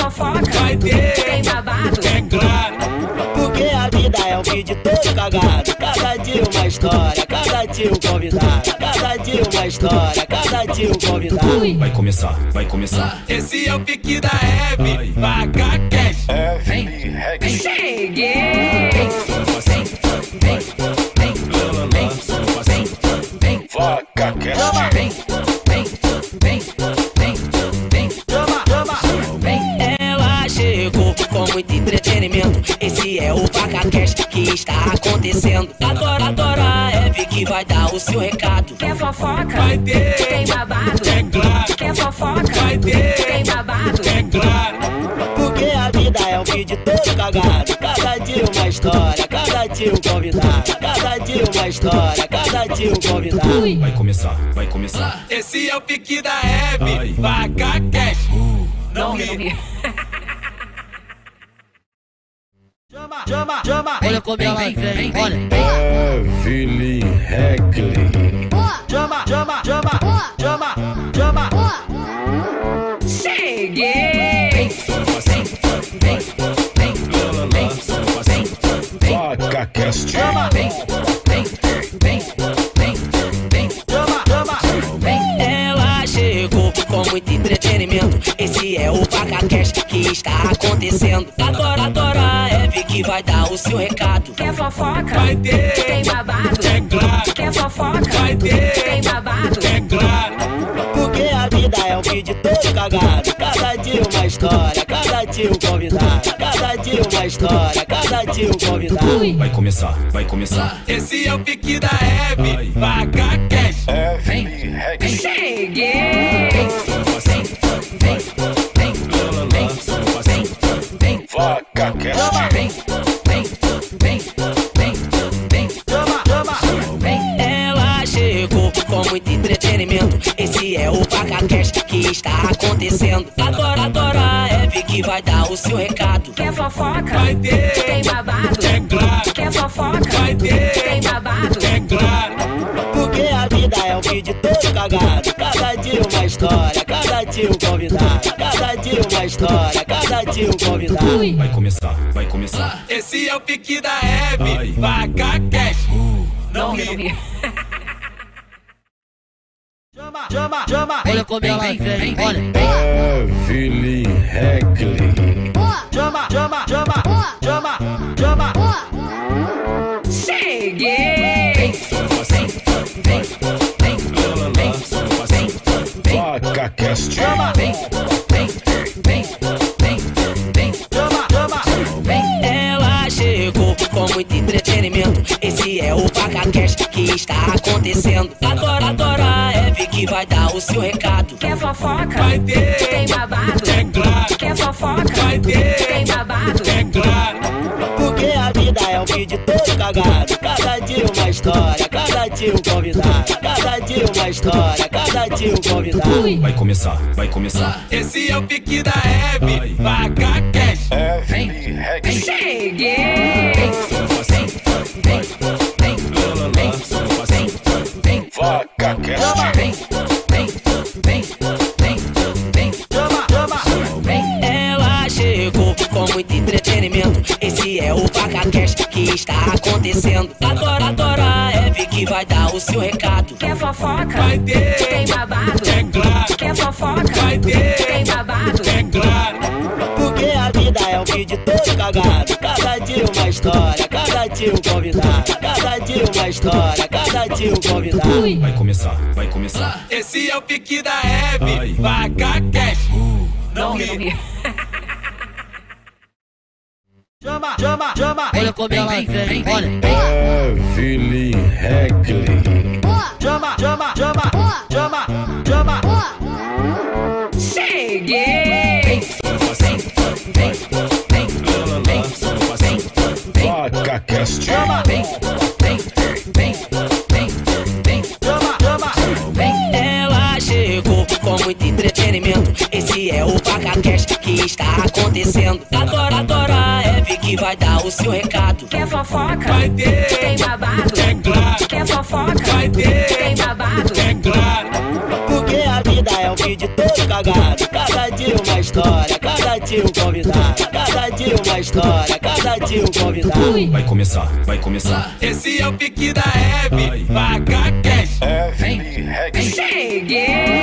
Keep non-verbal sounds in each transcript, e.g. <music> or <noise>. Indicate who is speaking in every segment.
Speaker 1: fofoca. Vai ter. Tem babado. É claro.
Speaker 2: Porque a vida é um vídeo todo cagado. Cada dia uma história, cada dia um convidado. Cada dia uma história, cada dia um convidado.
Speaker 3: Vai começar, vai começar.
Speaker 1: Esse é o pique da Hebe. Vaca cash.
Speaker 4: Vem, vem,
Speaker 1: Cheguei.
Speaker 4: vaca cast.
Speaker 2: Ela chegou com muito entretenimento. Esse é o VacaCast que está acontecendo. Agora, agora é Eve que vai dar o seu recado.
Speaker 5: Quer fofoca?
Speaker 1: Vai ter.
Speaker 5: Tem babado?
Speaker 1: É claro.
Speaker 5: Quer fofoca?
Speaker 1: Vai
Speaker 5: Tem
Speaker 1: ter.
Speaker 5: babado?
Speaker 1: É claro.
Speaker 2: Porque a vida é um vídeo todo cagado. Cada dia uma história, cada dia um convidado. Cada dia uma história, cada dia um convidado.
Speaker 3: Vai começar, vai começar.
Speaker 1: Esse é o pique da Hebe. Vaca cash. Não ri.
Speaker 6: Olha como ela vem, olha.
Speaker 4: Evelyn Heckley. Vaca cast.
Speaker 2: Ela chegou com muito entretenimento. Esse é o VacaCast que está acontecendo. Agora, agora é Eve que vai dar o seu recado.
Speaker 5: Quer fofoca?
Speaker 1: Vai ter.
Speaker 5: Tem babado?
Speaker 1: É claro.
Speaker 5: Quer fofoca?
Speaker 1: Vai
Speaker 5: Tem
Speaker 1: ter.
Speaker 5: babado?
Speaker 1: É claro.
Speaker 2: Porque a vida é um vídeo todo cagado. Cada dia uma história, cada dia um convidado. Cada dia uma história, cada dia um convidado.
Speaker 3: Vai começar, vai começar.
Speaker 1: Esse é o pique da Hebe. Vaca cash.
Speaker 4: Evelyn Heckley. Vaca cast.
Speaker 2: Ela chegou com muito entretenimento. Esse é o VacaCast que está acontecendo. Agora, agora é Eve que vai dar o seu recado.
Speaker 5: Quer fofoca?
Speaker 1: Vai ter.
Speaker 5: Tem babado?
Speaker 1: É claro.
Speaker 5: Quer fofoca?
Speaker 1: Vai ter.
Speaker 5: Tem babado?
Speaker 1: É claro.
Speaker 2: Porque a vida é um vídeo todo cagado. Cada dia uma história, cada dia um convidado. Cada dia uma história, cada dia um convidado.
Speaker 3: Vai começar, vai começar.
Speaker 1: Esse é o pique da Hebe. Vaca cash. Não ri.
Speaker 6: Olha como ela vem, olha.
Speaker 4: Evelyn Heckley. Vaca cast.
Speaker 2: Ela chegou com muito entretenimento. Esse é o VacaCast que está acontecendo. Agora, agora é Eve que vai dar o seu recado.
Speaker 5: Quer fofoca?
Speaker 1: Vai ter.
Speaker 5: Tem babado?
Speaker 1: É claro.
Speaker 5: Quer fofoca?
Speaker 1: Vai ter.
Speaker 5: Tem babado?
Speaker 1: É claro.
Speaker 2: Porque a vida é um vídeo todo cagado. Cada dia uma história, cada dia um convidado. Cada dia uma história, cada dia um convidado.
Speaker 3: Vai começar, vai começar.
Speaker 1: Esse é o pique da Hebe. Vaca cash.
Speaker 4: Evelyn Heckley. Vaca cast.
Speaker 2: Ela chegou com muito entretenimento. Esse é o VacaCast que está acontecendo. Agora, agora é Eve que vai dar o seu recado.
Speaker 5: Quer fofoca?
Speaker 1: Vai ter.
Speaker 5: Tem babado?
Speaker 1: É claro.
Speaker 5: Quer fofoca?
Speaker 1: Vai ter.
Speaker 5: Tem babado?
Speaker 1: É claro.
Speaker 2: Porque a vida é um vídeo todo cagado. Cada dia uma história, cada dia um convidado. Cada dia uma história, cada dia um convidado.
Speaker 3: Vai começar, vai começar.
Speaker 1: Esse é o pique da Hebe. Vaca cash. Não ri.
Speaker 6: Olha como ela vem, olha.
Speaker 4: Evelyn Heckley. Vaca cast.
Speaker 2: Ela chegou com muito entretenimento. Esse é o VacaCast que está acontecendo. Agora, agora é Eve que vai dar o seu recado.
Speaker 5: Quer fofoca?
Speaker 1: Vai ter.
Speaker 5: Tem babado?
Speaker 1: É claro.
Speaker 5: Quer fofoca?
Speaker 1: Vai ter.
Speaker 5: Tem babado?
Speaker 1: É claro.
Speaker 2: Porque a vida é um vídeo todo cagado. Cada dia uma história, cada
Speaker 7: dia um convidado, cada dia uma história, cada dia um convidado.
Speaker 3: Vai começar, vai começar.
Speaker 1: Esse é o pique da Hebe, vaca cash.
Speaker 4: Evelyn Regli.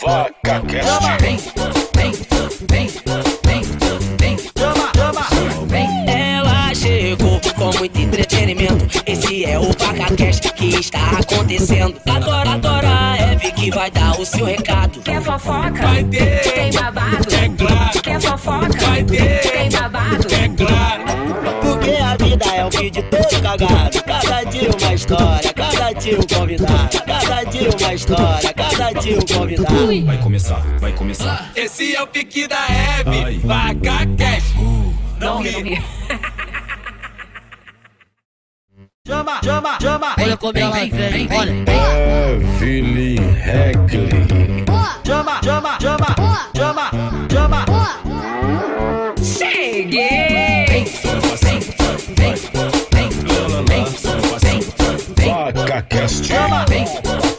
Speaker 4: Vaca Cast.
Speaker 7: Ela chegou com muito entretenimento. Esse é o PacaCast que está acontecendo. Agora, agora a Hebe que vai dar o seu recado.
Speaker 5: Quer fofoca?
Speaker 1: Vai ter,
Speaker 5: Tem babado?
Speaker 1: é claro,
Speaker 5: Quer fofoca?
Speaker 1: vai
Speaker 5: Tem
Speaker 1: ter,
Speaker 5: babado?
Speaker 1: é claro.
Speaker 7: Porque a vida é um vídeo todo cagado. Cada dia uma história, cada dia um convidado. Cada dia uma história, cada dia um convidado.
Speaker 3: Vai começar, vai começar.
Speaker 1: Esse é o pique da Hebe, vaca cash. Não ri,
Speaker 7: Chama, chama, chama.
Speaker 8: Olha como ela vem, olha.
Speaker 4: Evelyn Regli.
Speaker 7: Chama, chama, chama. Chama, chama.
Speaker 4: Vaca Cast.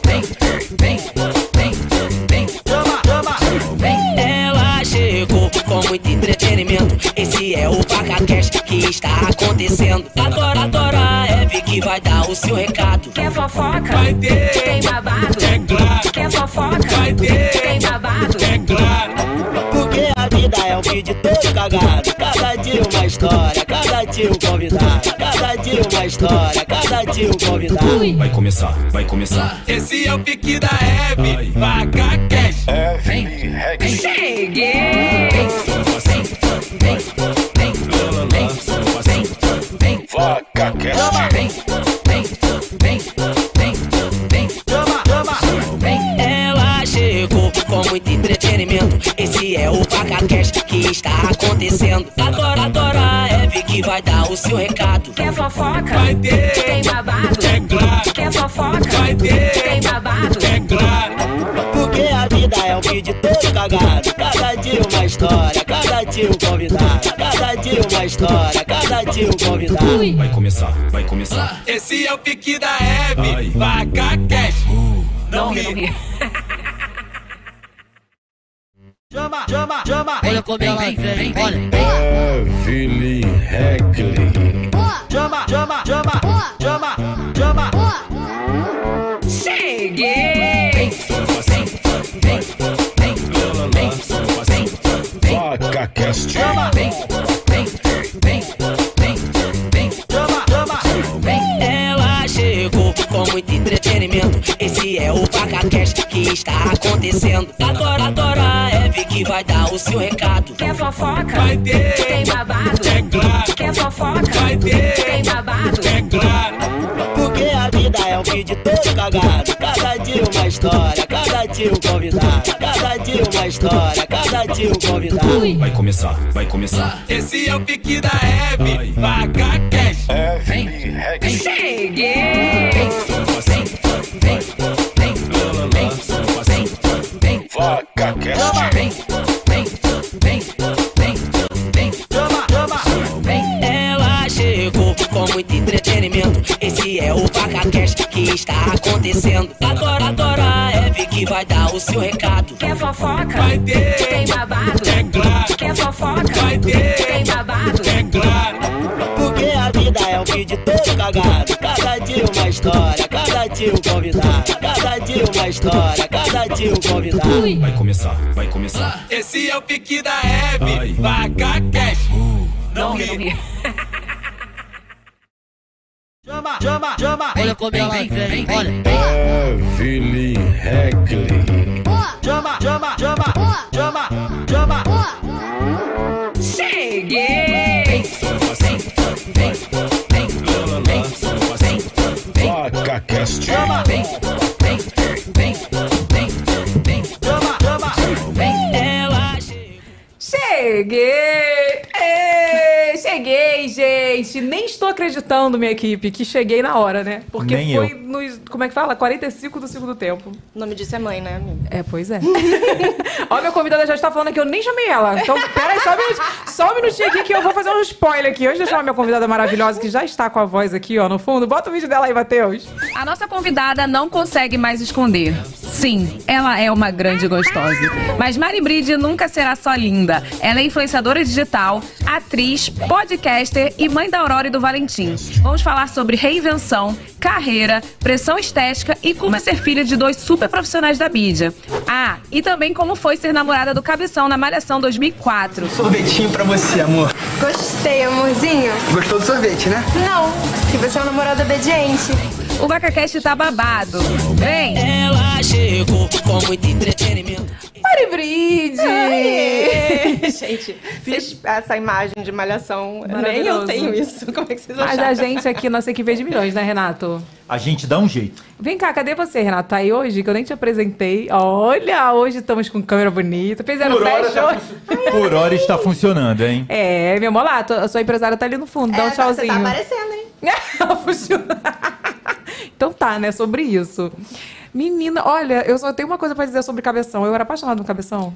Speaker 7: Ela chegou com muito entretenimento. Esse é o PacaCast que está acontecendo. Agora, agora a Hebe que vai dar o seu recado.
Speaker 5: Quer fofoca?
Speaker 1: vai
Speaker 5: Tem
Speaker 1: ter,
Speaker 5: babado?
Speaker 1: é claro,
Speaker 5: Quer fofoca?
Speaker 1: vai
Speaker 5: Tem
Speaker 1: ter,
Speaker 5: babado?
Speaker 1: é claro.
Speaker 7: Porque a vida é um vídeo todo cagado. Cada dia uma história, cada dia um convidado. Cada dia uma história, cada dia um convidado.
Speaker 3: Vai começar, vai começar.
Speaker 1: Esse é o pique da Hebe, vaca cash.
Speaker 4: Evelyn Regli. Vaca Cast.
Speaker 7: Ela chegou com muito entretenimento. Esse é o PacaCast que está acontecendo. Agora, agora a Hebe que vai dar o seu recado.
Speaker 5: Quer fofoca?
Speaker 1: Vai ter,
Speaker 5: Tem babado?
Speaker 1: é claro,
Speaker 5: Quer fofoca?
Speaker 1: vai
Speaker 5: Tem
Speaker 1: ter,
Speaker 5: babado?
Speaker 1: é claro.
Speaker 7: Porque a vida é um vídeo todo cagado. Cada dia uma história, cada dia um convidado. Cada dia uma história, cada dia um convidado.
Speaker 3: Vai começar, vai começar.
Speaker 1: Esse é o pique da Hebe, vaca cash. Não ri,
Speaker 7: Chama, chama, chama.
Speaker 8: Olha como ela vem, olha.
Speaker 4: Evelyn Regli.
Speaker 7: Chama, chama, chama. Chama, chama.
Speaker 4: Vaca Cast.
Speaker 7: Ela chegou com muito entretenimento. Esse é o PacaCast que está acontecendo. Agora, agora a Hebe que vai dar o seu recado.
Speaker 5: Quer fofoca?
Speaker 1: vai ter,
Speaker 5: Tem babado?
Speaker 1: é claro,
Speaker 5: Quer fofoca?
Speaker 1: vai ter,
Speaker 5: Tem babado?
Speaker 1: é claro.
Speaker 7: Porque a vida é um vídeo todo cagado. Cada dia uma história, cada dia um convidado. Cada dia uma história, cada dia um convidado.
Speaker 3: Vai começar, vai começar.
Speaker 1: Esse é o pique da Hebe, vaca cash.
Speaker 4: Evelyn Regli. Vaca Cast.
Speaker 7: Ela chegou com muito entretenimento. Esse é o PacaCast que está acontecendo. Agora, agora a Hebe que vai dar o seu recado.
Speaker 5: Quer fofoca?
Speaker 1: Vai ter,
Speaker 5: Tem babado?
Speaker 1: é claro,
Speaker 5: Quer fofoca?
Speaker 1: vai ter,
Speaker 5: Tem babado?
Speaker 1: é claro.
Speaker 7: Porque a vida é um vídeo todo cagado. Cada dia uma história, cada dia um convidado. Cada dia uma história, cada dia um convidado.
Speaker 3: Vai começar, vai começar.
Speaker 1: Esse é o pique da Hebe, vaca cash. Não ri,
Speaker 7: Chama, chama, chama.
Speaker 8: Olha como ela vem, olha.
Speaker 4: Evelyn Regli.
Speaker 7: Chama, chama, chama. Chama, chama.
Speaker 4: Vaca Cast.
Speaker 7: Ela chega.
Speaker 9: Cheguei! Ei, cheguei, gente! Nem estou tô acreditando, minha equipe, que cheguei na hora, né? Porque
Speaker 1: Nem
Speaker 9: foi
Speaker 1: eu.
Speaker 9: nos, como é que fala? 45 do segundo tempo.
Speaker 10: O nome disso é mãe, né, amiga?
Speaker 9: É, pois <laughs> é. Ó, minha convidada já está falando aqui, eu nem chamei ela. Então, peraí, só um, minutinho, só um minutinho aqui que eu vou fazer um spoiler aqui. Antes de eu chamar minha convidada maravilhosa, que já está com a voz aqui, ó, no fundo. Bota o vídeo dela aí, Matheus.
Speaker 5: A nossa convidada não consegue mais esconder. Sim, ela é uma grande gostosa. Mas Mari Bride nunca será só linda. Ela é influenciadora digital, atriz, podcaster e mãe da Aurora e do Valentim. Vamos falar sobre reinvenção, carreira, pressão estética e como ser filha de dois super profissionais da mídia. Ah, e também como foi ser namorada do Cabeção na Malhação 2004.
Speaker 11: Um Sorvetinho pra você, amor.
Speaker 10: Gostei, amorzinho.
Speaker 11: Gostou do sorvete, né?
Speaker 10: Não, que você é um namorado obediente.
Speaker 5: O VacaCast tá babado. Vem!
Speaker 7: Ela chegou com muito entretenimento.
Speaker 9: Mari Bride!
Speaker 10: <laughs> Gente, vocês- essa imagem de malhação, nem
Speaker 9: Maravilhoso.
Speaker 10: eu tenho isso. Como é que vocês
Speaker 9: Mas
Speaker 10: acharam?
Speaker 9: a
Speaker 10: <laughs>
Speaker 9: gente aqui, nossa equipe é de milhões, né, Renato?
Speaker 1: A gente dá um jeito.
Speaker 9: Vem cá, cadê você, Renato? Tá aí hoje, que eu nem te apresentei. Olha, hoje estamos com câmera bonita. Fizeram
Speaker 1: Por hora,
Speaker 9: teste
Speaker 1: tá
Speaker 9: hoje.
Speaker 1: funcio- por hora está funcionando, hein?
Speaker 9: É, meu molato, a sua empresária tá ali no fundo, dá
Speaker 10: É,
Speaker 9: um
Speaker 10: não, Você
Speaker 9: tchauzinho.
Speaker 10: tá aparecendo, hein?
Speaker 9: Ela fugiu. então tá, né? Sobre isso. Menina, olha, eu só tenho uma coisa pra dizer sobre Cabeção. Eu era apaixonada no Cabeção.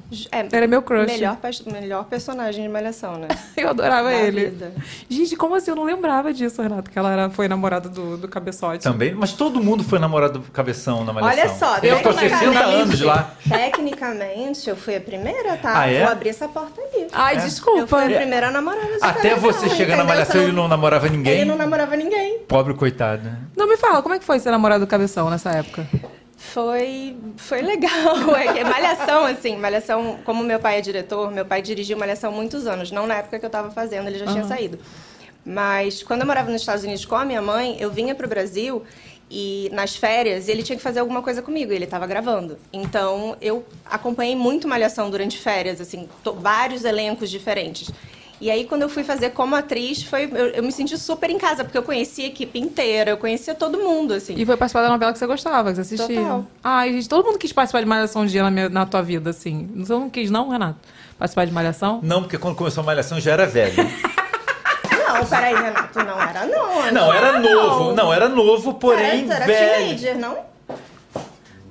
Speaker 9: Era meu crush.
Speaker 10: É, Melhor, pas- melhor personagem de malhação, né?
Speaker 9: <laughs> Eu adorava
Speaker 10: Da
Speaker 9: ele.
Speaker 10: vida.
Speaker 9: Gente, como assim? Eu não lembrava disso, Renato, que ela era, foi namorada do, do Cabeçote.
Speaker 1: Também. Mas todo mundo foi namorado do Cabeção na Malhação.
Speaker 10: Olha só,
Speaker 1: Eu tô
Speaker 10: tecnicamente-
Speaker 1: 60 anos lá.
Speaker 10: Tecnicamente, eu fui a primeira, tá?
Speaker 1: Ah, é?
Speaker 10: Vou abrir essa porta ali. É.
Speaker 9: Ai,
Speaker 10: eu fui
Speaker 9: desculpa.
Speaker 10: a primeira namorada de
Speaker 1: Até
Speaker 10: Malhação,
Speaker 1: você chegar na
Speaker 10: entendeu?
Speaker 1: Malhação
Speaker 10: Você
Speaker 1: ele não namorava ninguém.
Speaker 10: Ele não namorava ninguém.
Speaker 1: Pobre coitado, né?
Speaker 9: Não me fala, como é que foi ser namorado do Cabeção nessa época?
Speaker 10: Foi, foi legal. <laughs> É que malhação, assim, malhação, como meu pai é diretor, meu pai dirigiu malhação há muitos anos, não na época que eu estava fazendo, ele já tinha saído. Mas quando eu morava nos Estados Unidos com a minha mãe, eu vinha para o Brasil e nas férias ele tinha que fazer alguma coisa comigo, e ele estava gravando. Então eu acompanhei muito malhação durante férias, assim, to- vários elencos diferentes. E aí, quando eu fui fazer como atriz, foi, eu, eu me senti super em casa, porque eu conhecia a equipe inteira, eu conhecia todo mundo, assim.
Speaker 9: E foi participar da novela que você gostava, que você assistia.
Speaker 10: Total.
Speaker 9: Ai, gente, todo mundo quis participar de Malhação um dia na, minha- na tua vida, assim. Você não quis, não, Renato? Participar de Malhação?
Speaker 1: Não, porque quando começou a Malhação já era velho.
Speaker 10: Não, peraí, Renato, não era não.
Speaker 1: Não, era novo. Não, era novo, porém
Speaker 10: era, era
Speaker 1: velho.
Speaker 10: teenager, não?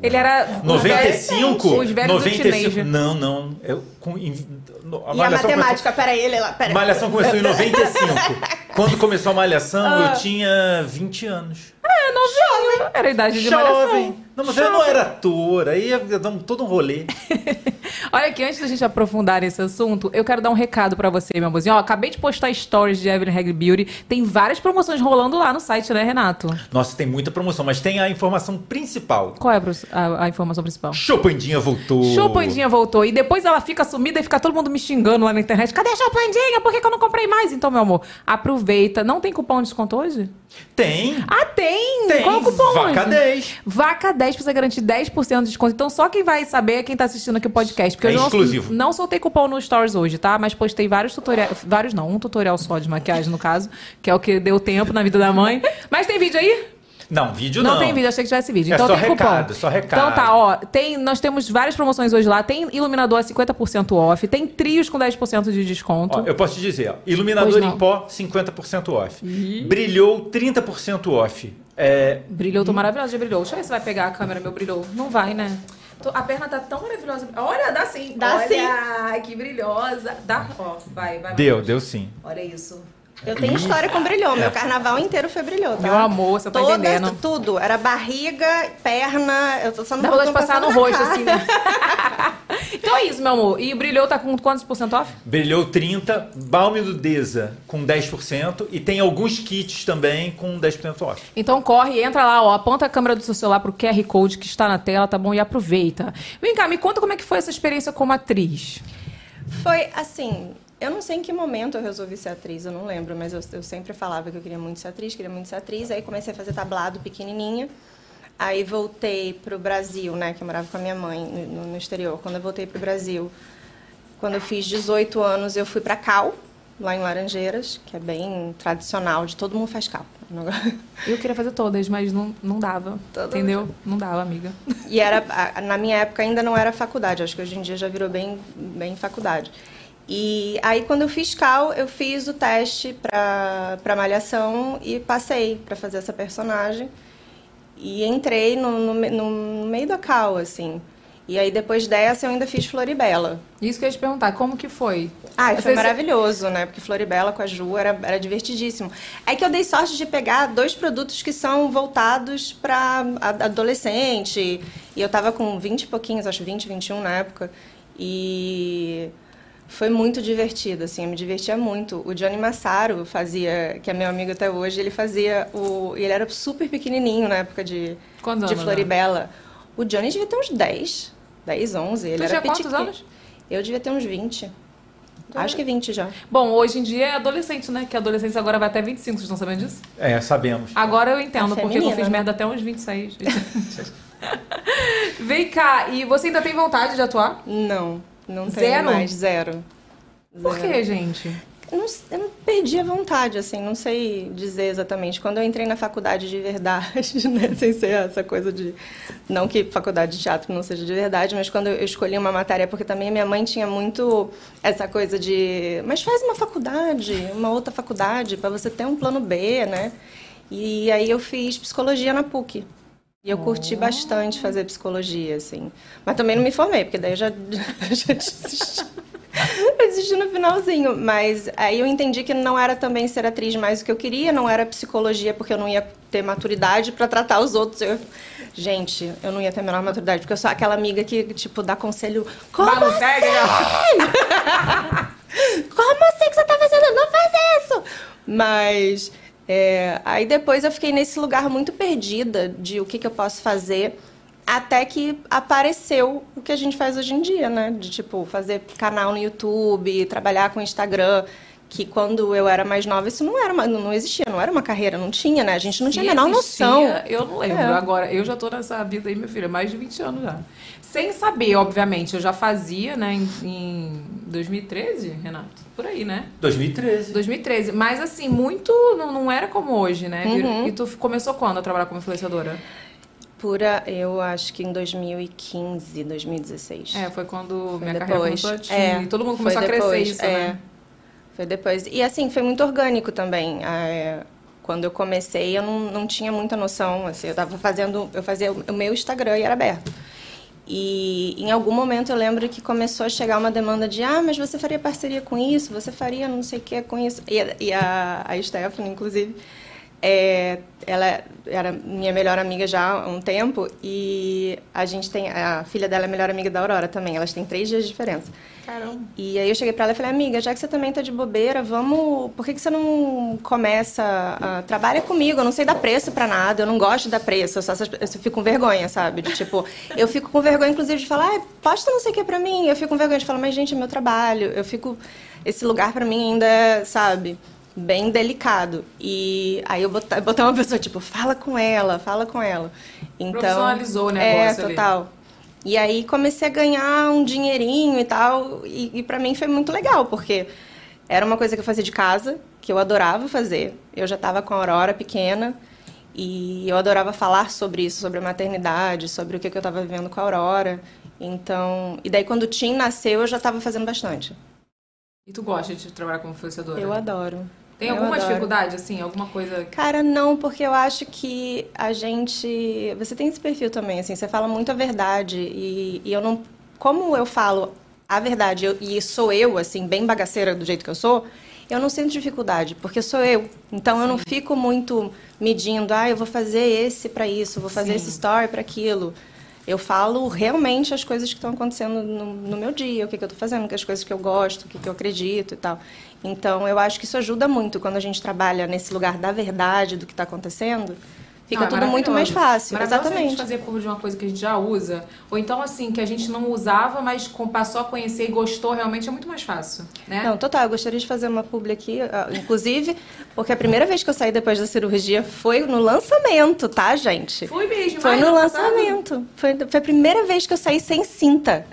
Speaker 9: Ele era. Os
Speaker 1: 95?
Speaker 9: velhos do
Speaker 1: 95.
Speaker 9: teenager.
Speaker 1: Não, não. Eu, com, em, no- a
Speaker 10: E
Speaker 1: Malhação
Speaker 10: a
Speaker 1: começou-
Speaker 10: matemática, peraí, ele lá, peraí.
Speaker 1: Malhação começou em 95.
Speaker 9: <laughs>
Speaker 1: Quando começou a Malhação,
Speaker 9: Ah.
Speaker 1: eu tinha 20 anos.
Speaker 9: É Era a idade de malhação.
Speaker 1: Jovem. Não, mas eu não era ator. Aí ia dar um- todo um rolê.
Speaker 9: Olha aqui, antes da gente aprofundar esse assunto, eu quero dar um recado pra você, meu amorzinho. Ó, acabei de postar stories de Evelyn Hagley Beauty. Tem várias promoções rolando lá no site, né, Renato?
Speaker 1: Nossa, tem muita promoção, mas tem a informação principal.
Speaker 9: Qual é a pro- a, a informação principal?
Speaker 1: Chopandinha voltou.
Speaker 9: Chopandinha voltou. E depois ela fica sumida e fica todo mundo me xingando lá na internet. Cadê a Chopandinha? Por que, que eu não comprei mais? Então, meu amor, aproveita. Não tem cupom de desconto hoje?
Speaker 1: Tem.
Speaker 9: Ah, tem!
Speaker 1: Tem.
Speaker 9: Qual o cupom?
Speaker 1: Vaca
Speaker 9: hoje?
Speaker 1: 10.
Speaker 9: Vaca 10 pra você garantir 10% de desconto. Então só quem vai saber é quem tá assistindo aqui o podcast. Porque
Speaker 1: É
Speaker 9: eu não,
Speaker 1: exclusivo.
Speaker 9: não soltei cupom no Stories hoje, tá? Mas postei vários tutoriais. Vários não, um tutorial só de maquiagem, no caso, que é o que deu tempo na vida da mãe. Mas tem vídeo aí?
Speaker 1: Não, vídeo não.
Speaker 9: Não, tem vídeo, achei que tivesse vídeo.
Speaker 1: É
Speaker 9: Então
Speaker 1: só
Speaker 9: tem
Speaker 1: recado,
Speaker 9: cupom.
Speaker 1: só recado.
Speaker 9: Então tá, ó, tem, nós temos várias promoções hoje lá. Tem iluminador a 50% off, tem trios com 10% de desconto.
Speaker 1: Ó, eu posso te dizer, ó, iluminador
Speaker 9: Pois não.
Speaker 1: em pó, 50% off. Brilhou, 30% off. É,
Speaker 9: Brilhou, tô maravilhosa de brilhou. Deixa eu ver se vai pegar a câmera, meu brilhou. Não vai, né? Tô- a perna tá tão maravilhosa. Olha, dá sim.
Speaker 10: Dá
Speaker 9: Olha,
Speaker 10: sim.
Speaker 9: Ai, que brilhosa. Dá, ó, vai, vai.
Speaker 1: deu, deu sim.
Speaker 9: Olha isso.
Speaker 10: Eu tenho história com brilhão,
Speaker 1: é.
Speaker 10: meu carnaval inteiro foi brilhão, tá?
Speaker 9: Meu amor, você tá
Speaker 10: Todas-
Speaker 9: entendendo.
Speaker 10: Tudo, era barriga, perna, eu tô só não
Speaker 9: Dá
Speaker 10: vou
Speaker 9: vontade de passar no
Speaker 10: na
Speaker 9: rosto,
Speaker 10: cara.
Speaker 9: assim. né? <laughs> então é isso, meu amor. E brilhou tá com quantos por cento off?
Speaker 1: Brilhou 30, balme do Deza com 10% e tem alguns kits também com 10% off.
Speaker 9: Então corre, entra lá, ó, aponta a câmera do seu celular pro QR Code que está na tela, tá bom? E aproveita. Vem cá, me conta como é que foi essa experiência como atriz.
Speaker 10: Foi assim. Eu não sei em que momento eu resolvi ser atriz, eu não lembro, mas eu, eu sempre falava que eu queria muito ser atriz, queria muito ser atriz. Aí comecei a fazer tablado pequenininha. Aí voltei pro Brasil, né? Que eu morava com a minha mãe no, no exterior. Quando eu voltei pro Brasil, quando eu fiz 18 anos, eu fui pra Cal, lá em Laranjeiras, que é bem tradicional, de todo mundo faz Cal.
Speaker 9: Eu queria fazer todas, mas não, não dava.
Speaker 10: Todas.
Speaker 9: entendeu? Não dava, amiga.
Speaker 10: E era, a- na minha época ainda não era faculdade, acho que hoje em dia já virou bem, bem faculdade. E aí, quando eu fiz Cal, eu fiz o teste pra, pra Malhação e passei pra fazer essa personagem. E entrei no, no, me- no meio da Cal, assim. E aí, depois dessa, eu ainda fiz Floribela.
Speaker 12: Isso que eu ia te perguntar, como que foi?
Speaker 10: Ah,
Speaker 12: Vocês-
Speaker 10: foi maravilhoso, né? Porque Floribela com a Ju era, era divertidíssimo. É que eu dei sorte de pegar dois produtos que são voltados para adolescente. E eu tava com 20 e pouquinhos, acho 20, 21 na época. E foi muito divertido, assim, eu me divertia muito. O Johnny Massaro fazia, que é meu amigo até hoje, ele fazia o. e Ele era super pequenininho na época de,
Speaker 12: Quando
Speaker 10: de
Speaker 12: ano, né?
Speaker 10: Floribela. O Johnny devia ter uns 10, 10, 11. Ele
Speaker 12: Tu
Speaker 10: era
Speaker 12: tinha quantos
Speaker 10: pequeno.
Speaker 12: anos?
Speaker 10: Eu devia ter uns 20. Então Acho que 20 já.
Speaker 12: Bom, hoje em dia é adolescente, né? Que adolescência agora vai até 25, vocês estão sabendo disso?
Speaker 1: É, sabemos.
Speaker 12: Agora eu entendo,
Speaker 10: Você é
Speaker 12: porque eu
Speaker 10: menina,
Speaker 12: fiz
Speaker 10: né?
Speaker 12: merda até uns 26. <laughs> Vem cá, e você ainda tem vontade de atuar?
Speaker 10: Não, não tenho
Speaker 12: Zero?
Speaker 10: mais. Zero.
Speaker 12: Por
Speaker 10: Zero.
Speaker 12: que, gente?
Speaker 10: Eu não, eu não perdi a vontade, assim, não sei dizer exatamente. Quando eu entrei na faculdade de verdade, <laughs> né, sem ser essa coisa de... Não que faculdade de teatro não seja de verdade, mas quando eu escolhi uma matéria, porque também minha mãe tinha muito essa coisa de... Mas faz uma faculdade, uma outra faculdade, para você ter um plano B, né? E aí eu fiz psicologia na PUC. E eu curti bastante fazer psicologia, assim. Mas também não me formei, porque daí eu já, <laughs> já desisti. Eu desisti no finalzinho. Mas aí eu entendi que não era também ser atriz mais o que eu queria, não era psicologia, porque eu não ia ter maturidade para tratar os outros. Eu- Gente, eu não ia ter a menor maturidade, porque eu sou aquela amiga que, tipo, dá conselho. Como
Speaker 12: Vai no
Speaker 10: assim?
Speaker 12: segue,
Speaker 10: Como assim que você tá fazendo? Não faz isso! Mas é, aí depois eu fiquei nesse lugar muito perdida de o que, que eu posso fazer, até que apareceu o que a gente faz hoje em dia, né? De tipo, fazer canal no YouTube, trabalhar com Instagram. Que quando eu era mais nova, isso não era uma, não existia, não era uma carreira, não tinha, né? A gente não tinha a menor
Speaker 12: existia,
Speaker 10: noção.
Speaker 12: Eu não lembro.
Speaker 10: É.
Speaker 12: Agora, eu já tô nessa vida aí, meu filho, há mais de 20 anos já. Sem saber, obviamente. Eu já fazia, né, em, em 2013, Renato? Por aí, né?
Speaker 1: 2013.
Speaker 12: 2013. Mas, assim, muito não, não era como hoje, né? Vir-
Speaker 10: Uhum.
Speaker 12: E tu f- começou quando a trabalhar como influenciadora?
Speaker 10: Pura, eu acho que em 2015, 2016.
Speaker 12: É, foi quando
Speaker 10: Foi
Speaker 12: minha carreira
Speaker 10: depois. É,
Speaker 12: começou a teen, e todo mundo
Speaker 10: foi
Speaker 12: começou a crescer
Speaker 10: depois,
Speaker 12: isso,
Speaker 10: é.
Speaker 12: né?
Speaker 10: Foi depois. E assim, foi muito orgânico também. É, quando eu comecei, eu não, não tinha muita noção. Assim, eu tava fazendo. Eu fazia o meu Instagram e era aberto. E em algum momento eu lembro que começou a chegar uma demanda de ah, mas você faria parceria com isso, você faria não sei o que com isso. E, a- e a, a Stephanie, inclusive, é, ela era minha melhor amiga já há um tempo e a gente tem a filha dela é a melhor amiga da Aurora também. Elas têm três dias de diferença.
Speaker 12: Caramba.
Speaker 10: E aí eu cheguei pra ela e falei, amiga, já que você também tá de bobeira, vamos. Por que, que você não começa. A... Trabalha comigo, eu não sei dar preço pra nada, eu não gosto de dar preço, eu, só, eu só fico com vergonha, sabe? De, tipo, eu fico com vergonha, inclusive, de falar, ah, posta não sei o que pra mim. Eu fico com vergonha de falar, mas gente, é meu trabalho. Eu fico. Esse lugar pra mim ainda é, sabe? Bem delicado. E aí eu botei, botei uma pessoa, tipo, fala com ela, fala com ela. Então,
Speaker 12: Profissionalizou o negócio
Speaker 10: É,
Speaker 12: ali.
Speaker 10: total. E aí comecei a ganhar um dinheirinho e tal, e, e para mim foi muito legal, porque era uma coisa que eu fazia de casa, que eu adorava fazer. Eu já estava com a Aurora pequena e eu adorava falar sobre isso, sobre a maternidade, sobre o que, que eu estava vivendo com a Aurora. Então, e daí quando o Tim nasceu, eu já estava fazendo bastante.
Speaker 12: E tu gosta de trabalhar como influenciadora?
Speaker 10: Eu adoro.
Speaker 12: Tem
Speaker 10: Eu
Speaker 12: alguma
Speaker 10: adoro.
Speaker 12: dificuldade, assim? Alguma coisa...
Speaker 10: Cara, não, porque eu acho que a gente. Você tem esse perfil também, assim, você fala muito a verdade. E, e eu não. Como eu falo a verdade eu- e sou eu, assim, bem bagaceira do jeito que eu sou, eu não sinto dificuldade, porque sou eu. Então eu não fico muito medindo, ah, eu vou fazer esse pra isso, eu vou fazer
Speaker 12: Sim.
Speaker 10: esse story pra aquilo. Eu falo realmente as coisas que estão acontecendo no, no meu dia, o que, que eu estou fazendo, que as coisas que eu gosto, o que, que eu acredito e tal. Então, eu acho que isso ajuda muito quando a gente trabalha nesse lugar da verdade, do que está acontecendo.
Speaker 12: Não,
Speaker 10: Fica
Speaker 12: é
Speaker 10: tudo muito mais
Speaker 12: maravilhoso.
Speaker 10: fácil.
Speaker 12: Maravilhoso A gente
Speaker 10: Exatamente.
Speaker 12: fazer por de uma coisa que a gente já usa. Ou então, assim, que a gente não usava, mas com- passou a conhecer e gostou, realmente é muito mais fácil, né?
Speaker 10: Não, total, eu gostaria de fazer uma publi aqui, ah, inclusive, porque a primeira vez que eu saí depois da cirurgia foi no lançamento, tá, gente?
Speaker 12: Fui mesmo.
Speaker 10: Foi
Speaker 12: ai,
Speaker 10: no
Speaker 12: ano passado.
Speaker 10: lançamento. Foi, foi a primeira vez que eu saí sem cinta.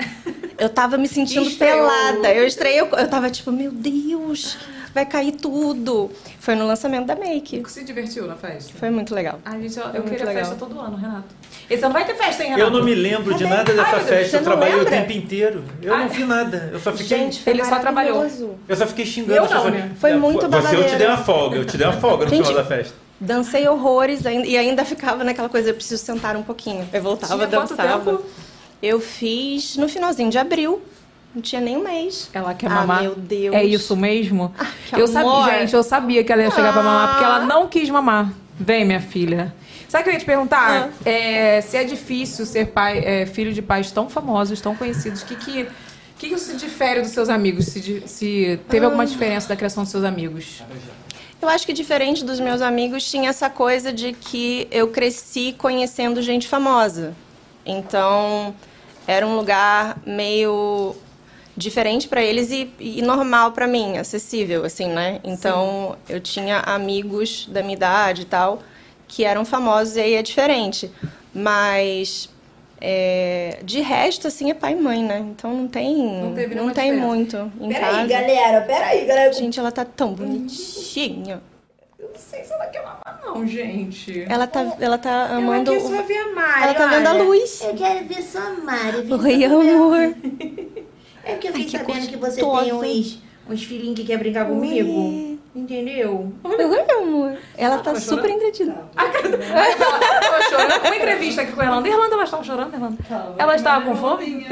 Speaker 10: Eu tava me sentindo
Speaker 12: Estreou.
Speaker 10: pelada. Eu estreiei, eu, eu tava tipo, meu Deus, vai cair tudo. Foi no lançamento da Make.
Speaker 9: Se divertiu na festa?
Speaker 10: Foi muito legal.
Speaker 9: Ai, gente, eu,
Speaker 10: Foi
Speaker 9: eu
Speaker 10: muito
Speaker 9: queria
Speaker 10: legal.
Speaker 9: festa todo ano, Renato. Esse ano vai ter festa, hein, Renato?
Speaker 1: Eu não me lembro de
Speaker 9: Cadê?
Speaker 1: nada dessa
Speaker 9: Ai, meu Deus,
Speaker 1: festa.
Speaker 9: você
Speaker 1: Eu
Speaker 9: não
Speaker 1: trabalhei o
Speaker 9: lembra?
Speaker 1: tempo inteiro. Eu não vi nada. Eu só fiquei.
Speaker 10: Gente, foi
Speaker 9: Ele só trabalhou.
Speaker 10: maravilhoso.
Speaker 1: eu só fiquei xingando.
Speaker 10: Eu
Speaker 1: as
Speaker 10: não,
Speaker 1: pessoas. É,
Speaker 10: né? Foi muito
Speaker 1: Você eu te
Speaker 10: babadeiro.
Speaker 1: dei uma folga. Eu te dei uma folga no
Speaker 10: Gente,
Speaker 1: final da festa.
Speaker 10: Dancei horrores ainda- e ainda ficava naquela coisa, eu preciso sentar um pouquinho. Eu voltava,
Speaker 9: Tinha quanto
Speaker 10: dançava.
Speaker 9: tempo?
Speaker 10: Eu fiz no finalzinho de abril. Não tinha nem um mês.
Speaker 9: Ela quer
Speaker 10: Ah,
Speaker 9: mamar.
Speaker 10: meu Deus. Ah,
Speaker 9: É isso mesmo?
Speaker 10: que
Speaker 9: eu sabia,
Speaker 10: amor.
Speaker 9: gente, eu sabia que ela ia chegar pra mamar,
Speaker 10: Ah.
Speaker 9: porque ela não quis mamar. Vem, minha filha. Sabe o que eu ia te perguntar?
Speaker 10: Ah.
Speaker 9: É, se é difícil ser pai, é, filho de pais tão famosos, tão conhecidos, o que que, que que se difere dos seus amigos? Se, di- se teve
Speaker 10: Ah.
Speaker 9: alguma diferença da criação dos seus amigos?
Speaker 10: Eu acho que diferente dos meus amigos, tinha essa coisa de que eu cresci conhecendo gente famosa. Então, era um lugar meio diferente para eles e, e normal para mim, acessível, assim, né? Então, eu tinha amigos da minha idade e tal, que eram famosos e aí é diferente. Mas, é, de resto, assim, é pai e mãe, né? Então, não tem, não
Speaker 9: teve nenhuma
Speaker 10: tem
Speaker 9: diferença.
Speaker 10: muito em casa.
Speaker 2: Peraí, galera, peraí, galera.
Speaker 10: Gente, ela tá tão bonitinha.
Speaker 9: Eu não sei se ela quer mamar, não, gente.
Speaker 10: Ela tá, ela tá amando.
Speaker 9: aqui só
Speaker 10: o-
Speaker 9: vi a Mari,
Speaker 10: Ela tá vendo a
Speaker 2: olha.
Speaker 10: luz.
Speaker 2: Eu quero ver sua Mari. ver
Speaker 10: Oi,
Speaker 2: sua mulher.
Speaker 10: amor.
Speaker 2: É porque eu
Speaker 10: Ai,
Speaker 2: fiquei
Speaker 10: que
Speaker 2: sabendo que você
Speaker 10: gostoso.
Speaker 2: tem uns, uns filhinhos que quer brincar comigo. Entendeu?
Speaker 10: Oi, amor. Ela tá super engredida.
Speaker 9: Ela chorando. Uma entrevista aqui com a Irlanda. Irlanda, elas estavam chorando, Irlanda? Ela estava com fome?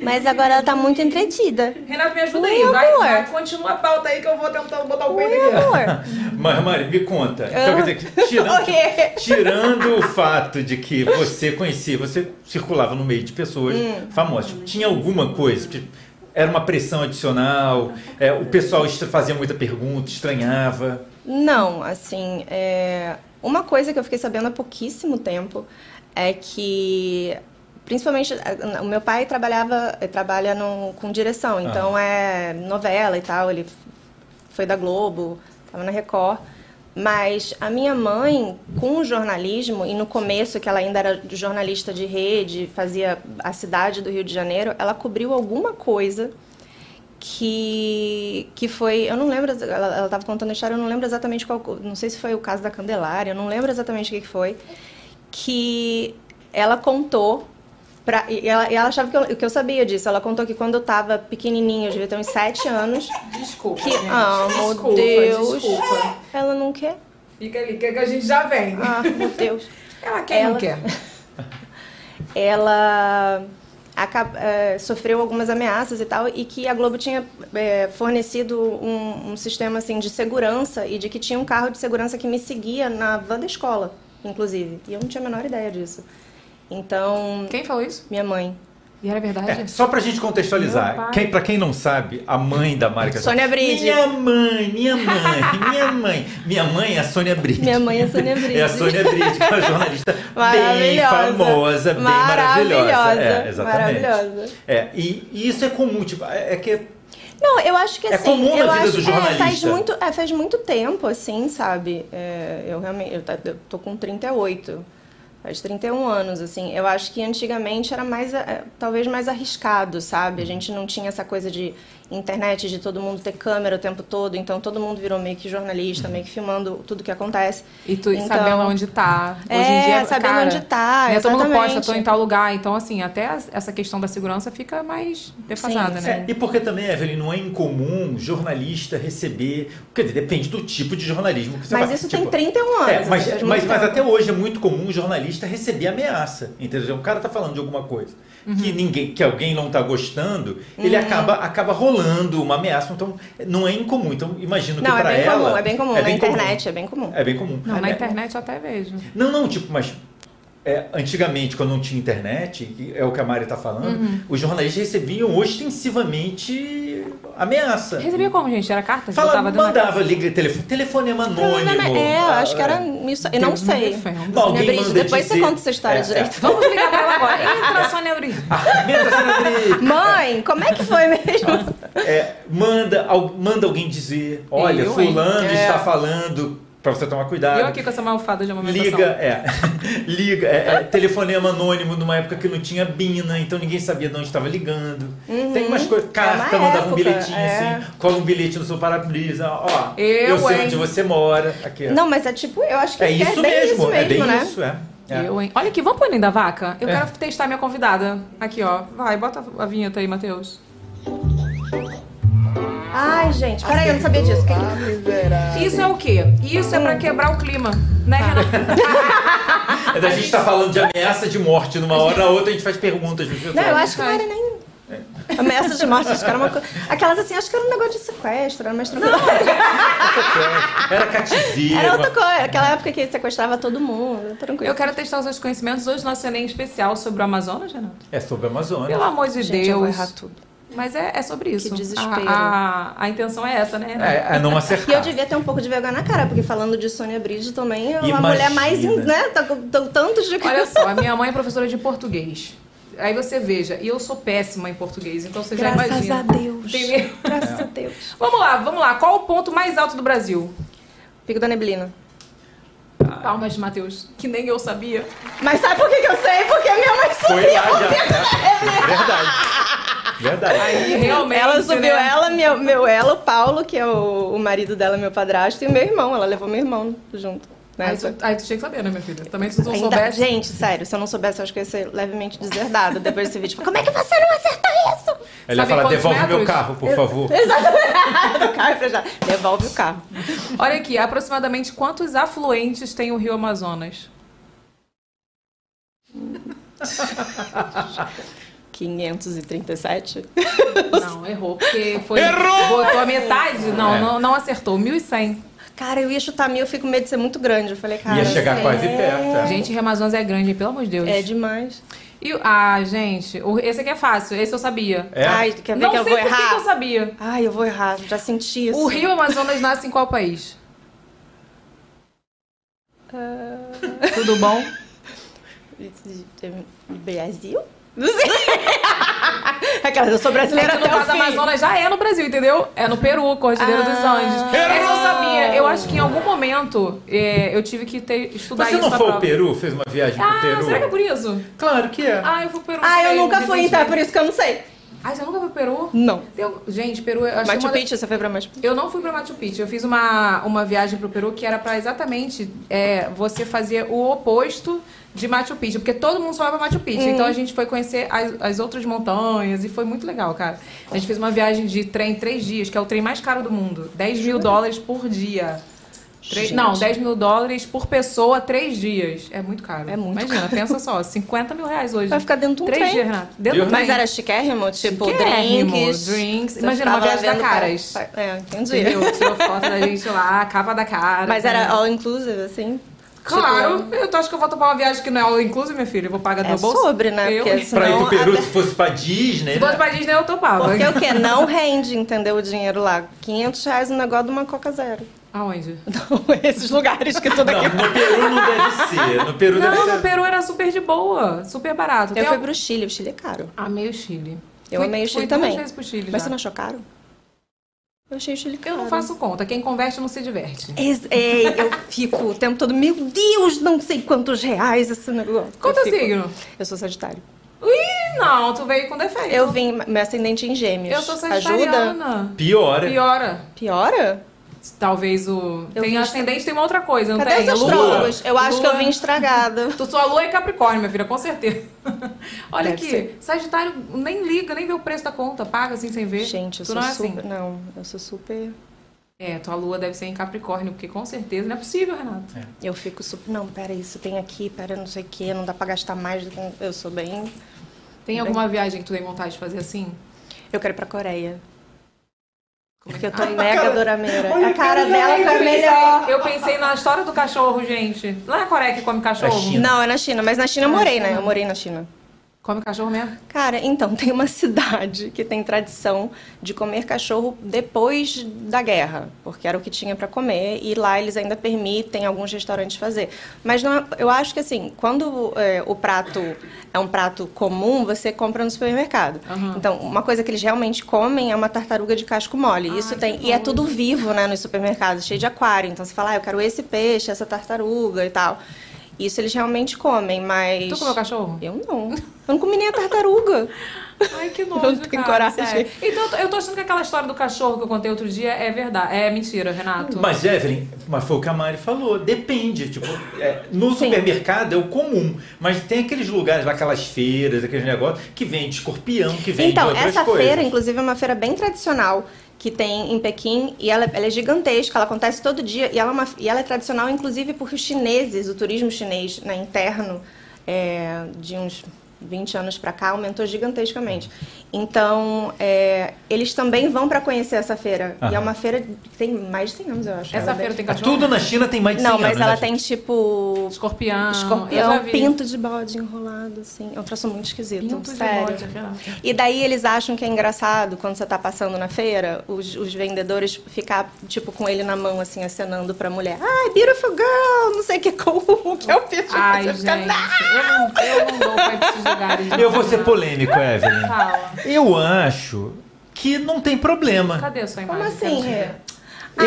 Speaker 10: Mas agora ela tá muito entretida.
Speaker 9: Renato, me ajuda
Speaker 10: Oi,
Speaker 9: aí. Vai,
Speaker 10: amor.
Speaker 9: vai, continua a pauta aí que eu vou tentar botar o peito
Speaker 10: Oi,
Speaker 9: aqui.
Speaker 10: amor.
Speaker 1: Mas, Mari, me conta. Então, quer dizer, que tirando,
Speaker 10: Oi.
Speaker 1: tirando o fato de que você conhecia, você circulava no meio de pessoas famosas, tipo, tinha alguma coisa? Tipo, era uma pressão adicional? É, o pessoal estra- fazia muita pergunta, estranhava?
Speaker 10: Não, assim, é, uma coisa que eu fiquei sabendo há pouquíssimo tempo é que, principalmente, eh, o meu pai trabalhava, eh, trabalha num- com direção, então é novela e tal, ele f- foi da Globo, estava na Record, mas a minha mãe, com o jornalismo, e no começo, que ela ainda era jornalista de rede, fazia a cidade do Rio de Janeiro, ela cobriu alguma coisa que, que foi. Eu não lembro, exa- ela, ela tava contando a história, eu não lembro exatamente qual. co- Não sei se foi o caso da Candelária, eu não lembro exatamente o que, que foi. Que ela contou. Pra, e ela, e ela achava que eu, que eu sabia disso. Ela contou que quando eu tava pequenininha, eu devia ter uns sete anos.
Speaker 9: Desculpa,
Speaker 10: Que,
Speaker 9: gente.
Speaker 10: ah, meu
Speaker 9: desculpa,
Speaker 10: Deus.
Speaker 9: desculpa.
Speaker 10: Ela não quer?
Speaker 9: Fica ali, que a gente já vem.
Speaker 10: Ah, meu Deus.
Speaker 9: Ela quer, não
Speaker 10: Ela-
Speaker 9: quer.
Speaker 10: ela acab- eh, sofreu algumas ameaças e tal, e que a Globo tinha eh, fornecido um, um sistema assim de segurança e de que tinha um carro de segurança que me seguia na van da escola, inclusive. E eu não tinha a menor ideia disso. Então,
Speaker 9: Quem falou isso?
Speaker 10: minha mãe,
Speaker 9: E era verdade?
Speaker 1: É, só pra gente
Speaker 9: Meu
Speaker 1: contextualizar,
Speaker 9: pai.
Speaker 1: quem, pra quem não sabe, a mãe da Mari Casal-
Speaker 10: Sônia Bride.
Speaker 1: Minha mãe, minha mãe, minha mãe. Minha mãe é a Sônia Bride.
Speaker 10: Minha mãe é a Sônia
Speaker 1: <laughs>
Speaker 10: Bride.
Speaker 1: É a Sônia Bride, que é uma
Speaker 10: <laughs>
Speaker 1: jornalista bem
Speaker 10: Maravilhosa.
Speaker 1: famosa, bem maravilhosa.
Speaker 10: Maravilhosa,
Speaker 1: É, exatamente.
Speaker 10: maravilhosa.
Speaker 1: É, e, e isso é comum, tipo, é é que
Speaker 10: Não, eu acho que
Speaker 1: É
Speaker 10: assim.
Speaker 1: comum na
Speaker 10: eu
Speaker 1: vida
Speaker 10: acho,
Speaker 1: do
Speaker 10: É, faz
Speaker 1: jornalista.
Speaker 10: muito, é, faz muito tempo, assim, sabe? É, eu realmente. Eu, tá- eu tô com 38. Faz 31 anos, assim. Eu acho que antigamente era mais. é, talvez mais arriscado, sabe?
Speaker 1: Uhum.
Speaker 10: A gente não tinha essa coisa de internet, de todo mundo ter câmera o tempo todo. Então todo mundo virou meio que jornalista,
Speaker 1: Uhum.
Speaker 10: meio que filmando tudo que acontece.
Speaker 9: E tu
Speaker 10: Então-
Speaker 9: sabendo onde tá. Hoje em
Speaker 10: É,
Speaker 9: dia,
Speaker 10: sabendo
Speaker 9: cara,
Speaker 10: onde tá,
Speaker 9: Né, todo mundo
Speaker 10: exatamente.
Speaker 9: posta, tô em tal lugar. Então, assim, até as- essa questão da segurança fica mais defasada,
Speaker 10: Sim,
Speaker 9: né?
Speaker 1: É, e porque também, Evelyn, não é incomum jornalista receber. Quer dizer, depende do tipo de jornalismo que você
Speaker 10: Mas
Speaker 1: faz.
Speaker 10: isso
Speaker 1: Tipo,
Speaker 10: tem 31 anos.
Speaker 1: É, mas,
Speaker 10: assim, faz
Speaker 1: mas,
Speaker 10: muito
Speaker 1: mas
Speaker 10: tempo.
Speaker 1: até hoje é muito comum o jornalista receber ameaça, entendeu? O cara tá falando de alguma coisa
Speaker 10: Uhum.
Speaker 1: que ninguém, que alguém não tá gostando, ele acaba, acaba rolando uma ameaça, então não é incomum. Então imagino que
Speaker 10: Não, é
Speaker 1: para
Speaker 10: bem
Speaker 1: ela
Speaker 10: comum, é bem comum. na
Speaker 1: comum.
Speaker 10: internet, é bem comum.
Speaker 1: É bem comum.
Speaker 9: Não, na
Speaker 1: É-
Speaker 9: internet eu até vejo.
Speaker 1: não, não, tipo, mas é, antigamente, quando não tinha internet, que é o que a Mari tá falando,
Speaker 10: Uhum.
Speaker 1: os jornalistas recebiam ostensivamente ameaça.
Speaker 9: Recebia como, gente? Era carta?
Speaker 1: Fala,
Speaker 9: Botava dentro da
Speaker 1: mandava liga telefone, telefonema anônimo.
Speaker 10: É, eu acho que
Speaker 1: Ah,
Speaker 10: era isso. Eu não
Speaker 9: Deus me
Speaker 10: sei.
Speaker 9: defenda.
Speaker 1: Alguém
Speaker 10: Sônia Brito,
Speaker 1: manda
Speaker 10: depois você
Speaker 1: dizer.
Speaker 10: conta essa história
Speaker 1: É, é. <laughs>
Speaker 10: direito.
Speaker 9: Vamos ligar pra ela <laughs> agora. Entra, Sônia Brito.
Speaker 1: Entra, Sônia Brito.
Speaker 10: Mãe, como é que foi mesmo?
Speaker 1: É, manda, al- manda alguém dizer, olha,
Speaker 9: Eu, hein?
Speaker 1: fulano
Speaker 9: É.
Speaker 1: está falando Pra você tomar
Speaker 9: E
Speaker 1: cuidado.
Speaker 9: eu aqui com essa malfada de amamentação.
Speaker 1: Liga, é. <laughs> Liga, é, é, telefonema anônimo numa época que não tinha Bina, então ninguém sabia de onde estava ligando.
Speaker 9: Uhum.
Speaker 1: Tem umas coisas.
Speaker 9: É
Speaker 1: Carta,
Speaker 9: uma
Speaker 1: mandava um
Speaker 9: época,
Speaker 1: bilhetinho
Speaker 9: é.
Speaker 1: assim, cola um bilhete no seu para-brisa, ó.
Speaker 10: Eu,
Speaker 1: sei
Speaker 10: hein?
Speaker 1: onde você mora. Aqui, ó.
Speaker 10: <laughs> Não, mas é tipo, eu acho que
Speaker 1: é isso
Speaker 10: bem
Speaker 1: mesmo,
Speaker 10: isso mesmo,
Speaker 1: é bem
Speaker 10: né?
Speaker 1: isso, é. É.
Speaker 9: Eu, hein? Olha aqui, vamos pro Enem da Vaca? Eu
Speaker 1: É.
Speaker 9: quero testar minha convidada. Aqui, ó. Vai, bota a vinheta aí, Matheus.
Speaker 10: Ai, gente, peraí, eu não sabia disso. Que que...
Speaker 9: Isso é o quê? Isso é pra quebrar o clima, né, Renato?
Speaker 1: É da gente tá falando de ameaça de morte numa hora, na outra a gente faz perguntas. pro pessoal.
Speaker 10: Não, eu acho que não era nem. Ameaça de morte, acho que era uma coisa. Aquelas assim, acho que era um negócio de sequestro, era mais tranquilo. <laughs>
Speaker 1: Era cativeiro.
Speaker 10: Era outra coisa, aquela época que sequestrava todo mundo, tá tranquilo.
Speaker 9: Eu quero testar os seus conhecimentos. Hoje nosso Enem especial sobre o Amazonas, Renato.
Speaker 1: É sobre a Amazônia.
Speaker 9: Pelo amor de
Speaker 10: Gente,
Speaker 9: Deus.
Speaker 10: eu vou errar tudo.
Speaker 9: Mas é, é sobre isso.
Speaker 10: desespero.
Speaker 9: A, a, a intenção é essa, né? Renato?
Speaker 1: É, é não acertar.
Speaker 10: E eu devia ter um pouco de vergonha na cara, porque falando de Sônia Bride também, é uma
Speaker 9: Imagina.
Speaker 10: mulher mais. in- né? Tá com tão- tantos de
Speaker 9: Olha só, a minha mãe é professora de português. Aí você veja, e eu sou péssima em português, então você já
Speaker 10: Graças
Speaker 9: imagina.
Speaker 10: a Deus.
Speaker 9: Entendeu?
Speaker 10: Graças a Deus.
Speaker 9: Vamos lá, vamos lá. Qual o ponto mais alto do Brasil?
Speaker 10: Pico da Neblina.
Speaker 9: Palmas de Matheus, que nem eu sabia.
Speaker 10: Mas sabe por que, que eu sei? Porque a minha mãe
Speaker 9: Foi
Speaker 10: subiu
Speaker 9: lá
Speaker 10: o
Speaker 9: já,
Speaker 10: Pico da Neblina.
Speaker 1: Verdade. Verdade.
Speaker 9: Aí,
Speaker 10: <laughs>
Speaker 9: realmente,
Speaker 10: Ela subiu
Speaker 9: né?
Speaker 10: ela, meu, meu ela, o Paulo, que é o, o marido dela, meu padrasto, e meu irmão. Ela levou meu irmão junto. Né?
Speaker 9: Aí, tu, aí tu tinha que saber, né, minha filha? Também se tu não
Speaker 10: Ainda-
Speaker 9: soubesse.
Speaker 10: Gente, sério, se eu não soubesse, eu acho que eu ia ser levemente deserdada depois desse vídeo. Tipo, Como é que você não acertou isso?
Speaker 1: Ela ia
Speaker 9: Sabe
Speaker 1: falar,
Speaker 9: quantos
Speaker 1: devolve meu
Speaker 9: metros?
Speaker 1: carro, por favor.
Speaker 10: Exatamente. <laughs> Do carro pra já. Devolve o carro.
Speaker 9: Olha aqui, aproximadamente quantos afluentes tem o Rio Amazonas?
Speaker 10: 537?
Speaker 9: Não, errou, porque foi.
Speaker 10: Errou!
Speaker 9: Botou a metade? Não,
Speaker 10: É.
Speaker 9: não, não acertou. 1.100.
Speaker 10: Cara, eu ia chutar mil, eu fico com medo de ser muito grande. Eu falei, cara.
Speaker 1: Ia chegar
Speaker 10: é-
Speaker 1: quase perto, é.
Speaker 9: Gente, Rio Amazonas é grande, hein? pelo amor de Deus.
Speaker 10: É demais.
Speaker 9: E, o- ah, gente, o- esse aqui é fácil, esse eu sabia.
Speaker 10: É? Ai, quer ver
Speaker 9: não
Speaker 10: que eu
Speaker 9: sei
Speaker 10: vou
Speaker 9: por
Speaker 10: errar?
Speaker 9: Que eu sabia.
Speaker 10: Ai, eu vou errar, já senti isso.
Speaker 9: O Rio Amazonas nasce em
Speaker 10: <laughs>
Speaker 9: qual país? Tudo bom?
Speaker 10: um Brasil? Não sei. <laughs> Aquela, eu sou brasileira
Speaker 9: É que no
Speaker 10: até o
Speaker 9: caso,
Speaker 10: fim. Ah.
Speaker 9: Amazonas já é no Brasil, entendeu? É no Peru, Cordilheira dos Andes. Essa eu sabia. Eu acho que em algum momento é, eu tive que ter, estudar
Speaker 1: Você
Speaker 9: isso
Speaker 1: não
Speaker 9: pra
Speaker 1: foi ao
Speaker 9: prova.
Speaker 1: Peru? Fez uma viagem pro
Speaker 9: Ah,
Speaker 1: Peru?
Speaker 9: será que é por isso?
Speaker 1: Claro que é.
Speaker 9: Ah, eu fui pro Peru.
Speaker 10: Ah, eu nunca fui, então é por isso que eu não sei.
Speaker 9: Ah, você nunca foi pro Peru?
Speaker 10: Não.
Speaker 9: Eu- gente, Peru... Eu acho
Speaker 10: Machu
Speaker 9: que uma da-
Speaker 10: Picchu, você foi pra Machu Picchu?
Speaker 9: Eu não fui pra Machu Picchu. Eu fiz uma, uma viagem pro Peru que era pra exatamente é, você fazer o oposto de Machu Picchu. Porque todo mundo só vai pra Machu Picchu.
Speaker 13: Hum.
Speaker 9: Então a gente foi conhecer as, as outras montanhas e foi muito legal, cara. A gente fez uma viagem de trem três dias, que é o trem mais caro do mundo. 10 mil dólares por dia. Três-
Speaker 13: Gente.
Speaker 9: não, 10 mil dólares por pessoa, três dias. É muito caro. É muito Imagina,
Speaker 10: caro.
Speaker 9: pensa só, 50 mil reais hoje.
Speaker 10: Vai ficar dentro de um
Speaker 9: três
Speaker 10: trem.
Speaker 9: dias, Renato. Dentro do
Speaker 10: Mas
Speaker 9: trem.
Speaker 10: era chiquérrimo, tipo,
Speaker 9: Chiquérrimo,
Speaker 10: drinks.
Speaker 9: drinks.
Speaker 10: Você
Speaker 9: Imagina, uma
Speaker 10: ficava lá
Speaker 9: viagem da
Speaker 10: vendo cara-
Speaker 9: Caras.
Speaker 10: É, entendi.
Speaker 9: Entendeu? Tirou foto da gente lá, a capa da
Speaker 10: <laughs>
Speaker 9: cara.
Speaker 10: Mas era
Speaker 9: né?
Speaker 10: all inclusive, assim?
Speaker 9: Claro,
Speaker 10: Tipo,
Speaker 9: eu tô- acho que eu vou topar uma viagem que não é all inclusive, minha filha. Eu vou pagar do
Speaker 10: É
Speaker 9: meu bolso.
Speaker 10: sobre, né?
Speaker 9: Eu... <laughs>
Speaker 10: Porque
Speaker 1: Pra ir pro
Speaker 10: senão-
Speaker 1: Peru, se fosse pra Disney.
Speaker 9: Ah, Se fosse pra Disney, eu topava.
Speaker 10: Porque o quê? Não rende, entendeu? O dinheiro lá. 500 reais um negócio de uma Coca Zero.
Speaker 9: <laughs> Aonde?
Speaker 10: Esses lugares que tudo aqui.
Speaker 1: No Peru não deve ser. No Peru deve
Speaker 9: Não,
Speaker 1: ser.
Speaker 9: no Peru era super de boa, super barato.
Speaker 10: Eu
Speaker 9: Tem
Speaker 10: fui
Speaker 9: al-
Speaker 10: pro Chile, o Chile é caro.
Speaker 9: Amei o Chile.
Speaker 10: Eu
Speaker 9: Fui-
Speaker 10: amei o
Speaker 9: fui
Speaker 10: Chile
Speaker 9: duas
Speaker 10: também.
Speaker 9: vezes pro Chile
Speaker 10: Mas
Speaker 9: já.
Speaker 10: você não achou caro? Eu achei o Chile
Speaker 9: Eu não faço conta, quem converte não se diverte.
Speaker 10: Ex- Ei, eu fico o tempo todo, meu Deus, não sei quantos reais esse negócio.
Speaker 9: Qual
Speaker 10: Quanto
Speaker 9: teu signo?
Speaker 10: Eu sou Sagitário.
Speaker 9: Ih, não, tu veio com defeito.
Speaker 10: Eu vim, meu ascendente é em gêmeos.
Speaker 9: então. Eu sou
Speaker 10: Ajuda?
Speaker 9: sagitariana.
Speaker 1: Piora.
Speaker 9: Piora.
Speaker 10: Piora?
Speaker 9: Talvez o. tem ascendente, tem uma outra coisa, não
Speaker 10: Cadê
Speaker 9: tem? É
Speaker 10: os
Speaker 9: Lua.
Speaker 10: astrólogos? Eu acho que eu vim estragada.
Speaker 9: Tu, sua lua é Capricórnio, minha filha, com certeza. <laughs> Olha
Speaker 10: Deve
Speaker 9: aqui,
Speaker 10: ser.
Speaker 9: Sagitário nem liga, nem vê o preço da conta, paga assim sem ver.
Speaker 10: Gente, eu
Speaker 9: tu
Speaker 10: sou
Speaker 9: não é
Speaker 10: super.
Speaker 9: assim.
Speaker 10: Não, eu sou super.
Speaker 9: É, tua lua deve ser em Capricórnio, porque com certeza não é possível, Renato.
Speaker 10: Eu fico super. Não, pera, isso tem aqui, pera, não sei o quê, não dá pra gastar mais. do que- um, Eu sou bem.
Speaker 9: Tem alguma viagem que tu tem vontade de fazer assim?
Speaker 10: Eu quero ir pra Coreia. Porque eu tô
Speaker 9: Ai,
Speaker 10: mega
Speaker 9: cara-
Speaker 10: dorameira.
Speaker 9: Olha
Speaker 10: a cara
Speaker 9: que
Speaker 10: dela
Speaker 9: legal,
Speaker 10: foi a
Speaker 9: eu pensei-
Speaker 10: melhor.
Speaker 9: Eu pensei na história do cachorro, gente. Lá na Coreia que come cachorro.
Speaker 10: Não, é na China, mas na China eu
Speaker 9: É na
Speaker 10: morei, né?
Speaker 9: China.
Speaker 10: Eu morei na China.
Speaker 9: Come cachorro mesmo?
Speaker 10: Cara, então, <laughs> tem uma cidade que tem tradição de comer cachorro depois da guerra, porque era o que tinha para comer, e lá eles ainda permitem alguns restaurantes fazer. Mas não é- eu acho que, assim, quando é, o prato é um prato comum, você compra no supermercado. Então, uma coisa que eles realmente comem é uma tartaruga de casco mole.
Speaker 9: Ah,
Speaker 10: Isso tem. E é tudo vivo, né, nos supermercados, cheio de aquário. Então, você fala, ah, eu quero esse peixe, essa tartaruga e tal. Isso eles realmente comem, mas.
Speaker 9: Tu comeu cachorro?
Speaker 10: Eu não. Eu não comi nem a tartaruga.
Speaker 9: Ai,
Speaker 10: <laughs>
Speaker 9: que
Speaker 10: não
Speaker 9: nojo,
Speaker 10: tenho
Speaker 9: cara,
Speaker 10: coragem.
Speaker 9: sério. Então, eu tô- eu tô achando que aquela história do cachorro que eu contei outro dia é verdade. É mentira, Renato.
Speaker 1: Mas, Evelyn, mas foi o que a Mari falou. Depende. Tipo, é, no supermercado é o comum. Mas tem aqueles lugares, lá, aquelas feiras, aqueles negócios, que vende escorpião, que <laughs> vende
Speaker 10: Então,
Speaker 1: outras
Speaker 10: essa
Speaker 1: coisas.
Speaker 10: feira, inclusive, é uma feira bem tradicional que tem em Pequim e ela, ela é gigantesca, ela acontece todo dia e ela, é uma- e ela é tradicional, inclusive, porque os chineses, o turismo chinês né, interno, é, de uns 20 anos pra cá, aumentou gigantescamente. Então, é, eles também vão pra conhecer essa feira. E é
Speaker 1: Aham.
Speaker 10: uma feira que tem mais de 100 anos, eu acho.
Speaker 9: Essa feira tem
Speaker 1: Ah, Tudo na China tem mais de 100
Speaker 10: Não, mas
Speaker 1: anos,
Speaker 10: ela
Speaker 1: né,
Speaker 10: tem tipo.
Speaker 9: Escorpião. Ah, eu já
Speaker 10: Escorpião,
Speaker 9: vi.
Speaker 10: pinto de bode enrolado, assim. É um troço muito esquisito.
Speaker 9: Pinto de
Speaker 10: sério.
Speaker 9: bode, é verdade.
Speaker 10: e daí eles acham que é engraçado quando você tá passando na feira, os, os vendedores ficar, tipo, com ele na mão, assim, acenando pra mulher. Ai, beautiful girl! Não sei o que, <laughs> com o que é o peixe.
Speaker 9: Ai,
Speaker 10: Você
Speaker 9: gente,
Speaker 10: fica, "Não!"
Speaker 9: eu não, eu não dou pra esses lugares.
Speaker 1: gente? Eu vou ser polêmico, Evelyn.
Speaker 9: Fala.
Speaker 1: Eu acho que não tem problema.
Speaker 9: Cadê a sua imagem?
Speaker 10: Como
Speaker 9: Quero
Speaker 10: assim,
Speaker 9: ver.
Speaker 10: Rê?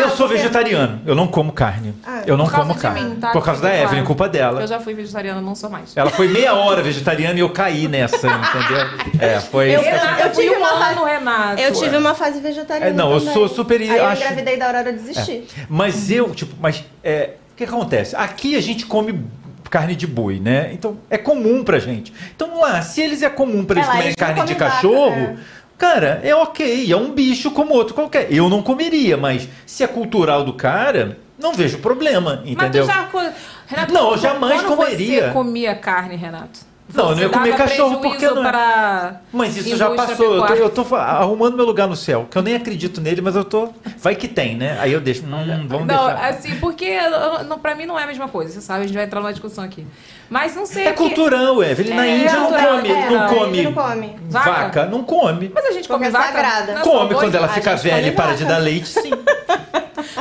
Speaker 1: eu
Speaker 10: Ah,
Speaker 1: sou
Speaker 10: porque-
Speaker 1: vegetariano. Eu não como carne.
Speaker 10: Ah,
Speaker 1: eu não
Speaker 9: Por causa
Speaker 1: como
Speaker 9: de
Speaker 1: carne.
Speaker 9: mim, tá?
Speaker 1: Por causa da
Speaker 9: Claro.
Speaker 1: Evelyn, culpa dela.
Speaker 9: Eu já fui vegetariana, não sou mais.
Speaker 1: Ela foi meia hora vegetariana e eu caí nessa,
Speaker 10: <laughs>
Speaker 1: entendeu? É, foi.
Speaker 10: Eu-
Speaker 9: Eu
Speaker 10: tive
Speaker 9: tive um
Speaker 10: uma-
Speaker 9: ano, Renato.
Speaker 10: Eu tive uma fase vegetariana.
Speaker 1: É, não, eu
Speaker 10: também.
Speaker 1: sou super-
Speaker 10: Aí eu
Speaker 1: acho-
Speaker 10: engravidei da Aurora e desisti.
Speaker 1: Mas eu, tipo, mas é, o que acontece? Aqui a gente come carne de boi, né? Então é comum pra gente. Então lá, se eles é comum pra eles
Speaker 10: É lá,
Speaker 1: comerem
Speaker 10: eles não
Speaker 1: carne de
Speaker 10: comem vaca,
Speaker 1: cachorro,
Speaker 10: né?
Speaker 1: cara, é ok, é um bicho como outro qualquer. Eu não comeria, mas se é cultural do cara, não vejo problema,
Speaker 9: Mas tu
Speaker 1: entendeu?
Speaker 9: já. co- Renato,
Speaker 1: Não, eu
Speaker 9: quando-
Speaker 1: jamais
Speaker 9: quando
Speaker 1: comeria.
Speaker 9: Você comia carne, Renato.
Speaker 1: Não, eu não ia
Speaker 9: Você
Speaker 1: comer
Speaker 9: dava
Speaker 1: cachorro porque
Speaker 9: prejuízo
Speaker 1: não.
Speaker 9: pra
Speaker 1: Mas isso já
Speaker 9: indústria
Speaker 1: passou. Eu tô,
Speaker 9: pecuária.
Speaker 1: eu tô fa- arrumando meu lugar no céu, que eu nem acredito nele, mas eu tô. Vai que tem, né? Aí eu deixo. Não, vamos
Speaker 9: Não,
Speaker 1: deixar.
Speaker 9: assim, porque eu- não, pra mim não é a mesma coisa, você sabe? A gente vai entrar numa discussão aqui. Mas não sei.
Speaker 1: É
Speaker 9: porque-
Speaker 1: cultural, Evelyn. Na
Speaker 9: É,
Speaker 1: Índia não
Speaker 9: cultural,
Speaker 1: come,
Speaker 9: é,
Speaker 1: não
Speaker 9: não,
Speaker 1: come,
Speaker 10: não come.
Speaker 1: vaca.
Speaker 9: Vaca?
Speaker 1: não come.
Speaker 9: Mas a gente come
Speaker 10: Porque é
Speaker 9: vaca.
Speaker 10: sagrada.
Speaker 9: Não,
Speaker 1: come
Speaker 9: boi?
Speaker 1: quando ela
Speaker 10: a
Speaker 1: fica
Speaker 10: gente
Speaker 1: velha e
Speaker 10: come
Speaker 1: para
Speaker 10: vaca.
Speaker 1: de dar leite, sim.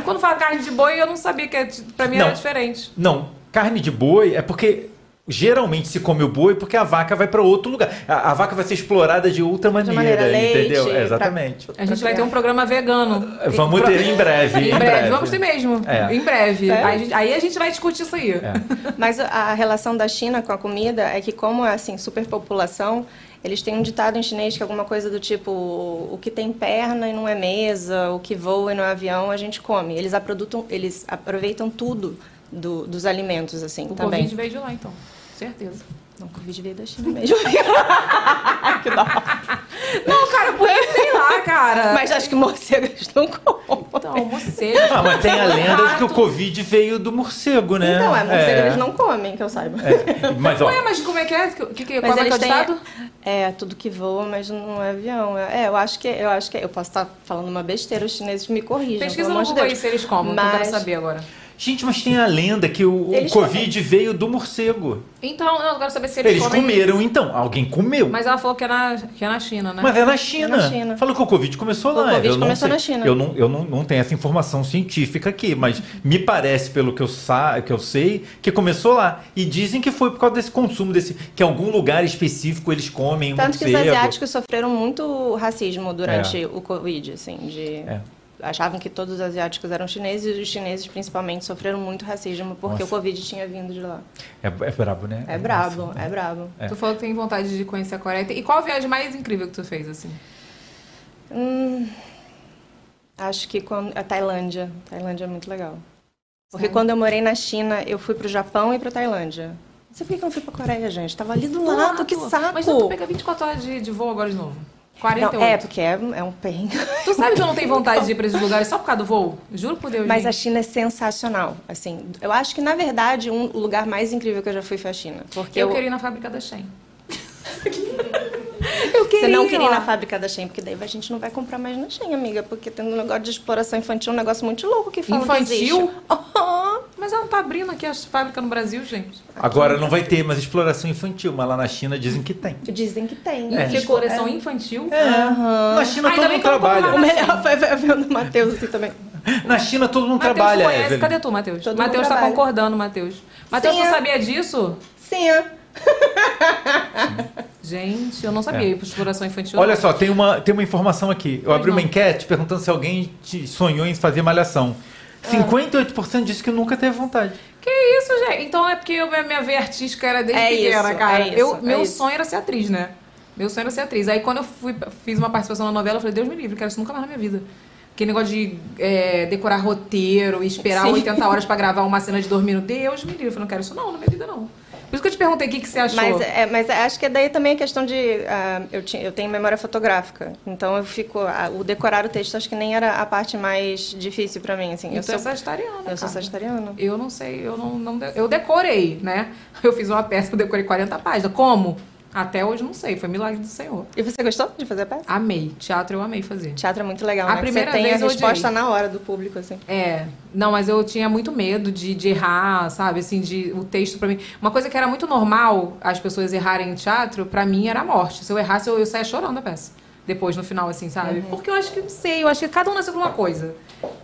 Speaker 9: Quando fala carne de boi, eu não sabia que é- pra mim
Speaker 1: Não.
Speaker 9: era diferente.
Speaker 1: Não, carne de boi é porque geralmente se come o boi porque a vaca vai para outro lugar. A, a vaca vai ser explorada de outra maneira,
Speaker 10: maneira, leite,
Speaker 1: entendeu?
Speaker 10: pra-
Speaker 1: Exatamente.
Speaker 9: A gente vai ter um programa vegano.
Speaker 1: Vamos
Speaker 9: Pro-
Speaker 1: ter em breve, em
Speaker 9: Em
Speaker 1: breve.
Speaker 9: breve, vamos ter mesmo.
Speaker 1: É.
Speaker 9: Em breve.
Speaker 10: Sério?
Speaker 9: Aí a, gente, aí a gente vai discutir isso aí.
Speaker 10: Mas a relação da China com a comida é que, como é assim, superpopulação, eles têm um ditado em chinês que é alguma coisa do tipo: o que tem perna e não é mesa, o que voa e não é avião, a gente come. Eles, aprodutam, eles aproveitam tudo do- dos alimentos, assim,
Speaker 9: O
Speaker 10: também.
Speaker 9: Covid veio de lá, então. Certeza.
Speaker 10: Não, Covid <laughs> veio da China mesmo.
Speaker 9: Não, cara, porque sei lá, cara.
Speaker 10: Mas acho que morcegos não comem.
Speaker 9: Então, morcego.
Speaker 1: Ah, mas tem a lenda de que o
Speaker 9: rato.
Speaker 1: Covid veio do morcego, né?
Speaker 10: Então, é, morcego eles não comem, que eu saiba.
Speaker 1: É. Mas, ó,
Speaker 9: Ué, mas como é que é? Que, que, que,
Speaker 10: Mas
Speaker 9: qual é que é
Speaker 10: eles
Speaker 9: o
Speaker 10: têm
Speaker 9: ditado?
Speaker 10: é tudo que voa, mas não é avião. É, eu acho que eu acho que eu posso estar falando uma besteira, os chineses me corrigem.
Speaker 9: Pesquisa
Speaker 10: pelo
Speaker 9: no
Speaker 10: amor de
Speaker 9: Google aí
Speaker 10: Deus.
Speaker 9: se eles comam, que eu quero
Speaker 10: mas...
Speaker 9: saber agora.
Speaker 1: gente, mas tem a lenda que o, o
Speaker 10: Eles
Speaker 1: Covid veio do morcego.
Speaker 9: Então, não, eu quero saber se eles,
Speaker 1: Eles
Speaker 9: comem.
Speaker 1: comeram, então. Alguém comeu. Mas,
Speaker 9: Mas ela falou que é na, que é na China, né?
Speaker 1: é na China.
Speaker 10: É na China.
Speaker 1: Falou que o Covid começou
Speaker 10: O
Speaker 1: lá.
Speaker 10: Covid
Speaker 1: eu não
Speaker 10: começou
Speaker 1: sei.
Speaker 10: na China.
Speaker 1: Eu, não, eu não, não tenho essa informação científica aqui, mas me parece, pelo que eu, sa que eu sei, que começou lá. E dizem que foi por causa desse consumo, desse que em algum lugar específico eles comem um
Speaker 10: Tanto que os
Speaker 1: morcego.
Speaker 10: asiáticos sofreram muito racismo durante o Covid, assim, de...
Speaker 1: É.
Speaker 10: Achavam que todos os asiáticos eram chineses e os chineses, principalmente, sofreram muito racismo porque
Speaker 1: Nossa.
Speaker 10: o Covid tinha vindo de lá.
Speaker 1: É, é brabo, né?
Speaker 10: É brabo, é brabo.
Speaker 1: É.
Speaker 9: Tu falou que tem vontade de conhecer a Coreia. E qual a viagem mais incrível que tu fez, assim?
Speaker 10: Hum, acho que quando... a Tailândia. Tailândia é muito legal. Porque
Speaker 9: Sério?
Speaker 10: quando eu morei na China, eu fui pro Japão e pra Tailândia. Não sei por que eu não fui pra Coreia, gente. Tava ali do lado, que saco!
Speaker 9: Mas tu pega 24 horas de, de voo agora de novo.
Speaker 10: Não,
Speaker 9: 48.
Speaker 10: é, porque é, é um perrengue.
Speaker 9: Tu sabe que eu não tenho vontade de ir pra esses lugares só por causa do voo? Juro por Deus.
Speaker 10: Mas a
Speaker 9: gente.
Speaker 10: China é sensacional, assim. Eu acho que, na verdade, um, o lugar mais incrível que eu já fui foi a China. Porque
Speaker 9: eu,
Speaker 10: eu,
Speaker 9: queria ir na fábrica da
Speaker 10: <laughs>
Speaker 9: Shen. eu
Speaker 10: você
Speaker 9: queria
Speaker 10: não queria ir
Speaker 9: lá.
Speaker 10: na fábrica da Shein, porque daí a gente não vai comprar mais na Shein, amiga. Porque tem um negócio de exploração infantil, um negócio muito louco que fala que
Speaker 9: Infantil?
Speaker 10: existe. Aham.
Speaker 9: Mas ela não tá abrindo aqui as fábricas no Brasil, gente.
Speaker 1: Agora não vai ter mais exploração infantil, mas lá na China dizem que tem.
Speaker 10: Dizem que tem.
Speaker 1: É.
Speaker 9: Que coleção infantil.
Speaker 1: É. Na China
Speaker 9: Ainda
Speaker 1: todo
Speaker 9: bem
Speaker 1: mundo
Speaker 9: que eu não tô
Speaker 1: trabalha.
Speaker 9: lá
Speaker 10: O
Speaker 9: na
Speaker 10: melhor foi ver o do Matheus assim também.
Speaker 1: Na China todo mundo
Speaker 9: Matheus
Speaker 1: trabalha,
Speaker 9: conhece.
Speaker 1: Evelyn.
Speaker 9: Cadê tu, Matheus?
Speaker 10: mundo
Speaker 9: Matheus tá
Speaker 10: trabalha.
Speaker 9: concordando, Matheus. Matheus,
Speaker 10: Sim,
Speaker 9: tu
Speaker 10: é.
Speaker 9: sabia disso?
Speaker 10: Sim, é.
Speaker 9: Gente, eu não sabia
Speaker 1: É.
Speaker 9: ir pra exploração infantil.
Speaker 1: Olha
Speaker 9: não.
Speaker 1: só, tem uma, tem uma informação aqui. Eu abri uma enquete perguntando se alguém te- sonhou em fazer malhação. 58% disse que nunca teve vontade.
Speaker 9: Que isso, gente? Então é porque eu, minha veia artística era desde
Speaker 10: É
Speaker 9: pequena,
Speaker 10: isso,
Speaker 9: cara.
Speaker 10: é isso,
Speaker 9: eu,
Speaker 10: é
Speaker 9: meu
Speaker 10: isso.
Speaker 9: sonho era ser atriz, né? Meu sonho era ser atriz. Aí quando eu fui, fiz uma participação na novela, eu falei, Deus me livre, eu quero isso nunca mais na minha vida. Aquele negócio de é, decorar roteiro e esperar
Speaker 10: Sim.
Speaker 9: 80 horas pra gravar uma cena de dormindo. Deus me livre, eu falei, não quero isso não, na minha vida não. Por isso que eu te perguntei o que, que você achou.
Speaker 10: Mas, é, mas acho que daí também a questão de. ah, eu, tinha, eu tenho memória fotográfica, então eu fico. ah, o decorar o texto acho que nem era a parte mais difícil pra mim. Assim.
Speaker 9: eu
Speaker 10: Eu
Speaker 9: sou
Speaker 10: sou,
Speaker 9: sagitariana,
Speaker 10: eu sou
Speaker 9: cara.
Speaker 10: sagitariana.
Speaker 9: Eu não sei, eu não, não de- eu decorei, né? Eu fiz uma peça, eu decorei 40 páginas. Como? Até hoje não sei, foi milagre do Senhor.
Speaker 10: E você gostou de fazer peça?
Speaker 9: Amei, teatro eu amei fazer.
Speaker 10: Teatro é muito legal,
Speaker 9: A
Speaker 10: né? Que
Speaker 9: primeira
Speaker 10: você tem
Speaker 9: vez
Speaker 10: a
Speaker 9: eu
Speaker 10: resposta
Speaker 9: odiei.
Speaker 10: na hora do público, assim.
Speaker 9: É, não, mas eu tinha muito medo de, de errar, sabe? Assim, de o texto pra mim. Uma coisa que era muito normal as pessoas errarem em teatro, pra mim era a morte. Se eu errasse, eu, eu saía chorando a peça. Depois, no final, assim, sabe?
Speaker 10: Uhum.
Speaker 9: Porque eu acho que, não sei, eu acho que cada um nasceu pra uma coisa.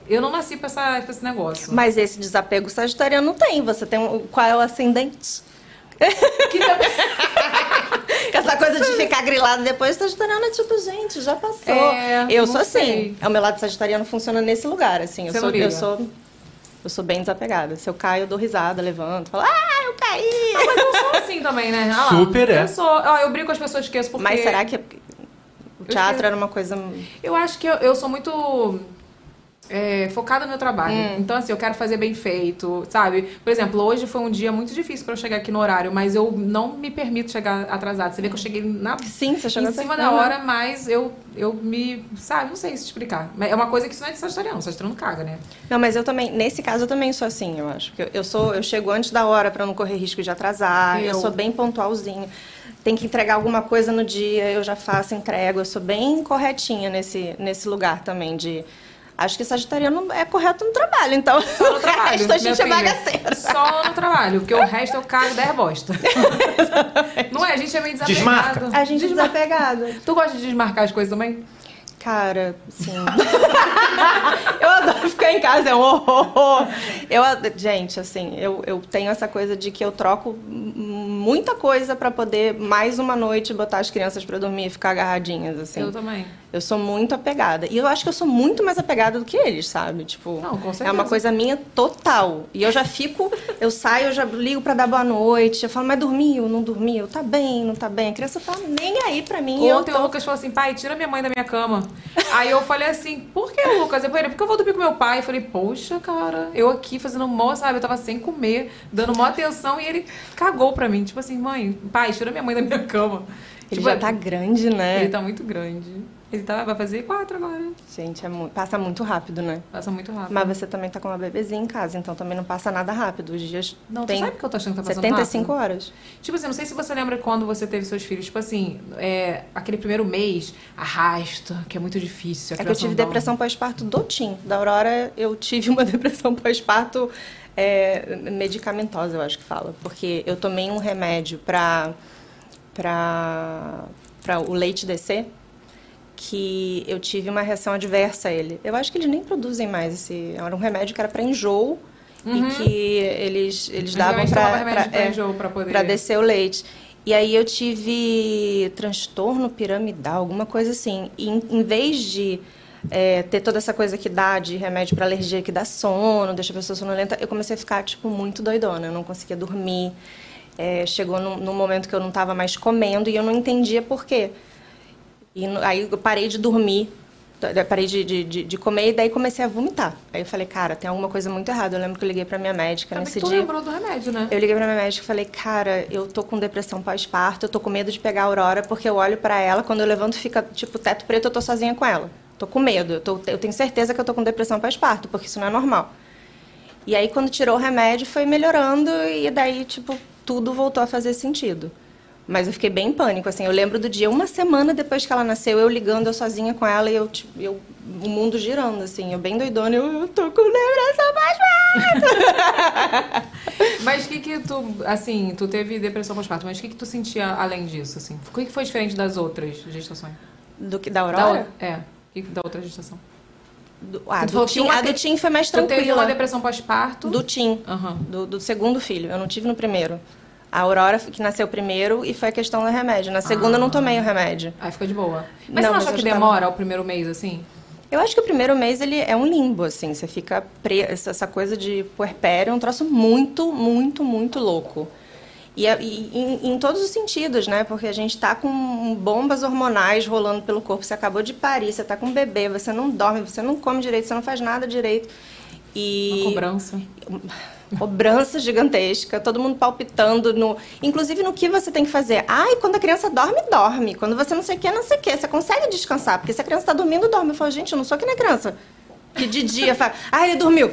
Speaker 9: Eu não nasci pra, essa, pra esse negócio.
Speaker 10: Mas esse desapego sagitariano não tem. Você tem um, qual é o ascendente?
Speaker 9: Que também-
Speaker 10: <laughs> Com Essa coisa de ficar grilado depois, sagitariano é tipo, gente, já passou.
Speaker 9: É,
Speaker 10: eu
Speaker 9: não
Speaker 10: sou
Speaker 9: sei.
Speaker 10: assim. O meu lado sagitariano funciona nesse lugar, assim. Eu
Speaker 9: Você
Speaker 10: sou,
Speaker 9: não liga.
Speaker 10: eu sou. Eu sou bem desapegada. Se eu caio, eu dou risada, levanto, falo, ah, eu caí!
Speaker 9: Mas eu sou assim também, né? Ah,
Speaker 1: Super, é.
Speaker 9: Eu sou. Ó, eu brigo com as pessoas que esqueço porque...
Speaker 10: Mas será que o
Speaker 9: esqueci.
Speaker 10: teatro era uma coisa.
Speaker 9: Eu acho que eu, eu sou muito é, focada no meu trabalho.
Speaker 10: Hum.
Speaker 9: Então, assim, eu quero fazer bem feito, sabe? Por exemplo, hoje foi um dia muito difícil pra eu chegar aqui no horário, mas eu não me permito chegar atrasada. Você vê que eu cheguei na,
Speaker 10: Sim, você chegou
Speaker 9: em cima
Speaker 10: atrasada.
Speaker 9: da hora, mas eu, eu me. Sabe, não sei se explicar. Mas é uma coisa que isso não é de sagitariano, sagitariano caga, né?
Speaker 10: Não, mas eu também, nesse caso eu também sou assim, eu acho. Eu, eu sou, eu chego antes da hora pra não correr risco de atrasar. Eu,
Speaker 9: Eu.
Speaker 10: sou bem pontualzinho. Tem que entregar alguma coisa no dia, eu já faço, entrego. Eu sou bem corretinha nesse, nesse lugar também de Acho que sagitariano é correto no trabalho, então.
Speaker 9: Só no
Speaker 10: <laughs>
Speaker 9: trabalho.
Speaker 10: o resto a gente é
Speaker 9: minha filha.
Speaker 10: bagaceiro.
Speaker 9: Só no trabalho, porque o resto eu cago
Speaker 10: <laughs>
Speaker 9: 10 bosta. não é? A gente é meio desapegado.
Speaker 1: Desmarca.
Speaker 10: A gente é
Speaker 9: Desmar-
Speaker 10: desapegada.
Speaker 9: Tu gosta de desmarcar as coisas também?
Speaker 10: Cara, sim. <laughs> eu adoro ficar em casa, é um horror. Eu, ad- gente, assim, eu, eu tenho essa coisa de que eu troco m- muita coisa pra poder, mais uma noite, botar as crianças pra dormir e ficar agarradinhas, assim.
Speaker 9: Eu também.
Speaker 10: Eu sou muito apegada. E eu acho que eu sou muito mais apegada do que eles, sabe? Tipo,
Speaker 9: Não,
Speaker 10: é
Speaker 9: com
Speaker 10: uma
Speaker 9: certeza.
Speaker 10: coisa minha total. E eu já fico, eu saio, eu já ligo pra dar boa noite. Eu falo, mas dormiu, não dormiu? Tá bem, não tá bem? A criança tá nem aí pra mim. eu
Speaker 9: Ontem o Lucas falou assim, pai, tira minha mãe da minha cama. Aí eu falei assim, por que, Lucas? Eu falei, porque eu vou dormir com meu pai. Eu falei, poxa, cara, eu aqui fazendo mó, sabe? Eu tava sem comer, dando mó atenção e ele cagou pra mim. Tipo assim, mãe, pai, tira minha mãe da minha cama.
Speaker 10: Ele
Speaker 9: Tipo,
Speaker 10: já tá grande, né?
Speaker 9: Ele tá muito grande. Ele tá, vai fazer quatro agora.
Speaker 10: Gente, é mu- passa muito rápido, né?
Speaker 9: Passa muito rápido.
Speaker 10: Mas você também tá com uma bebezinha em casa, então também não passa nada rápido. Os dias
Speaker 9: Não, tu
Speaker 10: tem
Speaker 9: sabe que eu tô achando que tá passando
Speaker 10: 75
Speaker 9: rápido?
Speaker 10: horas.
Speaker 9: Tipo assim, não sei se você lembra quando você teve seus filhos. Tipo assim, é, aquele primeiro mês, arrasta, que é muito difícil. a
Speaker 10: É que eu
Speaker 9: criação
Speaker 10: tive
Speaker 9: dá um-
Speaker 10: depressão pós-parto do Tim. Da Aurora, eu tive uma <laughs> depressão pós-parto é, medicamentosa, eu acho que fala. Porque eu tomei um remédio pra, pra, pra o leite descer, que eu tive uma reação adversa a ele. Eu acho que eles nem produzem mais esse... Era um remédio que era pra enjoo.
Speaker 9: Uhum.
Speaker 10: E que eles, eles davam
Speaker 9: Antigamente tomava
Speaker 10: pra,
Speaker 9: remédio pra
Speaker 10: é,
Speaker 9: enjoo, pra poder-
Speaker 10: pra descer o leite. E aí eu tive transtorno piramidal, alguma coisa assim. E em, em vez de é, ter toda essa coisa que dá de remédio para alergia, que dá sono, deixa a pessoa sonolenta, eu comecei a ficar, tipo, muito doidona. Eu não conseguia dormir. É, chegou num, num momento que eu não estava mais comendo e eu não entendia por quê. E no- aí eu parei de dormir, t- eu parei de, de, de- de comer e daí comecei a vomitar. Aí eu falei, cara, tem alguma coisa muito errada. Eu lembro que eu liguei pra minha médica
Speaker 9: Sabe que
Speaker 10: nesse
Speaker 9: tu
Speaker 10: dia.
Speaker 9: lembrou do remédio, né?
Speaker 10: Eu liguei pra minha médica e falei, cara, eu tô com depressão pós-parto, eu tô com medo de pegar a Aurora, porque eu olho pra ela, quando eu levanto fica, tipo, teto preto, eu tô sozinha com ela. Tô com medo, eu, tô- eu tenho certeza que eu tô com depressão pós-parto, porque isso não é normal. E aí, quando tirou o remédio, foi melhorando e daí, tipo, tudo voltou a fazer sentido. Mas eu fiquei bem em pânico, assim. Eu lembro do dia, uma semana depois que ela nasceu, eu ligando, eu sozinha com ela e eu, tipo, eu o mundo girando, assim. Eu bem doidona, eu, eu tô com depressão mais
Speaker 9: Mas o que que tu, assim, tu teve depressão pós-parto, mas o que que tu sentia além disso, assim? O que que foi diferente das outras gestações?
Speaker 10: Do que da Aurora?
Speaker 9: Da, o- é, o que que da outra gestação?
Speaker 10: Do, ah,
Speaker 9: Tu
Speaker 10: do
Speaker 9: falou que
Speaker 10: Tim,
Speaker 9: uma
Speaker 10: a
Speaker 9: te-
Speaker 10: do Tim foi mais
Speaker 9: tu teve
Speaker 10: tranquila.
Speaker 9: uma depressão pós-parto?
Speaker 10: Do Tim, do, do segundo filho. Eu não tive no primeiro. A Aurora, que nasceu primeiro, e foi a questão do remédio. Na segunda,
Speaker 9: Ah.
Speaker 10: eu não tomei o remédio.
Speaker 9: Aí ficou de boa. Mas você não achou que demora o primeiro mês, assim?
Speaker 10: Eu acho que o primeiro mês ele é um limbo, assim. Você fica preso. Essa essa coisa de puerpério é um troço muito, muito, muito louco. E, é- e- em, em todos os sentidos, né? Porque a gente tá com bombas hormonais rolando pelo corpo. Você acabou de parir, você tá com um bebê, você não dorme, você não come direito, você não faz nada direito. E...
Speaker 9: Uma cobrança.
Speaker 10: Cobrança gigantesca, todo mundo palpitando no. Inclusive no que você tem que fazer. Ai, quando a criança dorme, dorme. Quando você não sei o que, não sei o que. Você consegue descansar, porque se a criança tá dormindo, dorme. Eu falo, gente, eu não sou que nem criança. Que de dia fala, ai, ele dormiu.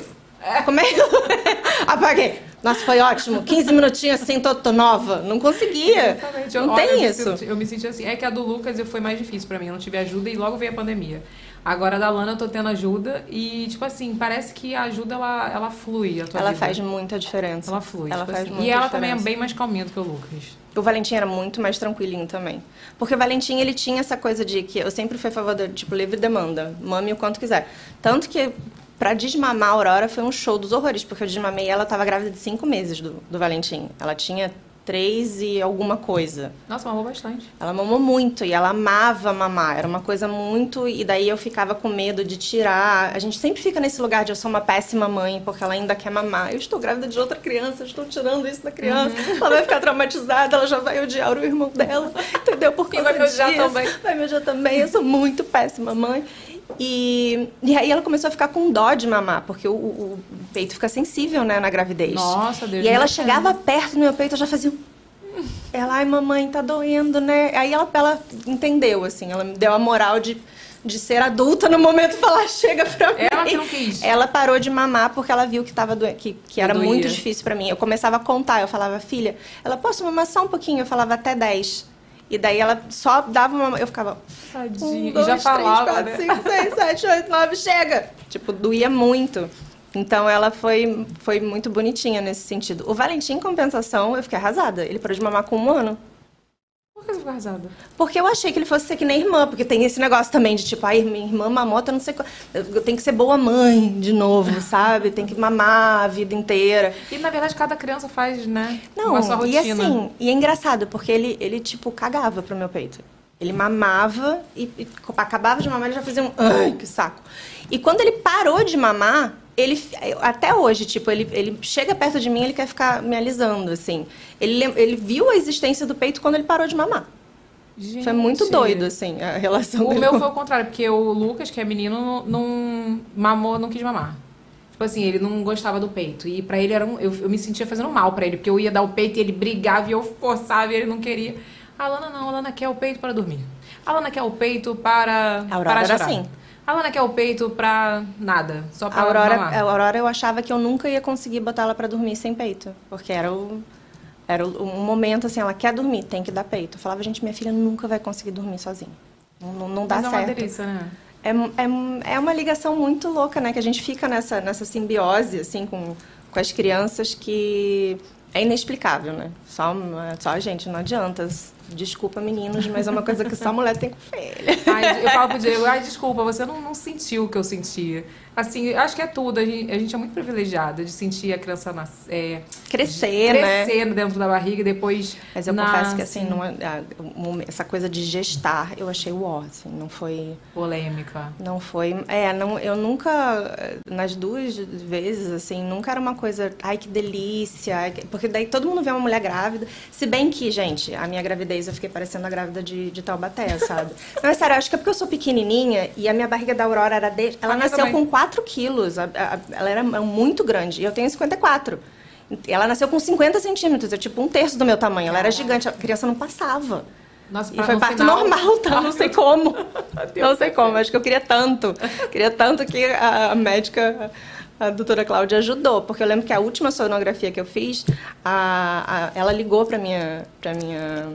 Speaker 10: Como é que eu. <laughs> Apaguei. Nossa, foi ótimo. 15 minutinhos assim, tô, tô nova. Não conseguia.
Speaker 9: Exatamente.
Speaker 10: é, Não
Speaker 9: Olha, eu
Speaker 10: tem
Speaker 9: me
Speaker 10: isso.
Speaker 9: senti- eu me senti assim. É que a do Lucas foi mais difícil pra mim. Eu não tive ajuda e logo veio a pandemia. Agora a da Lana eu tô tendo ajuda e, tipo assim, parece que a ajuda ela, ela flui. A tua
Speaker 10: Ela
Speaker 9: vida.
Speaker 10: faz muita diferença.
Speaker 9: Ela flui.
Speaker 10: Ela
Speaker 9: tipo
Speaker 10: faz
Speaker 9: assim.
Speaker 10: muita
Speaker 9: E ela
Speaker 10: diferença.
Speaker 9: também é bem mais calminha do que o Lucas.
Speaker 10: O Valentim era muito mais tranquilinho também. Porque o Valentim, ele tinha essa coisa de que eu sempre fui a favor do, tipo, livre demanda. Mame o quanto quiser. Tanto que, pra desmamar a Aurora, foi um show dos horrores. Porque eu desmamei ela, tava grávida de cinco meses do, do Valentim. Ela tinha três e alguma coisa.
Speaker 9: Nossa, mamou bastante.
Speaker 10: Ela mamou muito e ela amava mamar. Era uma coisa muito. E daí eu ficava com medo de tirar. A gente sempre fica nesse lugar de eu sou uma péssima mãe porque ela ainda quer mamar. Eu estou grávida de outra criança, eu estou tirando isso da criança.
Speaker 9: Uhum.
Speaker 10: Ela vai ficar traumatizada, ela já vai odiar o irmão dela. Entendeu? Por
Speaker 9: E
Speaker 10: causa
Speaker 9: vai me odiar
Speaker 10: disso.
Speaker 9: também.
Speaker 10: Vai me odiar também. Eu sou muito péssima mãe. E, e aí ela começou a ficar com dó de mamar, porque o, o- o peito fica sensível, né, na gravidez.
Speaker 9: Nossa, Deus
Speaker 10: E aí ela
Speaker 9: me livre.
Speaker 10: chegava perto do meu peito, eu já fazia um ela, ai mamãe, tá doendo, né? Aí ela, ela entendeu, assim, ela me deu a moral de, de ser adulta no momento e falar, chega pra mim.
Speaker 9: Ela que não quis.
Speaker 10: Ela parou de mamar porque ela viu que tava doen- que, que era
Speaker 9: doía.
Speaker 10: muito difícil pra mim. Eu começava a contar, eu falava, filha, ela, posso mamar só um pouquinho? Eu falava, até 10. E daí ela só dava uma... Eu ficava...
Speaker 9: Tadinha.
Speaker 10: Um, dois,
Speaker 9: e já
Speaker 10: três,
Speaker 9: falava,
Speaker 10: quatro,
Speaker 9: né? <laughs>
Speaker 10: cinco, seis, sete, oito, nove, chega! Tipo, doía muito. Então ela foi, foi muito bonitinha nesse sentido. O Valentim, em compensação, eu fiquei arrasada. Ele parou de mamar com um ano.
Speaker 9: Por que você ficou arrasada?
Speaker 10: Porque eu achei que ele fosse ser que nem irmã, porque tem esse negócio também de tipo, ai, minha irmã mamota, não sei qual. Eu tenho que ser boa mãe de novo, sabe? Tem que mamar a vida inteira.
Speaker 9: E na verdade cada criança faz, né?
Speaker 10: Não,
Speaker 9: com a sua
Speaker 10: e
Speaker 9: rotina.
Speaker 10: assim, e é engraçado, porque ele, ele tipo, cagava pro meu peito. Ele mamava e, e co- acabava de mamar, ele já fazia um ai, que saco. E quando ele parou de mamar, ele fi- eu- até hoje, tipo, ele, ele chega perto de mim, ele quer ficar me alisando, assim. Ele, lem- ele viu a existência do peito quando ele parou de mamar.
Speaker 9: Gente.
Speaker 10: Foi muito doido, assim, a relação
Speaker 9: O
Speaker 10: dele
Speaker 9: meu
Speaker 10: com-
Speaker 9: foi o contrário, porque o Lucas, que é menino, não, não mamou, não quis mamar. Tipo assim, ele não gostava do peito. E pra ele era um. Eu, eu me sentia fazendo mal pra ele, porque eu ia dar o peito e ele brigava e eu forçava e ele não queria. A Lana não, a Lana quer o peito para dormir. A Lana quer o peito para.
Speaker 10: A Aurora
Speaker 9: para
Speaker 10: era
Speaker 9: chorar.
Speaker 10: assim.
Speaker 9: A Lana quer o peito pra nada, só
Speaker 10: A
Speaker 9: pra
Speaker 10: Aurora,
Speaker 9: mamar.
Speaker 10: a Aurora, eu achava que eu nunca ia conseguir botar ela pra dormir sem peito. Porque era o. Era o- um momento assim, ela quer dormir, tem que dar peito. Eu falava, gente, minha filha nunca vai conseguir dormir sozinha. Não, não, não dá
Speaker 9: Mas é uma
Speaker 10: certo.
Speaker 9: delícia, né?
Speaker 10: É, mu- é, mu- é uma ligação muito louca, né? Que a gente fica nessa, nessa simbiose, assim, com, com as crianças que é inexplicável, né? Só, uma- só a gente, não adianta. Desculpa, meninos, mas é uma coisa que só mulher tem com
Speaker 9: <laughs>
Speaker 10: filha.
Speaker 9: Ai, eu falo pro Diego, ai, desculpa, você não, não sentiu o que eu senti. Assim, eu acho que é tudo. A gente, a gente é muito privilegiada de sentir a criança nas- é,
Speaker 10: Crescer, né?
Speaker 9: crescendo dentro da barriga e depois.
Speaker 10: Mas eu
Speaker 9: na-
Speaker 10: confesso que, assim, não é- a- o momen- essa coisa de gestar, eu achei o ó, assim, não foi...
Speaker 9: Polêmica.
Speaker 10: Não foi... É, não, eu nunca, eh, nas duas vezes, assim, nunca era uma coisa, ai, que delícia, ai, que-" porque daí todo mundo vê uma mulher grávida, se bem que, gente, a minha gravidez, eu fiquei parecendo a grávida de, de Taubaté,
Speaker 9: <laughs>
Speaker 10: sabe? não, é sério, eu acho que é porque eu sou pequenininha e a minha barriga da Aurora era... De... Ela
Speaker 9: minha
Speaker 10: nasceu
Speaker 9: também.
Speaker 10: com 4 quilos, a- a- ela era muito grande, e eu tenho 54 ela nasceu com 50 centímetros, é tipo um terço do meu tamanho. Ela era gigante, a criança não passava.
Speaker 9: Nossa,
Speaker 10: E
Speaker 9: pra-
Speaker 10: foi
Speaker 9: no
Speaker 10: parto
Speaker 9: final-
Speaker 10: normal, tá? Não sei como.
Speaker 9: <laughs>
Speaker 10: Não sei como, acho que eu queria tanto. Queria tanto que a a médica, a doutora Cláudia, ajudou. Porque eu lembro que a última sonografia que eu fiz, a, a- ela ligou pra minha, pra minha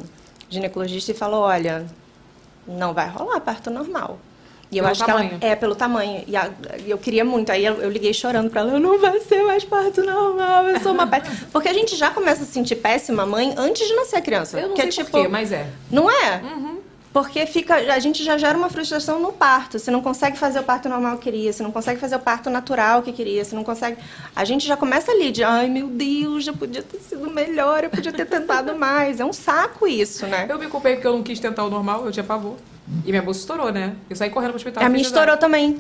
Speaker 10: ginecologista e falou: olha, não vai rolar parto normal. E eu
Speaker 9: Pelo
Speaker 10: acho que ela
Speaker 9: tamanho.
Speaker 10: é pelo tamanho. E a- e eu queria muito. Aí eu, eu liguei chorando pra ela: eu não vai ser mais parto normal, eu sou uma péssima. Porque a gente já começa a se sentir péssima mãe antes de nascer a criança.
Speaker 9: Eu não
Speaker 10: que
Speaker 9: sei
Speaker 10: é
Speaker 9: por
Speaker 10: tipo,
Speaker 9: quê, mas é.
Speaker 10: Não é? Porque fica, a gente já gera uma frustração no parto. Você não consegue fazer o parto normal que queria, você não consegue fazer o parto natural que queria, você não consegue. A gente já começa ali de, ai meu Deus, eu podia ter sido melhor, eu podia ter tentado mais. É um saco isso, né?
Speaker 9: Eu me culpei porque eu não quis tentar o normal, eu tinha pavor. E minha bolsa estourou, né? Eu saí correndo pro hospital.
Speaker 10: A
Speaker 9: fui
Speaker 10: minha
Speaker 9: ajudar.
Speaker 10: estourou também.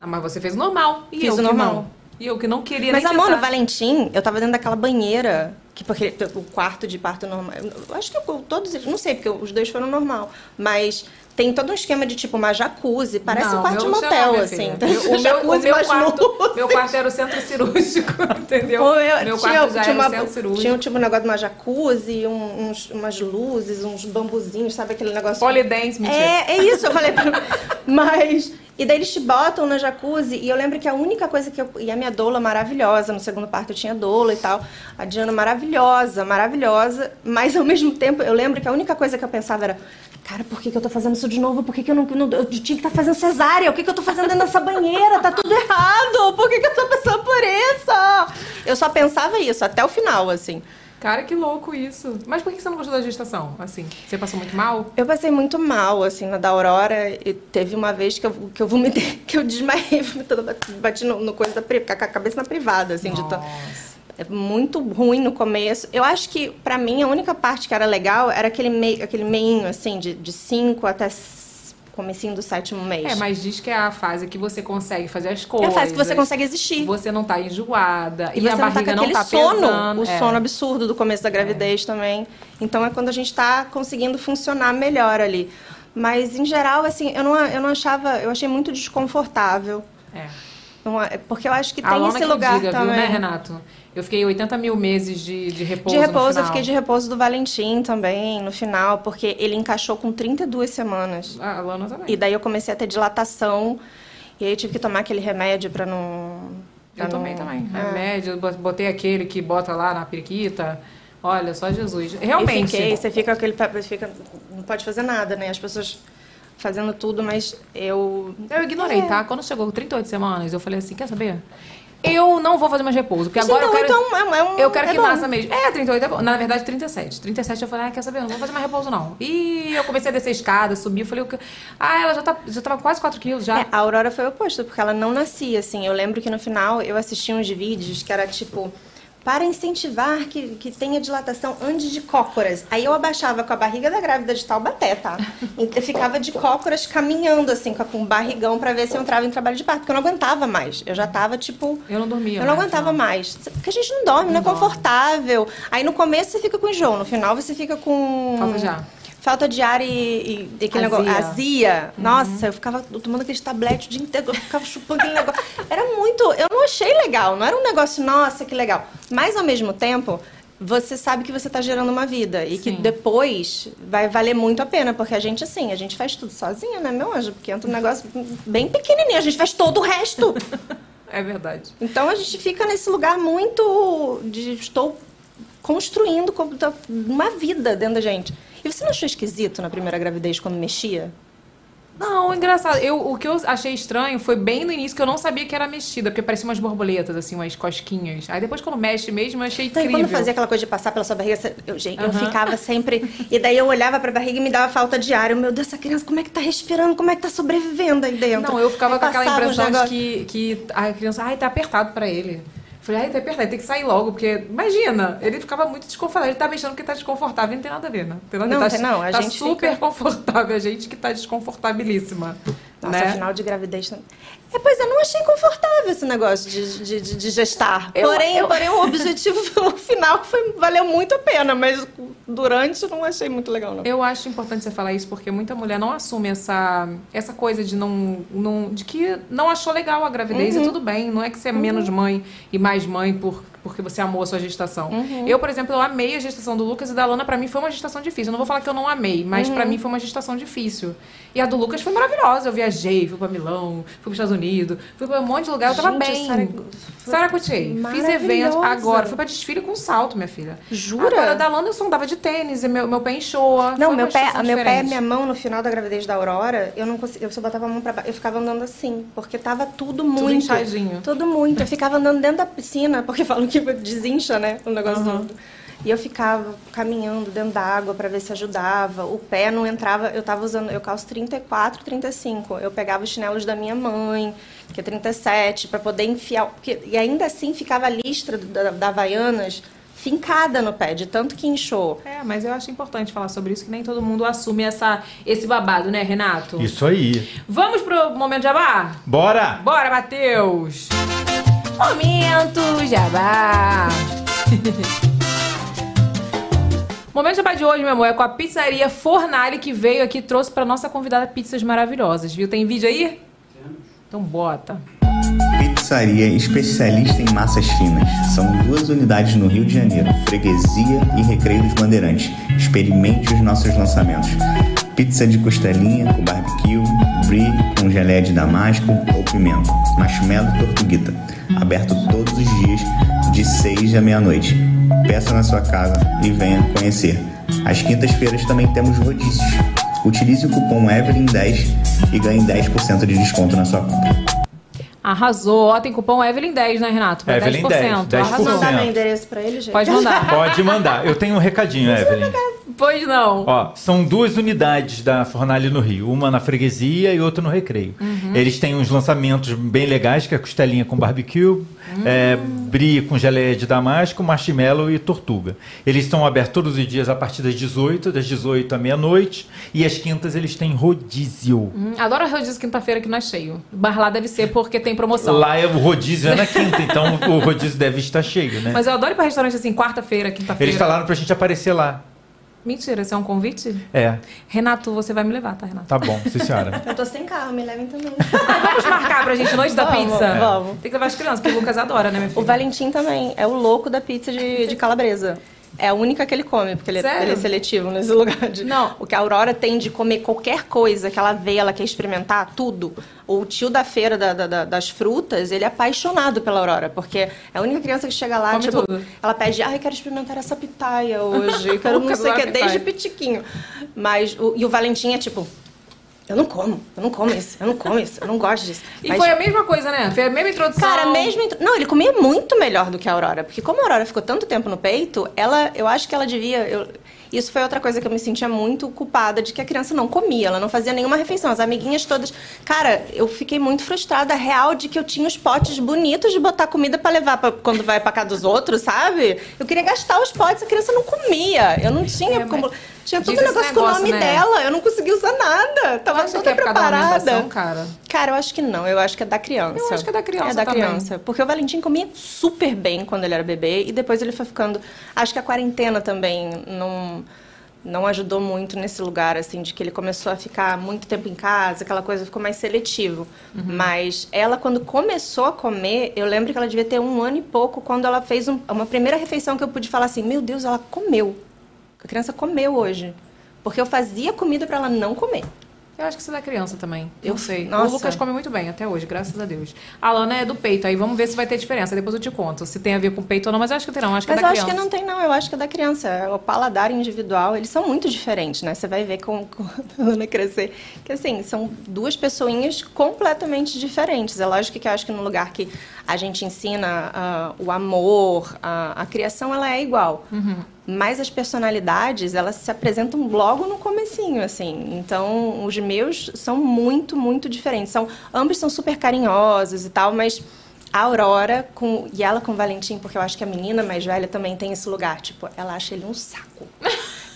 Speaker 9: Ah, mas você fez o normal. E
Speaker 10: Fiz
Speaker 9: eu
Speaker 10: o
Speaker 9: que
Speaker 10: normal.
Speaker 9: não. E eu que não queria
Speaker 10: Mas,
Speaker 9: nem
Speaker 10: amor,
Speaker 9: tentar.
Speaker 10: no Valentim, eu tava dentro daquela banheira, que porque o quarto de parto normal. eu Acho que eu- todos eles, não sei, porque os dois foram normal. Mas tem todo um esquema de tipo uma jacuzzi, parece
Speaker 9: Não,
Speaker 10: um quarto de
Speaker 9: meu- sei lá,
Speaker 10: motel,
Speaker 9: minha
Speaker 10: assim. <laughs>
Speaker 9: filha.
Speaker 10: Então,
Speaker 9: Meu- o meu, o
Speaker 10: jacuzzi,
Speaker 9: meu
Speaker 10: mas
Speaker 9: quarto, meu quarto era o centro cirúrgico, <laughs> entendeu?
Speaker 10: Pô,
Speaker 9: meu,
Speaker 10: eu-
Speaker 9: quarto já era
Speaker 10: uma-
Speaker 9: o centro cirúrgico.
Speaker 10: Tinha tipo um negócio de uma jacuzzi, um- uns- umas luzes, uns bambuzinhos, sabe aquele negócio?
Speaker 9: Polidense, mentira.
Speaker 10: É, é isso, eu falei pra... <laughs> Mas... E daí eles te botam na jacuzzi e eu lembro que a única coisa que eu... E a minha doula maravilhosa, no segundo parto eu tinha doula e tal. A Diana maravilhosa, maravilhosa. Mas ao <laughs> mesmo tempo eu lembro que a única coisa que eu pensava era... Cara, por que, que eu tô fazendo isso de novo? Por que, que eu não, não- Eu tinha que estar fazendo cesárea. O que, que eu tô fazendo dentro dessa banheira? Tá tudo errado. Por que, que eu tô passando por isso? Eu só pensava isso até o final, assim.
Speaker 9: Cara, que louco isso. Mas por que você não gostou da gestação? Assim, você passou muito mal?
Speaker 10: Eu passei muito mal, assim, na da Aurora. E teve uma vez que eu, que eu vomitei, <laughs> que eu desmaiei, vomitando, bati no, no coisa da, pri- com a cabeça na privada, assim, de tão- É muito ruim no começo. Eu acho que, pra mim, a única parte que era legal era aquele, mei, aquele meinho, assim, de, de cinco até s- comecinho do sétimo mês.
Speaker 9: É, mas diz que é a fase que você consegue fazer as coisas.
Speaker 10: É a fase que você consegue existir.
Speaker 9: Você não tá enjoada. E,
Speaker 10: E você
Speaker 9: a
Speaker 10: não tá com
Speaker 9: barriga não
Speaker 10: aquele
Speaker 9: tá
Speaker 10: sono,
Speaker 9: pesando.
Speaker 10: o
Speaker 9: É.
Speaker 10: sono absurdo do começo da gravidez também. Então é quando a gente tá conseguindo funcionar melhor ali. Mas em geral, assim, eu não, eu não achava, eu achei muito desconfortável.
Speaker 9: É.
Speaker 10: Não é- porque eu acho que
Speaker 9: a
Speaker 10: tem
Speaker 9: Ah, Lona
Speaker 10: esse
Speaker 9: que
Speaker 10: lugar
Speaker 9: diga,
Speaker 10: também.
Speaker 9: Viu, né, Renato? Eu fiquei 80 mil meses de, de repouso.
Speaker 10: De
Speaker 9: no
Speaker 10: repouso,
Speaker 9: final.
Speaker 10: eu fiquei de repouso do Valentim também, no final, porque ele encaixou com 32 semanas.
Speaker 9: Ah, A Lana também.
Speaker 10: E daí eu comecei a ter dilatação, e aí eu tive que tomar aquele remédio pra não. pra
Speaker 9: Eu tomei
Speaker 10: não-
Speaker 9: também.
Speaker 10: É.
Speaker 9: Remédio, bo- botei aquele que bota lá na periquita. Olha, só Jesus. Realmente.
Speaker 10: E fiquei, você fica com aquele papel, fica, não pode fazer nada, né? As pessoas fazendo tudo, mas eu.
Speaker 9: Eu ignorei,
Speaker 10: É.
Speaker 9: tá? Quando chegou 38 semanas, eu falei assim, quer saber? Eu não vou fazer mais repouso, porque
Speaker 10: Mas
Speaker 9: agora eu
Speaker 10: 38
Speaker 9: quero...
Speaker 10: é um- é um-
Speaker 9: eu quero
Speaker 10: é
Speaker 9: que
Speaker 10: bom.
Speaker 9: massa mesmo. É, 38 é bom. Na verdade, 37. 37 eu falei, ah, quer saber? Eu não vou fazer mais repouso, não. E eu comecei a descer a escada, subir, eu falei... o que- Ah, ela já, tá, já tava quase 4 quilos, já.
Speaker 10: É, a Aurora foi o oposto, porque ela não nascia, assim. Eu lembro que no final eu assisti uns vídeos que era tipo. Para incentivar que, que tenha dilatação antes de cócoras. Aí eu abaixava com a barriga da grávida de Taubaté, tá? E eu ficava de cócoras caminhando, assim, com a- com o barrigão pra ver se eu entrava em trabalho de parto, porque eu não aguentava mais. Eu já tava, tipo.
Speaker 9: Eu não dormia.
Speaker 10: Eu não
Speaker 9: né?
Speaker 10: aguentava mais. Porque a gente não dorme, não, é confortável. Aí no começo você fica com enjoo, no final você fica com.
Speaker 9: Falta de ar.
Speaker 10: Falta de ar e, e- e aquele
Speaker 9: Azia.
Speaker 10: negócio. Azia. Nossa, eu ficava tomando aquele tablete o dia inteiro, eu ficava chupando aquele negócio. Era muito. Eu não achei legal, não era um negócio, nossa, que legal. Mas ao mesmo tempo. Você sabe que você está gerando uma vida e que depois vai valer muito a pena, porque a gente, assim, a gente faz tudo sozinha, né, meu anjo? Porque entra um negócio bem pequenininho, a gente faz todo o resto.
Speaker 9: É verdade.
Speaker 10: Então a gente fica nesse lugar muito de estou construindo como tá- uma vida dentro da gente. E você não achou esquisito na primeira gravidez quando mexia?
Speaker 9: Não, engraçado. Eu, o que eu achei estranho foi bem no início que eu não sabia que era mexida, porque parecia umas borboletas, assim, umas cosquinhas. Aí depois quando mexe mesmo, eu achei
Speaker 10: Então, e
Speaker 9: incrível.
Speaker 10: quando fazia aquela coisa de passar pela sua barriga, você- eu, gente, eu
Speaker 9: Aham.
Speaker 10: ficava sempre. E daí eu olhava pra barriga e me dava falta de ar. Eu, meu Deus, essa criança, como é que tá respirando? Como é que tá sobrevivendo aí dentro?
Speaker 9: Não, eu ficava
Speaker 10: Aí
Speaker 9: com aquela
Speaker 10: passava um uns
Speaker 9: impressão de
Speaker 10: negócios.
Speaker 9: que, que a criança, ai, tá apertado pra ele. Falei, ai, tá apertado, tem que sair logo, porque imagina, ele ficava muito desconfortável. Ele tá mexendo porque tá desconfortável, não tem nada a ver, né? Tem nada a ver,
Speaker 10: Não,
Speaker 9: tá,
Speaker 10: tem não, a
Speaker 9: tá
Speaker 10: gente
Speaker 9: super
Speaker 10: fica-
Speaker 9: confortável, a gente que tá desconfortabilíssima.
Speaker 10: Nossa,
Speaker 9: né?
Speaker 10: final de gravidez também. É, pois eu não achei confortável esse negócio de, de, de- de gestar.
Speaker 9: Eu-
Speaker 10: porém,
Speaker 9: eu-
Speaker 10: porém, o objetivo <laughs> no final foi, valeu muito a pena, mas durante eu não achei muito legal, não.
Speaker 9: Eu acho importante você falar isso porque muita mulher não assume essa, essa coisa de não, não de que não achou legal a gravidez e tudo bem, não é que você é menos mãe e mais mãe por porque você amou a sua gestação. Eu, por exemplo, eu amei a gestação do Lucas e da Lana, pra mim foi uma gestação difícil. Eu não vou falar que eu não amei, mas pra mim foi uma gestação difícil. E a do Lucas foi maravilhosa. Eu viajei viajei, fui pra Milão, fui pros Estados Unidos, fui pra um monte de lugar, eu tava
Speaker 10: Gente,
Speaker 9: bem.
Speaker 10: Sara-
Speaker 9: Sara Coutier, fiz evento
Speaker 10: maravilhosa.
Speaker 9: agora, fui pra desfile com salto, minha filha.
Speaker 10: Jura?
Speaker 9: Agora, da Londres eu só andava de tênis e meu, meu pé enjoa.
Speaker 10: Não,
Speaker 9: Foi
Speaker 10: meu
Speaker 9: uma
Speaker 10: pé,
Speaker 9: situação
Speaker 10: meu pé,
Speaker 9: diferente.
Speaker 10: minha mão no final da gravidez da Aurora, eu não conseguia, eu só botava a mão pra baixo, eu ficava andando assim, porque tava tudo muito.
Speaker 9: inchadinho.
Speaker 10: Tudo muito. Eu ficava andando dentro da piscina, porque <laughs> falam que desincha, né? O negócio do. E eu ficava caminhando dentro da água pra ver se ajudava. O pé não entrava, eu tava usando, eu calço 34, 35. Eu pegava os chinelos da minha mãe, que é 37, pra poder enfiar, porque- e ainda assim ficava a listra do- da, da Havaianas fincada no pé, de tanto que inchou.
Speaker 9: É, mas eu acho importante falar sobre isso, que nem todo mundo assume essa, esse babado, né, Renato?
Speaker 1: Isso aí.
Speaker 9: Vamos pro momento jabá?
Speaker 1: Bora!
Speaker 9: Bora, Matheus! Momento jabá! <laughs> Momento jabá de hoje, meu amor, é com a pizzaria Fornari que veio aqui e trouxe pra nossa convidada pizzas maravilhosas, viu? Tem vídeo aí? Então bota.
Speaker 3: Pizzaria especialista em massas finas. São duas unidades no Rio de Janeiro, Freguesia e Recreio dos Bandeirantes. Experimente os nossos lançamentos. Pizza de costelinha com barbecue, brie com um geleia de damasco ou pimenta, marshmallow e tortuguita. Aberto todos os dias de 6 à meia-noite. Peça na sua casa e venha conhecer. Às quintas-feiras também temos rodízios. Utilize o cupom EVELYN10 e ganhe 10% de desconto na sua compra.
Speaker 9: Arrasou! Ó, tem cupom Evelyn10, né, Renato? Pra
Speaker 1: Evelyn 10, 10%.
Speaker 9: Arrasou.
Speaker 10: Mandar meu endereço pra ele, gente?
Speaker 9: Pode
Speaker 1: <laughs>
Speaker 9: mandar.
Speaker 1: Pode mandar. Eu tenho um recadinho, Evelyn.
Speaker 9: Pois não.
Speaker 1: Ó, são duas unidades da Fornalha no Rio, uma na freguesia e outra no recreio. Eles têm uns lançamentos bem legais, que é costelinha com barbecue, é, brie com geleia de damasco, marshmallow e tortuga. Eles estão abertos todos os dias a partir das 18, das 18 à meia-noite, e às quintas eles têm rodízio.
Speaker 9: Hum, adoro rodízio quinta-feira que não é cheio. Bar lá deve ser porque tem promoção.
Speaker 1: Lá é o rodízio é na quinta, então o rodízio deve estar cheio, né?
Speaker 9: Mas eu adoro ir pra restaurante assim, quarta-feira, quinta-feira.
Speaker 1: Eles falaram pra gente aparecer lá.
Speaker 9: Mentira, isso é um convite?
Speaker 1: É,
Speaker 9: Renato, você vai me levar, tá, Renato?
Speaker 1: tá
Speaker 9: Ah,
Speaker 1: bom, sim senhora.
Speaker 10: Eu tô sem carro, me levem também.
Speaker 9: Vamos marcar pra gente noite da
Speaker 10: Vamos,
Speaker 9: pizza?
Speaker 10: vamos.
Speaker 9: Tem que levar as crianças, porque o Lucas adora, né, minha filha?
Speaker 10: O Valentim também é o louco da pizza de, de calabresa. É a única que ele come, porque ele,
Speaker 9: Sério?
Speaker 10: ele é seletivo nesse lugar. De... Não. O que a Aurora tem de comer qualquer coisa que ela vê, ela quer experimentar, tudo. O tio da feira da- da- da- das frutas, ele é apaixonado pela Aurora, porque é a única criança que chega lá,
Speaker 9: Come
Speaker 10: tipo,
Speaker 9: tudo.
Speaker 10: ela pede, ai, quero experimentar essa pitaia hoje, eu <laughs> quero não
Speaker 9: Lucas
Speaker 10: sei o que,
Speaker 9: adora pitaia.
Speaker 10: desde pitiquinho. Mas, o- e o Valentim é tipo, eu não como, eu não como isso, eu não como isso, eu não gosto disso.
Speaker 9: E
Speaker 10: Mas-
Speaker 9: foi a mesma coisa, né? Foi a mesma introdução.
Speaker 10: Cara, mesmo. intro- Não, ele comia muito melhor do que a Aurora. Porque como a Aurora ficou tanto tempo no peito, ela, eu acho que ela devia. eu- Isso foi outra coisa que eu me sentia muito culpada de que a criança não comia, ela não fazia nenhuma refeição. As amiguinhas todas. Cara, eu fiquei muito frustrada, real, de que eu tinha os potes bonitos de botar comida pra levar pra- quando vai pra casa dos outros, sabe? Eu queria gastar os potes, a criança não comia. Eu não tinha como. Tinha todo
Speaker 9: É, diz esse
Speaker 10: negócio com o
Speaker 9: negócio,
Speaker 10: nome
Speaker 9: né?
Speaker 10: dela, eu não conseguia usar nada. Tava
Speaker 9: Acha que
Speaker 10: toda
Speaker 9: é por causa da
Speaker 10: preparada.
Speaker 9: alimentação, cara?
Speaker 10: Cara, eu acho que não. Eu acho que é da criança.
Speaker 9: Eu acho que é da criança
Speaker 10: É da
Speaker 9: também.
Speaker 10: criança. Porque o Valentim comia super bem quando ele era bebê e depois ele foi ficando. Acho que a quarentena também não não ajudou muito nesse lugar assim de que ele começou a ficar muito tempo em casa, aquela coisa ficou mais seletivo.
Speaker 9: Uhum.
Speaker 10: Mas ela quando começou a comer, eu lembro que ela devia ter um ano e pouco quando ela fez um- uma primeira refeição que eu pude falar assim, meu Deus, ela comeu. A criança comeu hoje. Porque eu fazia comida para ela não comer.
Speaker 9: Eu acho que isso é da criança também.
Speaker 10: Eu-
Speaker 9: Eu sei.
Speaker 10: Nossa.
Speaker 9: O Lucas come muito bem até hoje, graças a Deus. A Lana é do peito, aí vamos ver se vai ter diferença. Depois eu te conto se tem a ver com peito ou não, mas eu acho que tem não. Acho que
Speaker 10: Mas
Speaker 9: é da
Speaker 10: eu acho que
Speaker 9: criança.
Speaker 10: não tem, não. Eu acho que é da criança. É O paladar individual, eles são muito diferentes, né? Você vai ver com, com a Luna crescer. Que assim, são duas pessoinhas completamente diferentes. É lógico que eu acho que no lugar que a gente ensina ah, o amor, a, a criação, ela é igual.
Speaker 9: Uhum.
Speaker 10: Mas as personalidades, elas se apresentam logo no comecinho, assim. Então, os meus são muito, muito diferentes. São, ambos são super carinhosos e tal, mas a Aurora com, e ela com o Valentim, porque eu acho que a menina mais velha também tem esse lugar. Tipo, ela acha ele um
Speaker 9: <laughs>
Speaker 10: saco.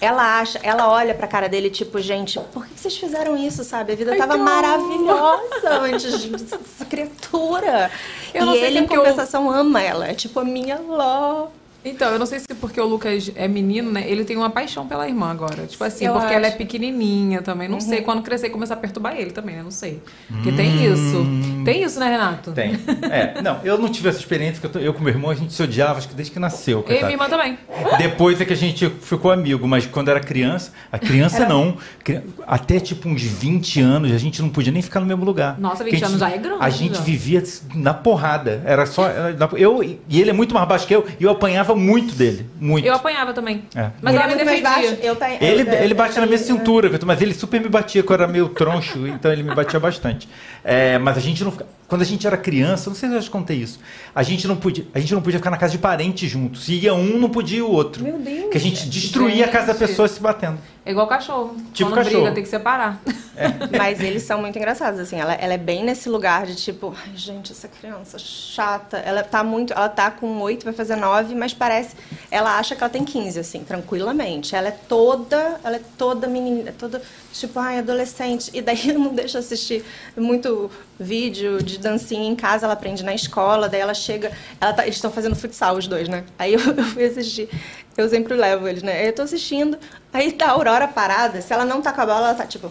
Speaker 10: Ela acha, ela olha pra cara dele, tipo, gente, por que que vocês fizeram isso, sabe? A vida tava maravilhosa antes dessa criatura.
Speaker 9: Eu não
Speaker 10: e
Speaker 9: sei se
Speaker 10: ele,
Speaker 9: é
Speaker 10: em
Speaker 9: porque eu-
Speaker 10: compensação, ama ela. É tipo a minha Ló.
Speaker 9: Então, eu não sei se porque o Lucas é menino, né? Ele tem uma paixão pela irmã agora. Tipo assim,
Speaker 10: Eu
Speaker 9: porque ela é
Speaker 10: acho. Uhum.
Speaker 9: pequenininha também. Não sei, quando crescer começar a perturbar ele também, né? Não sei. Porque tem isso. Tem isso, né, Renato?
Speaker 1: Hum. Tem. É, não, eu não tive essa experiência, porque eu, tô- eu com meu irmão a gente se odiava, acho que desde que nasceu.
Speaker 9: Eu e
Speaker 1: coitado.
Speaker 9: minha irmã também.
Speaker 1: Depois é que a gente ficou amigo, mas quando era criança, a criança
Speaker 9: Era-
Speaker 1: não. Cri- Até tipo uns 20 anos, a gente não podia nem ficar no mesmo lugar.
Speaker 9: Nossa,
Speaker 1: Porque
Speaker 9: 20
Speaker 1: a gente-
Speaker 9: anos já é grande,
Speaker 1: A gente
Speaker 9: já.
Speaker 1: vivia na porrada. Era só. era na- Eu, e ele é muito mais baixo que eu, e eu apanhava muito dele. Muito.
Speaker 9: Eu apanhava também.
Speaker 1: É.
Speaker 9: Mas ela me
Speaker 10: Muito mais
Speaker 9: defendia.
Speaker 10: baixo, eu tá-
Speaker 1: Ele,
Speaker 9: é,
Speaker 10: eu-
Speaker 1: ele bate na assim, minha
Speaker 10: eu-
Speaker 1: cintura, que eu tô- mas ele super me batia, que eu era meio troncho, <laughs> então ele me batia bastante. É, mas a gente não fica- Quando a gente era criança, não sei se eu já te contei isso, a gente não podia, a gente não podia ficar na casa de parentes juntos. Se ia um, não podia ir o outro. Meu Deus. Que a
Speaker 9: é
Speaker 1: gente destruía a casa da
Speaker 9: Gente.
Speaker 1: pessoa se batendo.
Speaker 9: É igual cachorro.
Speaker 1: Tipo
Speaker 9: Quando briga,
Speaker 1: cachorro.
Speaker 9: tem que separar. <laughs>
Speaker 10: Mas eles são muito engraçados, assim. Ela, ela é bem nesse lugar de tipo, ai, gente, essa criança chata. Ela tá muito. Ela tá com 8, vai fazer 9, mas parece. Ela acha que ela tem 15, assim, tranquilamente. Ela é toda. Ela é toda menina. Toda. Tipo, ai, adolescente. E daí não deixa assistir muito vídeo de dancinha em casa. Ela aprende na escola. Daí ela chega. Ela tá, eles estão fazendo futsal, os dois, né? Aí eu, <laughs> eu fui assistir. Eu sempre levo eles, né? Aí Eu tô assistindo. Aí tá a Aurora parada. Se ela não tá com a bola, ela tá tipo.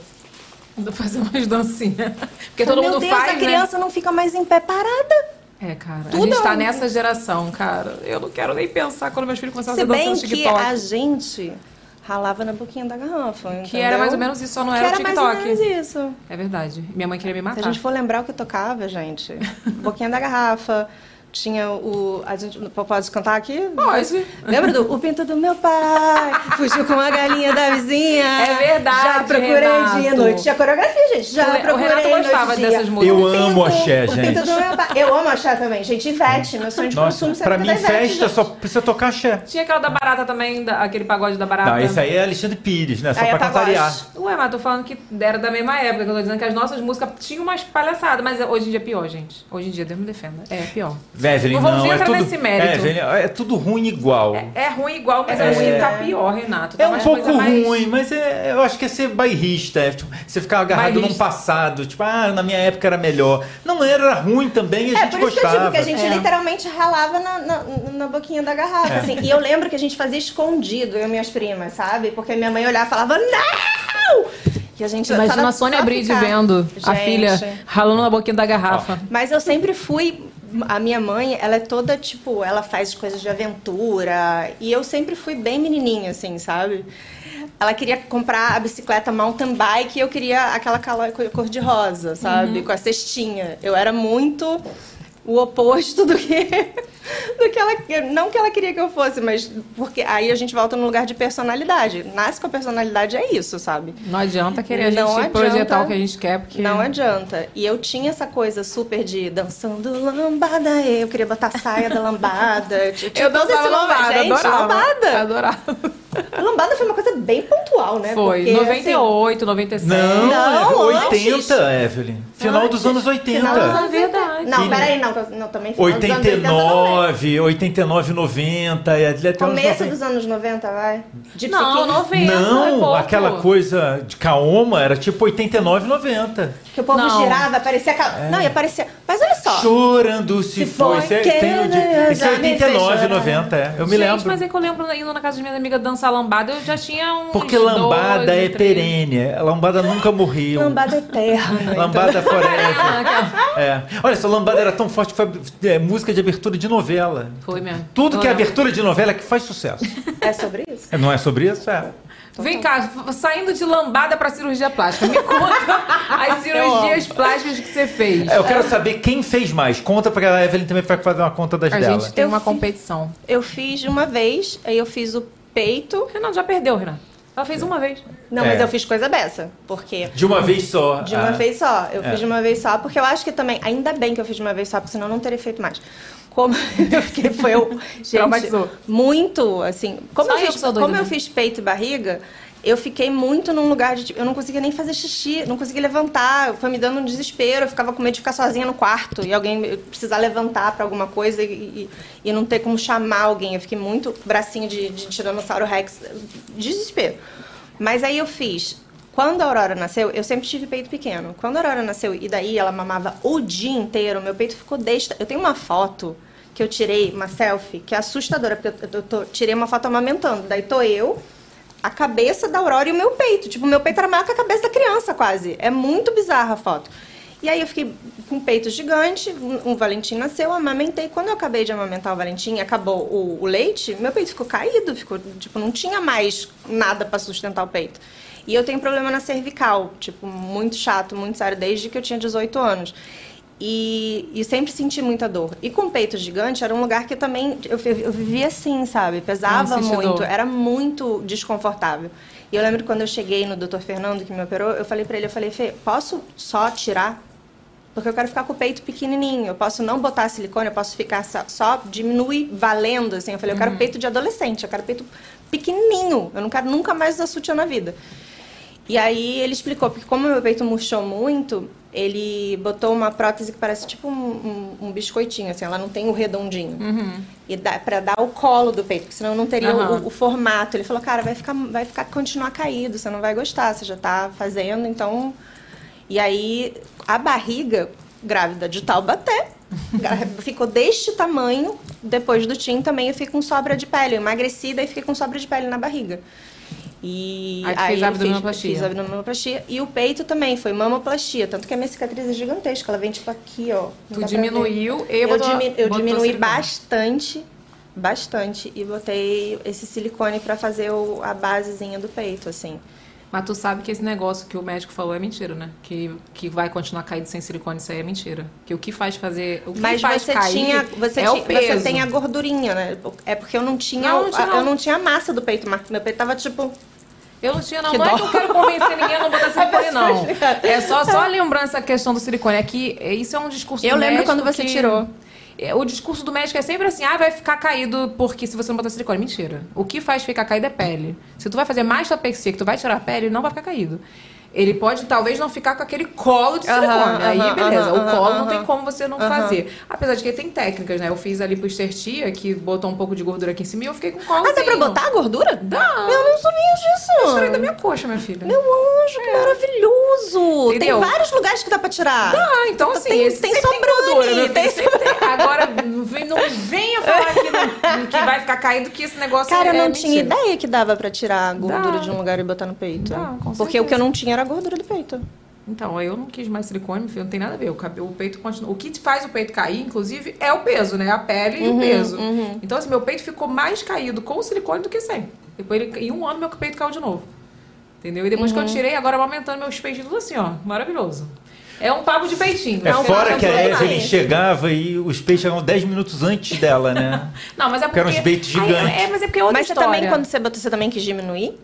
Speaker 9: Vou fazer umas dancinhas. Porque todo
Speaker 10: Meu
Speaker 9: mundo
Speaker 10: Deus,
Speaker 9: faz,
Speaker 10: a
Speaker 9: né?
Speaker 10: criança não fica mais em pé parada.
Speaker 9: É, cara.
Speaker 10: Tudo
Speaker 9: a gente
Speaker 10: é
Speaker 9: tá
Speaker 10: um-
Speaker 9: nessa geração, cara. Eu não quero nem pensar quando meus filhos começaram a
Speaker 10: Se
Speaker 9: fazer dança
Speaker 10: bem
Speaker 9: no
Speaker 10: que
Speaker 9: TikTok.
Speaker 10: a gente ralava na boquinha da garrafa,
Speaker 9: Que era mais ou menos isso, só não era o
Speaker 10: que era mais ou
Speaker 9: TikTok. tá.
Speaker 10: menos isso.
Speaker 9: É verdade. Minha mãe queria me
Speaker 10: Se
Speaker 9: matar.
Speaker 10: a gente for lembrar o que tocava, gente, boquinha da garrafa... Tinha o. A gente pode cantar aqui?
Speaker 9: Pode.
Speaker 10: Lembra do O Pinto do Meu Pai? Fugiu com a galinha da vizinha.
Speaker 9: É verdade,
Speaker 10: Já procurei
Speaker 9: Renato.
Speaker 10: dia e noite. Tinha coreografia, gente.
Speaker 9: O Le-
Speaker 10: Já
Speaker 9: o
Speaker 10: procurei
Speaker 9: Renato
Speaker 10: noite e
Speaker 9: gostava
Speaker 10: dia.
Speaker 9: dessas músicas.
Speaker 1: Eu amo axé,
Speaker 10: O Pinto
Speaker 1: gente.
Speaker 10: do Meu Pai. Eu amo achar também, gente. Ivete, meu sonho de
Speaker 1: Nossa,
Speaker 10: consumo
Speaker 1: pra
Speaker 10: sempre
Speaker 1: mim,
Speaker 10: da Ivete,
Speaker 1: festa
Speaker 10: gente.
Speaker 1: só precisa tocar axé.
Speaker 9: Tinha aquela da barata também, da- aquele pagode da barata.
Speaker 1: Não, esse aí é Alexandre Pires, né? Só
Speaker 9: Aí é
Speaker 1: pra
Speaker 9: pagode.
Speaker 1: cantarear.
Speaker 9: Ué, mas tô falando que era da mesma época, que eu tô dizendo que as nossas músicas tinham umas palhaçadas, mas hoje em dia é pior, gente. Hoje em dia, Deus me defenda. É pior.
Speaker 1: Vevelin,
Speaker 9: Não vamos
Speaker 1: não,
Speaker 9: nem
Speaker 1: é
Speaker 9: entrar
Speaker 1: tudo,
Speaker 9: nesse mérito.
Speaker 1: Vevelin, é tudo ruim igual.
Speaker 9: É ruim igual, mas eu acho
Speaker 10: É.
Speaker 9: que tá pior, Renato. Tá
Speaker 1: É um
Speaker 9: mais
Speaker 1: pouco
Speaker 9: coisa mais-
Speaker 1: ruim, mas é- eu acho que é ser bairrista. É, tipo, você ficar agarrado num
Speaker 9: Bairrista.
Speaker 1: passado. Tipo, ah, na minha época era melhor. Não era ruim também e a
Speaker 10: É,
Speaker 1: gente
Speaker 10: por isso que eu
Speaker 1: gostava.
Speaker 10: digo que a gente
Speaker 9: É.
Speaker 10: literalmente ralava na, na, na boquinha da garrafa,
Speaker 1: É.
Speaker 10: assim. E eu lembro que a gente fazia escondido, eu e minhas primas, sabe? Porque minha mãe olhava e falava, não! E a gente
Speaker 9: Imagina
Speaker 10: só-
Speaker 9: a Sônia
Speaker 10: só
Speaker 9: Bride
Speaker 10: ficar.
Speaker 9: vendo a
Speaker 10: Gente.
Speaker 9: filha ralando na boquinha da garrafa.
Speaker 10: Mas eu sempre fui. A minha mãe, ela é toda tipo, ela faz coisas de aventura. E eu sempre fui bem menininha, assim, sabe? Ela queria comprar a bicicleta mountain bike e eu queria aquela cala- co- cor-de-rosa, sabe?
Speaker 9: Uhum.
Speaker 10: Com a cestinha. Eu era muito o oposto do que. <laughs> Do que ela, não que ela queria que eu fosse, mas porque aí a gente volta num lugar de personalidade. Nasce com a personalidade, é isso, sabe?
Speaker 9: Não adianta querer a gente
Speaker 10: Tá Não adianta.
Speaker 9: projetar o que a gente quer, porque.
Speaker 10: Não adianta. E eu tinha essa coisa super de dançando lambada. Eu queria botar a saia da lambada.
Speaker 9: <laughs>
Speaker 10: Eu, tinha
Speaker 9: Eu
Speaker 10: todo
Speaker 9: dançava
Speaker 10: esse lamba-
Speaker 9: lambada,
Speaker 10: gente,
Speaker 9: adorava.
Speaker 10: Lambada.
Speaker 9: Adorava.
Speaker 10: Lambada foi uma coisa bem pontual, né?
Speaker 9: Foi.
Speaker 10: Porque,
Speaker 9: 98, 97.
Speaker 1: Não,
Speaker 10: Não,
Speaker 1: é
Speaker 10: antes.
Speaker 1: 80, Evelyn. Final dos anos 80.
Speaker 10: Final dos anos 80.
Speaker 9: verdade.
Speaker 10: Não,
Speaker 1: Sim.
Speaker 10: peraí, não. não também final dos anos 80 não é.
Speaker 1: 89, 89, 90, é, até
Speaker 10: Começo
Speaker 1: anos
Speaker 10: dos anos 90, vai. Gypsy
Speaker 9: Não,
Speaker 10: Kings.
Speaker 9: 90. é
Speaker 1: Não,
Speaker 9: pouco.
Speaker 1: aquela coisa de Kaoma era tipo 89, 90.
Speaker 10: Que o povo
Speaker 9: Não.
Speaker 10: girava, aparecia... Cal...
Speaker 1: É.
Speaker 10: Não, e aparecia... Mas olha só.
Speaker 1: Chorando se,
Speaker 10: Se
Speaker 1: foi.
Speaker 10: foi
Speaker 1: Isso é-
Speaker 10: que
Speaker 1: tem o de-
Speaker 10: eu
Speaker 1: isso é
Speaker 10: já me fez
Speaker 1: 89,
Speaker 10: chorar.
Speaker 1: 90, é. Eu me
Speaker 9: gente,
Speaker 1: lembro.
Speaker 9: mas é que eu lembro indo na casa de minha amiga dançar lambada, eu já tinha um.
Speaker 1: Porque lambada é perene, a lambada nunca morreu.
Speaker 10: Lambada
Speaker 9: então.
Speaker 10: eterna. né?
Speaker 1: Lambada é forever. é. Olha, essa lambada era tão forte que foi é, música de abertura de novela.
Speaker 9: Foi mesmo.
Speaker 1: Tudo que é
Speaker 9: Eu lembro.
Speaker 1: abertura de novela é que faz sucesso.
Speaker 10: É sobre isso?
Speaker 1: É, Não é sobre isso? É.
Speaker 9: Vem cá, f- saindo de lambada pra cirurgia plástica, me <laughs> conta as cirurgias plásticas que você fez.
Speaker 1: É, eu quero saber quem fez mais. Conta pra a Evelyn também pra fazer uma conta das
Speaker 9: A
Speaker 1: dela.
Speaker 9: gente tem
Speaker 10: Eu
Speaker 9: uma
Speaker 10: fiz-
Speaker 9: competição.
Speaker 10: Eu fiz uma vez, aí eu fiz o peito.
Speaker 9: Renato, já perdeu, Renato. Ela fez uma vez.
Speaker 10: Não,
Speaker 1: É.
Speaker 10: mas eu fiz coisa dessa. Porque.
Speaker 9: um
Speaker 1: De uma vez só.
Speaker 10: De uma
Speaker 1: ah.
Speaker 10: vez só. Eu
Speaker 1: É.
Speaker 10: fiz de uma vez só, porque eu acho que também. Ainda bem que eu fiz de uma vez só, porque senão eu não teria feito mais. Como <laughs> eu fiquei. Foi eu. Gente,
Speaker 9: Traumatizou.
Speaker 10: muito, assim. Como,
Speaker 9: Só
Speaker 10: eu
Speaker 9: eu que
Speaker 10: fiz,
Speaker 9: sou doida,
Speaker 10: como eu
Speaker 9: né?
Speaker 10: fiz peito e barriga. Eu fiquei muito num lugar de tipo, eu não conseguia nem fazer xixi, não conseguia levantar, foi me dando um desespero, eu ficava com medo de ficar sozinha no quarto e alguém eu precisar levantar pra alguma coisa e, e, e não ter como chamar alguém. Eu fiquei muito bracinho de, de Tiranossauro Rex, desespero. Mas aí eu fiz. Quando a Aurora nasceu, eu sempre tive peito pequeno. Quando a Aurora nasceu e daí ela mamava o dia inteiro, meu peito ficou desta. Eu tenho uma foto que eu tirei, uma selfie, que é assustadora, porque eu, eu tô- tirei uma foto amamentando. Daí tô eu, a cabeça da Aurora e o meu peito. Tipo, meu peito era maior que a cabeça da criança, quase. É muito bizarra a foto. E aí eu fiquei com um peito gigante, um, um Valentim nasceu, eu amamentei. Quando eu acabei de amamentar o Valentim e acabou o, o leite, meu peito ficou caído, ficou, tipo, não tinha mais nada para sustentar o peito. E eu tenho problema na cervical, tipo, muito chato, muito sério, desde que eu tinha 18 anos. E, e sempre senti muita dor. E com peito gigante, era um lugar que eu também eu, vi- eu vivia assim, sabe? Pesava
Speaker 14: Não sente
Speaker 10: muito,
Speaker 14: dor.
Speaker 10: era muito desconfortável. E eu lembro quando eu cheguei no Dr. Fernando, que me operou, eu falei pra ele, eu falei, Fê, posso só tirar? Porque eu quero ficar com o peito pequenininho, eu posso não botar silicone, eu posso ficar só, só diminui valendo, assim. Eu falei, eu quero peito de adolescente, eu quero peito pequenininho, eu não quero nunca mais usar sutiã na vida. E aí ele explicou, porque como meu peito murchou muito, ele botou uma prótese que parece tipo um, um- um biscoitinho, assim, ela não tem o redondinho. E dá, pra dar o colo do peito, porque senão não teria
Speaker 14: Aham.
Speaker 10: o, o formato. Ele falou, cara, vai ficar, vai ficar, continuar caído, você não vai gostar, você já tá fazendo, então. E aí, a barriga, grávida de Taubaté, <laughs> gra- ficou deste tamanho. Depois do TIM também eu fiquei com sobra de pele. Eu emagreci, daí fiquei com sobra de pele na barriga. E
Speaker 12: Aí tu fez
Speaker 10: eu
Speaker 12: abdominoplastia.
Speaker 10: Fiz, fiz abdominoplastia. E o peito também, foi mamoplastia. Tanto que a minha cicatriz é gigantesca, ela vem tipo aqui, ó. Não
Speaker 12: Tu
Speaker 10: dá pra
Speaker 12: diminuiu
Speaker 10: ver.
Speaker 12: e
Speaker 10: eu,
Speaker 12: botou-
Speaker 10: dimi- eu
Speaker 12: botou
Speaker 10: diminuí
Speaker 12: silicone.
Speaker 10: bastante, bastante. E botei esse silicone pra fazer o- a basezinha do peito, assim.
Speaker 9: Mas tu sabe que esse negócio que o médico falou é mentira, né? Que, que vai continuar caído sem silicone, isso aí é mentira. Que o que faz fazer. O que
Speaker 10: Mas
Speaker 9: faz
Speaker 10: você
Speaker 9: cair
Speaker 10: tinha, você,
Speaker 9: é
Speaker 10: tinha
Speaker 9: o peso.
Speaker 10: você tem a gordurinha, né? É porque eu não tinha,
Speaker 9: Não, não tinha, não.
Speaker 10: eu não tinha a massa do peito, mas meu peito tava tipo
Speaker 9: Eu não tinha, não.
Speaker 10: Que
Speaker 9: não é
Speaker 10: dó.
Speaker 9: que eu quero convencer ninguém a
Speaker 10: <laughs>
Speaker 9: não botar
Speaker 10: A
Speaker 9: silicone,
Speaker 10: pessoa
Speaker 9: não.
Speaker 10: explica.
Speaker 9: É só, só lembrar essa questão do silicone. É que isso é um discurso
Speaker 10: Eu
Speaker 9: do
Speaker 10: lembro
Speaker 9: médico
Speaker 10: quando você
Speaker 9: que-
Speaker 10: tirou.
Speaker 9: É, O discurso do médico é sempre assim, ah, vai ficar caído porque se você não botar silicone. Mentira. O que faz ficar caído é pele. Se tu vai fazer mastopexia, que tu vai tirar a pele, não vai ficar caído. Ele pode, talvez, não ficar com aquele colo de
Speaker 10: Aham,
Speaker 9: silicone. Aí,
Speaker 10: aham,
Speaker 9: beleza.
Speaker 10: aham,
Speaker 9: o colo
Speaker 10: aham.
Speaker 9: não tem como você não
Speaker 10: Aham.
Speaker 9: fazer. Apesar de que tem técnicas, né? Eu fiz ali pro estertia, que botou um pouco de gordura aqui em cima e eu fiquei com um o colo.
Speaker 10: Ah, dá pra botar a gordura?
Speaker 9: Dá.
Speaker 10: Eu não sabia disso.
Speaker 9: Eu tirei da minha coxa, minha filha.
Speaker 10: Meu anjo, que maravilhoso!
Speaker 9: Entendeu?
Speaker 10: Tem vários lugares que dá pra tirar.
Speaker 9: Dá, então assim,
Speaker 10: tem,
Speaker 9: esse
Speaker 10: tem
Speaker 9: sempre
Speaker 10: sobrando,
Speaker 9: gordura, meu filho,
Speaker 10: tem
Speaker 9: sempre tem. Agora, vem- não venha falar que, não- que vai ficar caído, que esse negócio
Speaker 10: Cara,
Speaker 9: é
Speaker 10: eu não
Speaker 9: mentira.
Speaker 10: tinha ideia que dava pra tirar a gordura
Speaker 9: Dá.
Speaker 10: de um lugar e botar no peito.
Speaker 9: Dá, com
Speaker 10: Porque o que eu
Speaker 9: certeza.
Speaker 10: não tinha era a gordura do peito.
Speaker 9: Então, aí eu não quis mais silicone, meu filho, não tem nada a ver. O, cabelo, o peito continua. O que faz o peito cair, inclusive, é o peso, né? A pele e
Speaker 10: Uhum,
Speaker 9: o peso.
Speaker 10: uhum.
Speaker 9: Então, assim, meu peito ficou mais caído com o silicone do que sem. Depois, ele, em um ano, meu peito caiu de novo. Entendeu? E depois que eu
Speaker 10: Uhum.
Speaker 9: tirei, agora amamentando meus peitos tudo assim, ó. Maravilhoso. É um papo de peitinho.
Speaker 1: É
Speaker 9: não um
Speaker 1: fora
Speaker 9: papo
Speaker 1: que
Speaker 9: de
Speaker 1: a
Speaker 9: peitinho.
Speaker 1: Evelyn chegava e os peixes chegavam 10 minutos antes dela,
Speaker 9: <laughs>
Speaker 1: né?
Speaker 9: Não, mas é
Speaker 1: Porque
Speaker 9: porque...
Speaker 1: eram uns peitos
Speaker 9: Aí,
Speaker 1: gigantes.
Speaker 9: é, mas é porque é outra
Speaker 10: Mas você
Speaker 9: história.
Speaker 10: também, quando você botou, você também quis diminuir?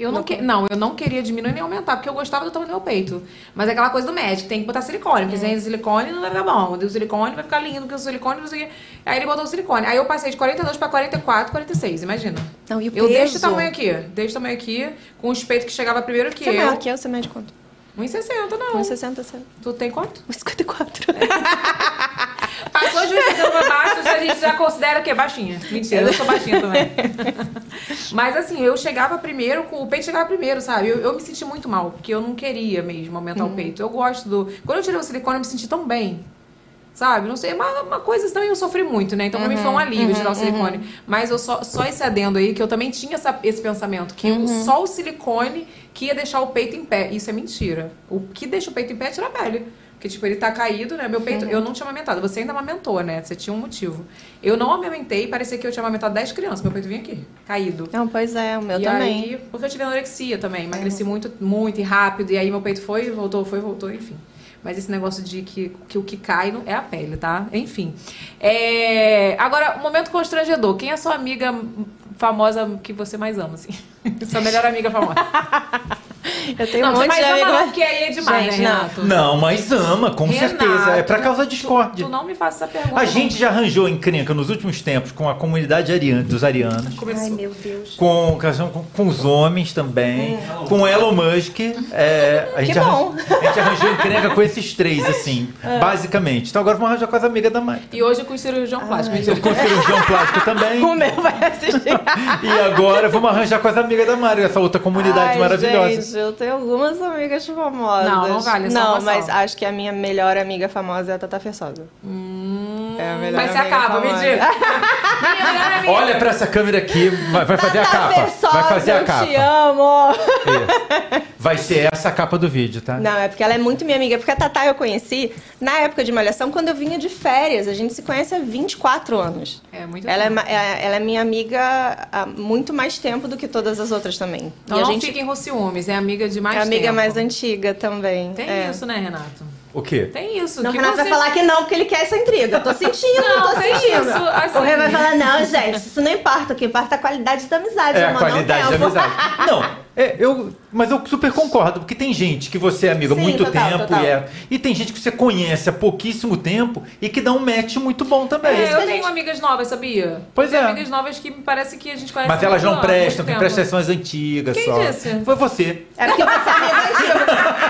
Speaker 9: Eu não, que- não, eu não queria diminuir nem aumentar, porque eu gostava do tamanho do meu peito. Mas é aquela coisa do médico, tem que botar silicone,
Speaker 10: É.
Speaker 9: porque sem silicone não vai ficar bom. O silicone vai ficar lindo, porque o silicone não sei o quê. Aí ele botou o silicone. Aí eu passei de 42 pra 44, 46, imagina.
Speaker 10: Não, e o peso?
Speaker 9: eu deixo o tamanho aqui, deixo o tamanho aqui, com os peitos que chegava primeiro que
Speaker 10: Você é Um
Speaker 9: eu.
Speaker 10: maior que eu, Ah. você mede quanto?
Speaker 9: 1,60 não.
Speaker 10: 1,60, você...
Speaker 9: Tu tem quanto?
Speaker 10: 1,54.
Speaker 9: Passou de 1,60 pra baixo, a gente já considera o quê? Baixinha. Mentira, eu sou baixinha também. Mas assim, eu chegava primeiro, com o peito chegava primeiro, sabe? Eu, eu me senti muito mal, porque eu não queria mesmo aumentar o peito. Eu gosto do. Quando eu tirei o silicone, eu me senti tão bem. Sabe? Não sei, mas uma coisa também eu sofri muito, né? Então pra mim foi um alívio tirar o silicone. Mas eu só, só esse adendo aí, que eu também tinha essa- esse pensamento, que o-
Speaker 14: Uhum.
Speaker 9: só o silicone que ia deixar o peito em pé. Isso é mentira. O que deixa o peito em pé é tirar a pele. Porque, tipo, ele tá caído, né? Meu peito, eu não tinha amamentado. Você ainda amamentou, né? Você tinha um motivo. Eu não amamentei, parecia que eu tinha amamentado 10 crianças. Meu peito vinha aqui, caído.
Speaker 10: <laughs> Não, pois é, o meu
Speaker 9: e
Speaker 10: também. É.
Speaker 9: Aí, porque eu tive anorexia também, emagreci muito, muito e rápido, e aí meu peito foi, voltou, foi, voltou, enfim. Mas esse negócio de que, que o que cai não é a pele, tá? Enfim. É, Agora, momento constrangedor. Quem é a sua amiga famosa que você mais ama, assim? <laughs> sua melhor amiga famosa.
Speaker 10: Eu tenho
Speaker 9: não,
Speaker 10: um
Speaker 9: você
Speaker 10: monte
Speaker 9: mais
Speaker 10: de
Speaker 9: ama
Speaker 10: amigo.
Speaker 9: não, porque aí é demais,
Speaker 10: Gente,
Speaker 9: né,
Speaker 10: não.
Speaker 9: Renato?
Speaker 1: Não, mas ama, com
Speaker 9: Renato,
Speaker 1: certeza. É pra causar discórdia.
Speaker 9: Tu não me faça essa pergunta.
Speaker 1: A gente já arranjou encrenca nos últimos tempos com a comunidade ariana, dos arianos,
Speaker 10: Ai, meu Deus.
Speaker 1: com, com, com os homens também, com Elon Musk. é, a,
Speaker 10: Que
Speaker 1: gente
Speaker 10: bom.
Speaker 1: arranjou, a gente arranjou encrenca com esses três, assim,
Speaker 9: É.
Speaker 1: basicamente. Então agora vamos arranjar com as amigas da Mari.
Speaker 9: E hoje com o cirurgião plástico. mentira.
Speaker 1: Com o cirurgião plástico também.
Speaker 10: <laughs> O meu vai assistir.
Speaker 1: E agora vamos arranjar com as amigas da Mari, essa outra comunidade
Speaker 10: Ai,
Speaker 1: maravilhosa.
Speaker 10: Gente, eu tenho algumas amigas famosas.
Speaker 9: Não, não vale, é só
Speaker 10: Não,
Speaker 9: uma só.
Speaker 10: mas acho que a minha melhor amiga famosa é a Tata Fersosa. É melhor
Speaker 9: Mas se
Speaker 10: alguém
Speaker 9: acaba, me
Speaker 10: falando. <laughs>
Speaker 9: diga. Menina, menina.
Speaker 1: Olha pra essa câmera aqui, vai vai
Speaker 10: Tá,
Speaker 1: fazer a capa.
Speaker 10: Pessoal,
Speaker 1: Vai fazer a
Speaker 10: eu te
Speaker 1: capa.
Speaker 10: amo.
Speaker 1: Vai ser essa a capa do vídeo, tá?
Speaker 10: Não, é porque ela é muito minha amiga. Porque a Tatá eu conheci na época de Malhação, quando eu vinha de férias. A gente se conhece há 24 anos.
Speaker 9: É, muito
Speaker 10: Ela é, ma- é- ela é minha amiga há muito mais tempo do que todas as outras também.
Speaker 9: Então
Speaker 10: e a
Speaker 9: não
Speaker 10: gente
Speaker 9: fiquem com ciúmes, é amiga de mais
Speaker 10: é amiga
Speaker 9: tempo.
Speaker 10: mais antiga também.
Speaker 9: Tem
Speaker 10: é.
Speaker 9: isso, né, Renato?
Speaker 1: O quê?
Speaker 9: Tem isso.
Speaker 10: Não, o
Speaker 9: que
Speaker 10: Renato
Speaker 9: você-
Speaker 10: vai falar que não, porque ele quer essa intriga. Eu tô sentindo,
Speaker 9: Não,
Speaker 10: eu tô
Speaker 9: tem
Speaker 10: sentindo.
Speaker 9: isso, assim.
Speaker 10: O Rei vai falar, não, gente, isso não importa. O que importa é a qualidade da amizade,
Speaker 1: É a
Speaker 10: irmão,
Speaker 1: qualidade
Speaker 10: não
Speaker 1: da
Speaker 10: o tempo. <laughs>
Speaker 1: amizade. Não, é, eu, mas eu super concordo, porque tem gente que você é amigo há
Speaker 10: Sim,
Speaker 1: muito
Speaker 10: total,
Speaker 1: tempo
Speaker 10: total.
Speaker 1: E, é- e tem gente que você conhece há pouquíssimo tempo e que dá um match muito bom também.
Speaker 9: É, eu tenho amigas novas, sabia?
Speaker 1: Pois
Speaker 9: Tenho
Speaker 1: é.
Speaker 9: amigas novas que me parece que a gente conhece.
Speaker 1: Mas elas não
Speaker 9: muito há muito
Speaker 1: prestam, que
Speaker 9: tempo.
Speaker 1: prestam <laughs> são as antigas
Speaker 9: Quem
Speaker 1: só.
Speaker 9: disse?
Speaker 1: Foi você.
Speaker 10: É porque você é amigo antigo.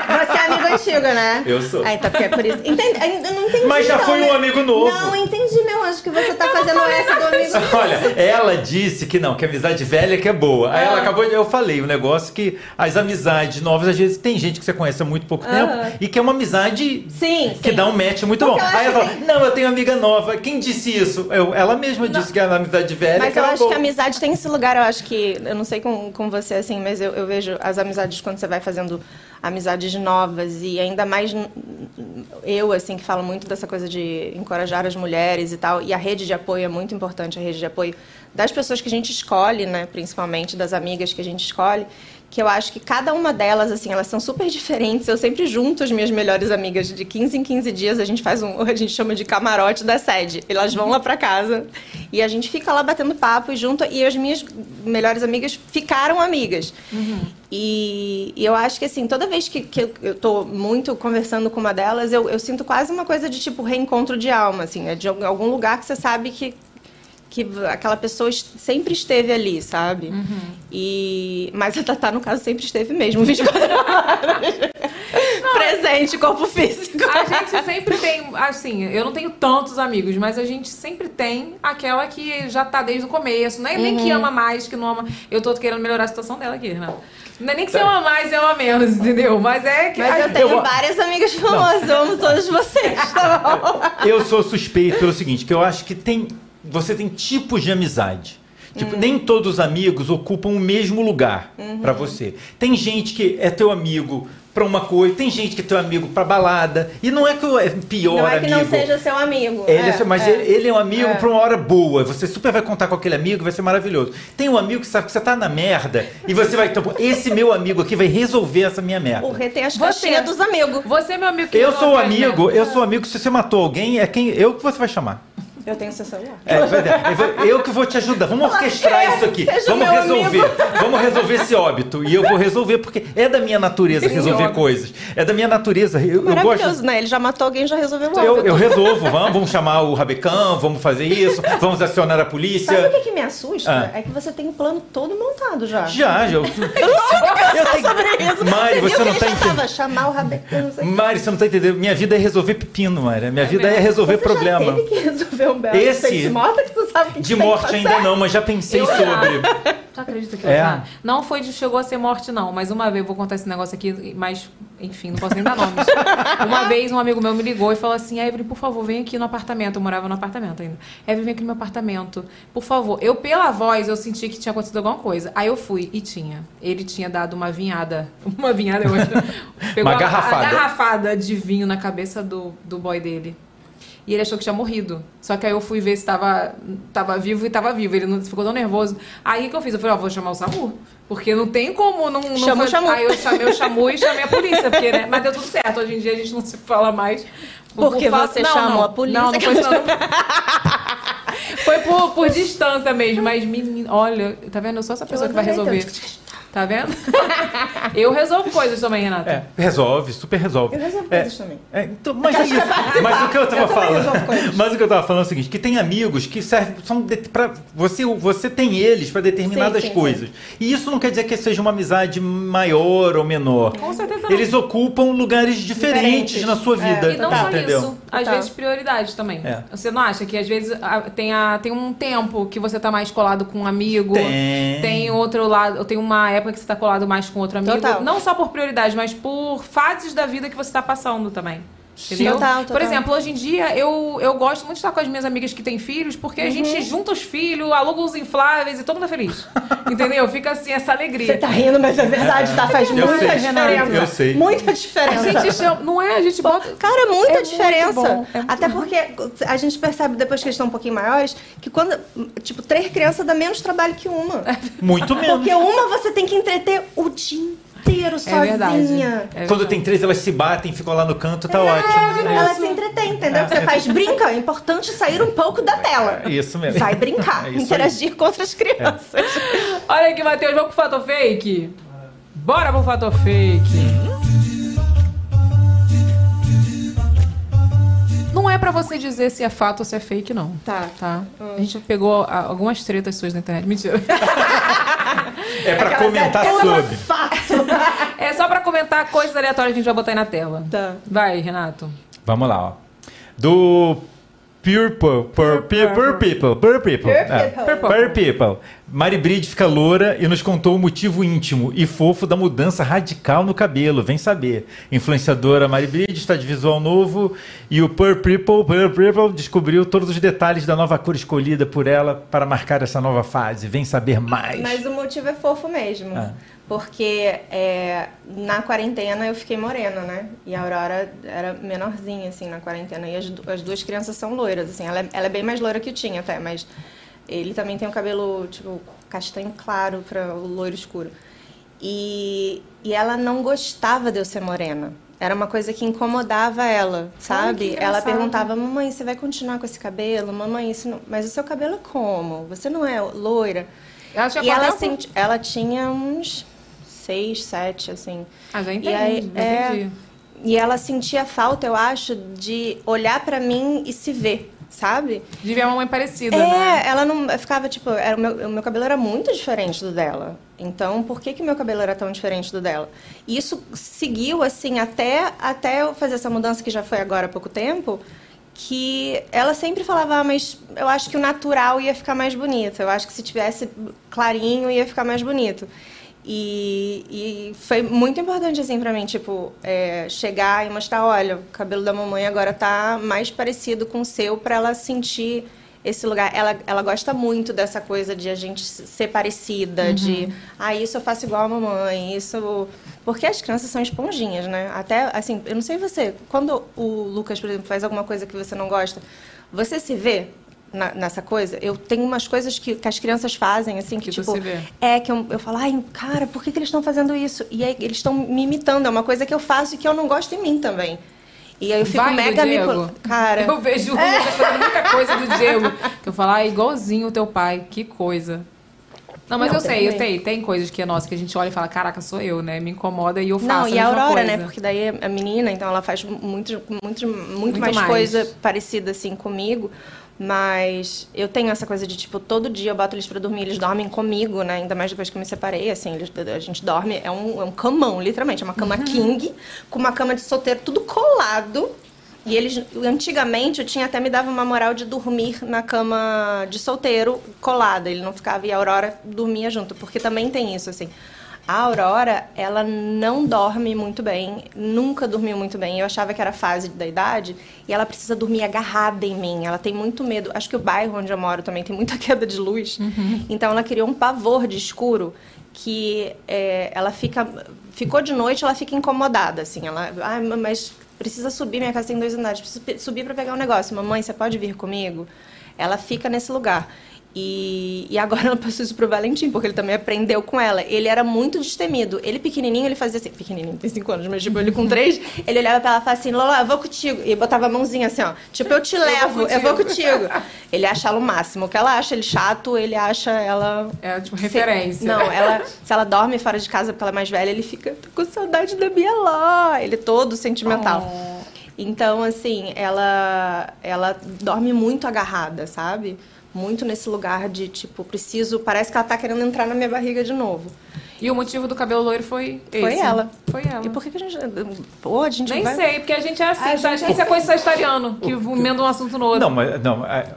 Speaker 10: Você é amigo antigo, né?
Speaker 1: Eu sou.
Speaker 10: Ah, então porque é por isso. Entendi, ainda não entendi.
Speaker 1: Mas já
Speaker 10: não,
Speaker 1: foi um
Speaker 10: né?
Speaker 1: amigo novo.
Speaker 10: Não, entendi, meu anjo, que você tá fazendo essa do amigo.
Speaker 1: <laughs> Olha, ela disse que não, que amizade velha que é boa. Aí
Speaker 10: Ah.
Speaker 1: ela acabou de. Eu falei um negócio que as amizades novas, às vezes, tem gente que você conhece há muito pouco
Speaker 10: Aham.
Speaker 1: tempo e que é uma amizade
Speaker 10: Ah. Sim,
Speaker 1: que dá um match muito
Speaker 10: Porque
Speaker 1: bom.
Speaker 10: eu acho
Speaker 1: Aí ela
Speaker 10: que
Speaker 1: fala: Não, eu tenho amiga nova. Quem disse isso? Eu- ela mesma disse que a amizade velha
Speaker 10: Mas
Speaker 1: que
Speaker 10: eu
Speaker 1: era
Speaker 10: acho
Speaker 1: boa.
Speaker 10: que a amizade tem esse lugar, eu acho que. Eu não sei com, com você assim, mas eu, eu vejo as amizades quando você vai fazendo amizades novas e ainda mais n- n- eu, assim, que falo muito dessa coisa de encorajar as mulheres e tal. E a rede de apoio é muito importante, a rede de apoio das pessoas que a gente escolhe, né? Principalmente das amigas que a gente escolhe. Que eu acho que cada uma delas, assim, elas são super diferentes. Eu sempre junto as minhas melhores amigas de 15 em 15 dias. A gente faz um, a gente chama de camarote da sede. Elas vão lá pra casa e a gente fica lá batendo papo e junto. E as minhas melhores amigas ficaram amigas. E, e eu acho que, assim, toda vez que, que eu- eu tô muito conversando com uma delas, eu, eu sinto quase uma coisa de tipo reencontro de alma, assim, é de al- algum lugar que você sabe que, que v- aquela pessoa est- sempre esteve ali, sabe? E, mas a Tatá, no caso, sempre esteve mesmo, <laughs> 24 horas. Presente, corpo físico.
Speaker 9: A gente sempre tem, assim, eu não tenho tantos amigos, mas a gente sempre tem aquela que já tá desde o começo, né? Nem
Speaker 15: Uhum.
Speaker 9: que ama mais, que não ama. Eu tô querendo melhorar a situação dela aqui, Renato. Não é nem que
Speaker 1: Tá.
Speaker 9: você ama mais, ama menos, <laughs> entendeu? Mas é
Speaker 10: <laughs>
Speaker 9: que.
Speaker 10: Mas eu tenho várias amigas famosas, eu amo todos vocês, tá bom?
Speaker 1: Eu sou suspeito pelo seguinte, que eu acho que tem. Você tem tipos de amizade. Tipo, nem todos os amigos ocupam o mesmo lugar
Speaker 14: Uhum.
Speaker 1: pra você. Tem gente que é teu amigo pra uma coisa, tem gente que é teu amigo pra balada. E não é que eu- é pior
Speaker 10: <laughs> não é que
Speaker 1: amigo.
Speaker 10: não seja seu amigo.
Speaker 1: Ele é seu- mas ele, ele é um amigo
Speaker 10: É.
Speaker 1: pra uma hora boa. Você super vai contar com aquele amigo, vai ser maravilhoso. Tem um amigo que sabe que você tá na merda e você vai. Então, pô, esse meu amigo aqui vai resolver essa minha merda.
Speaker 10: O Rê tem as
Speaker 9: Você.
Speaker 10: caixinhas dos amigos.
Speaker 9: Você, é meu amigo,
Speaker 1: Eu sou o
Speaker 9: né?
Speaker 1: amigo, eu sou o amigo. Se você matou alguém, é quem eu que você vai chamar.
Speaker 10: Eu tenho seu celular.
Speaker 1: É, vai dar. eu, vou- eu que vou te ajudar. Vamos orquestrar isso aqui.
Speaker 10: Seja
Speaker 1: Vamos
Speaker 10: meu
Speaker 1: resolver.
Speaker 10: amigo. <laughs>
Speaker 1: Vamos resolver esse óbito. E eu vou resolver, porque é da minha natureza
Speaker 10: Esse
Speaker 1: resolver
Speaker 10: óbito.
Speaker 1: coisas. É da minha natureza. Eu, eu
Speaker 10: Maravilhoso,
Speaker 1: gosto.
Speaker 10: né? Ele já matou alguém, já resolveu o
Speaker 1: Eu,
Speaker 10: óbito.
Speaker 1: eu resolvo, vamos, vamos chamar o Rabecão, vamos fazer isso, vamos acionar a
Speaker 10: Sabe o
Speaker 1: polícia.
Speaker 10: que, que me assusta?
Speaker 1: Ah.
Speaker 10: É que você tem o plano todo montado já.
Speaker 1: Já, já.
Speaker 10: Eu não sei o que pensar
Speaker 1: tenho-
Speaker 10: sobre isso.
Speaker 1: Mari,
Speaker 10: viu
Speaker 1: você
Speaker 10: que
Speaker 1: não
Speaker 10: ele
Speaker 1: tá
Speaker 10: já assim.
Speaker 1: entendendo.
Speaker 10: tava, chamar o rabecão, não sei o quê.
Speaker 1: Mari, você não tá entendendo. Minha vida é resolver pepino, Mari. Minha vida é
Speaker 10: mesmo.
Speaker 1: resolver
Speaker 10: Você já
Speaker 1: problema.
Speaker 10: teve que resolver um belo
Speaker 1: Esse-
Speaker 10: Você de morte que você sabe que
Speaker 1: De
Speaker 10: tem que
Speaker 1: morte
Speaker 10: fazer?
Speaker 1: ainda não, mas já pensei
Speaker 9: Eu já.
Speaker 1: sobre.
Speaker 9: Tu acredita que
Speaker 1: É.
Speaker 9: eu já? Não foi de chegou a ser morte, não. Mas uma vez, eu vou contar esse negócio aqui, mas, enfim, não posso nem
Speaker 1: <laughs>
Speaker 9: dar nomes. uma vez, um amigo meu me ligou e falou assim, Evelyn, por favor, vem aqui no apartamento. Eu morava no apartamento ainda. Evelyn, vem aqui no meu apartamento. Por favor. Eu, pela voz, eu senti que tinha acontecido alguma coisa. Aí eu fui e tinha. Ele tinha dado uma vinhada. <laughs> Uma vinhada, eu acho.
Speaker 1: Uma
Speaker 9: a-
Speaker 1: garrafada.
Speaker 9: A, garrafada de vinho na cabeça do, do boy dele. E ele achou que tinha morrido. Só que aí eu fui ver se tava, tava vivo e tava vivo. Ele não, ficou tão nervoso. Aí o que que eu fiz? Eu falei, ó, vou chamar o SAMU. Porque não tem como não... não
Speaker 10: Chama o
Speaker 9: fazer-
Speaker 10: SAMU.
Speaker 9: Aí eu chamei o SAMU e chamei a polícia. Porque, né? Mas deu tudo certo. Hoje em dia a gente não se fala mais. Por-
Speaker 10: Porque
Speaker 9: por falta-
Speaker 10: você
Speaker 9: não,
Speaker 10: chamou
Speaker 9: não.
Speaker 10: a polícia.
Speaker 9: Não, não foi só... Foi por, por distância mesmo. Mas, menino, olha... Tá vendo? Eu sou essa pessoa que vai
Speaker 10: adorei,
Speaker 9: resolver. Tá vendo? Eu resolvo coisas também, Renata.
Speaker 1: É, resolve, super resolve.
Speaker 9: Eu resolvo
Speaker 1: É,
Speaker 9: coisas também.
Speaker 1: é, então, mas é isso.
Speaker 9: <laughs>
Speaker 1: Mas o que eu tava falando? Mas o que eu tava falando é o seguinte: que tem amigos que servem. São de, pra, você, você tem eles para determinadas
Speaker 9: Sim, sim,
Speaker 1: coisas. E isso não quer dizer que seja uma amizade maior ou menor.
Speaker 9: Com certeza não.
Speaker 1: Eles ocupam lugares diferentes,
Speaker 9: Diferentes. É,
Speaker 1: na sua vida.
Speaker 9: E não
Speaker 1: tá,
Speaker 9: só
Speaker 1: entendeu?
Speaker 9: isso. Às
Speaker 1: Tá.
Speaker 9: vezes prioridade também.
Speaker 1: É.
Speaker 9: Você não acha que às vezes ah, tem, a, tem um tempo que você tá mais colado com um amigo?
Speaker 1: Tem.
Speaker 9: Tem outro lado, tem uma época que você tá colado mais com outro amigo.
Speaker 10: Total.
Speaker 9: Não só por prioridade, mas por fases da vida que você tá passando também. Entendeu?
Speaker 10: Total, total.
Speaker 9: Por exemplo, hoje em dia eu, eu gosto muito de estar com as minhas amigas que têm filhos, porque a
Speaker 10: Uhum.
Speaker 9: gente junta os filhos, aluga os infláveis e todo mundo é
Speaker 1: <laughs>
Speaker 9: feliz. Entendeu? Fica assim essa alegria.
Speaker 10: Você tá rindo, mas é verdade, tá? Faz
Speaker 9: Eu
Speaker 10: muita
Speaker 9: sei,
Speaker 10: diferença.
Speaker 9: eu sei.
Speaker 10: Muita diferença.
Speaker 9: A gente chama- não é? A gente bota.
Speaker 10: Cara, muita
Speaker 9: É muito
Speaker 10: diferença.
Speaker 9: bom, é
Speaker 10: Até porque a gente percebe, depois que eles estão um pouquinho maiores, que quando. Tipo, três crianças dá menos trabalho que uma.
Speaker 1: Muito menos.
Speaker 9: <laughs>
Speaker 10: Porque uma você tem que entreter o dia inteiro
Speaker 9: é
Speaker 10: sozinha.
Speaker 1: Quando tem três, elas se batem, ficam lá no canto, tá ótimo.
Speaker 10: Ela se entretém, entendeu? Você faz brinca, é importante sair um pouco da tela.
Speaker 1: É isso mesmo.
Speaker 10: Vai brincar,
Speaker 1: É isso aí.
Speaker 10: interagir com outras crianças.
Speaker 9: <laughs> Olha aqui, Matheus, vamos pro fato fake? Bora pro fato fake. Não é pra você dizer se é fato ou se é fake, não. Tá. tá. A gente pegou ah, algumas tretas suas na internet. Mentira. <laughs>
Speaker 1: É pra comentar
Speaker 9: é aquela-
Speaker 1: sobre.
Speaker 9: é só pra comentar coisas aleatórias que a gente vai botar aí na tela. Tá. Vai, Renato.
Speaker 1: Vamos lá, ó. Do Pure People. Pure, Pe- Pure People. Pure People.
Speaker 9: Pure
Speaker 1: É.
Speaker 9: People.
Speaker 1: Pure People. Mari Bride fica loura e nos contou o motivo íntimo e fofo da mudança radical no cabelo. Vem saber. Influenciadora Mari Bride está de visual novo e o Pure People, Pure People descobriu todos os detalhes da nova cor escolhida por ela para marcar essa nova fase. Vem saber mais.
Speaker 10: <laughs> Mas o motivo é fofo mesmo.
Speaker 1: Ah.
Speaker 10: Porque é, na quarentena eu fiquei morena, né? E a Aurora era menorzinha, assim, na quarentena. E as, du- as duas crianças são loiras, assim. Ela é, ela é bem mais loira que o Tim, até. Mas ele também tem o cabelo, tipo, castanho claro para o loiro escuro. E, e ela não gostava de eu ser morena. Era uma coisa que incomodava ela, sabe? ela
Speaker 14: engraçado.
Speaker 10: perguntava, "Ah, mamãe, você vai continuar com esse cabelo? Mamãe, isso não... mas o seu cabelo é como? Você não é loira?
Speaker 9: Ela tinha
Speaker 10: e ela,
Speaker 9: quanto tempo?
Speaker 10: senti- ela tinha uns seis, sete, assim.
Speaker 9: Ah, já
Speaker 10: E
Speaker 9: entendi.
Speaker 10: aí,
Speaker 9: já
Speaker 10: é,
Speaker 9: entendi.
Speaker 10: E ela sentia falta, eu acho, de olhar pra mim e se ver, sabe?
Speaker 9: De ver uma mãe parecida,
Speaker 10: é,
Speaker 9: né?
Speaker 10: ela não eu ficava tipo, era, o, meu, o meu cabelo era muito diferente do dela. Então, por que que meu cabelo era tão diferente do dela? E isso seguiu assim até até eu fazer essa mudança que já foi agora há pouco tempo. Que ela sempre falava, ah, mas eu acho que o natural ia ficar mais bonito. Eu acho que se tivesse clarinho ia ficar mais bonito. E, e foi muito importante, assim, pra mim, tipo, é, chegar e mostrar, olha, o cabelo da mamãe agora tá mais parecido com o seu pra ela sentir esse lugar. Ela, ela gosta muito dessa coisa de a gente se- ser parecida,
Speaker 14: Uhum.
Speaker 10: de, ah, isso eu faço igual a mamãe, isso... Porque as crianças são esponjinhas, né? Até, assim, eu não sei você, quando o Lucas, por exemplo, faz alguma coisa que você não gosta, você se vê na- nessa coisa? Eu tenho umas coisas que, que as crianças fazem, assim, que,
Speaker 9: Que tu
Speaker 10: tipo...
Speaker 9: se vê.
Speaker 10: É, que eu, eu falo, ai, cara, por que, que eles estão fazendo isso? E aí eles estão me imitando, é uma coisa que eu faço e que eu não gosto em mim também. E aí eu fico
Speaker 9: Vai do
Speaker 10: mega me.
Speaker 9: Diego.
Speaker 10: col- Cara.
Speaker 9: Eu vejo o Lucas fazendo muita coisa do Diego. Que eu falo, ah, igualzinho o teu pai, que coisa. Não, mas
Speaker 10: Não,
Speaker 9: eu sei, eu
Speaker 10: também.
Speaker 9: tenho, tem coisas que é nossa, que a gente olha e fala, caraca, sou eu, né? Me incomoda e eu faço
Speaker 10: Não, e a
Speaker 9: mesma
Speaker 10: Aurora,
Speaker 9: coisa.
Speaker 10: né? Porque daí é menina, então ela faz muito, muito, muito,
Speaker 9: Muito
Speaker 10: mais,
Speaker 9: mais.
Speaker 10: coisa parecida assim comigo. Mas eu tenho essa coisa de, tipo, todo dia eu boto eles pra dormir, eles dormem comigo, né? Ainda mais depois que eu me separei, assim, eles- a gente dorme, é um, é um camão, literalmente. É uma cama king, com uma cama de solteiro, tudo colado. E eles, antigamente, eu tinha até me dava uma moral de dormir na cama de solteiro colada. Ele não ficava e a Aurora dormia junto, porque também tem isso, assim. A Aurora, ela não dorme muito bem, nunca dormiu muito bem. Eu achava que era fase da idade e ela precisa dormir agarrada em mim. Ela tem muito medo. Acho que o bairro onde eu moro também tem muita <laughs> queda de luz. Então ela criou um pavor de escuro que é, ela fica. Ficou de noite, ela fica incomodada, assim. Ela. Ah, ma- mas precisa subir, minha casa tem dois andares, preciso pe- subir para pegar um negócio. Mamãe, você pode vir comigo? Ela fica nesse lugar. E, e agora <laughs> ela passou isso pro Valentim, porque ele também aprendeu com ela. Ele era muito destemido. Ele pequenininho, ele fazia assim... Pequenininho, tem cinco anos, mas tipo, ele com três... Ele olhava pra ela e falava assim, Lola, eu vou contigo. E botava a mãozinha assim, ó. Tipo, eu te
Speaker 14: Eu vou
Speaker 10: levo, eu vou
Speaker 14: contigo.
Speaker 10: contigo. Ele acha ela o máximo. O que ela acha ele chato, ele acha ela...
Speaker 9: É, tipo, referência.
Speaker 10: Não, ela... Se ela dorme fora de casa porque ela é mais velha, ele fica... Tô com saudade da Bia Ló. Ele é todo sentimental.
Speaker 9: Oh.
Speaker 10: Então, assim, ela ela dorme muito agarrada, sabe? Muito nesse lugar de tipo, preciso, parece que ela tá querendo entrar na minha barriga de novo.
Speaker 9: E o motivo do cabelo loiro foi esse.
Speaker 16: Foi ela.
Speaker 9: Foi ela.
Speaker 16: E por que, que a gente. Pô, a gente
Speaker 9: Nem
Speaker 16: vai-
Speaker 9: sei, porque a gente é assim,
Speaker 16: A
Speaker 9: a gente,
Speaker 16: gente-
Speaker 9: é coisa sagitariano, que emenda um assunto no outro. <laughs>
Speaker 1: Não, mas não, é,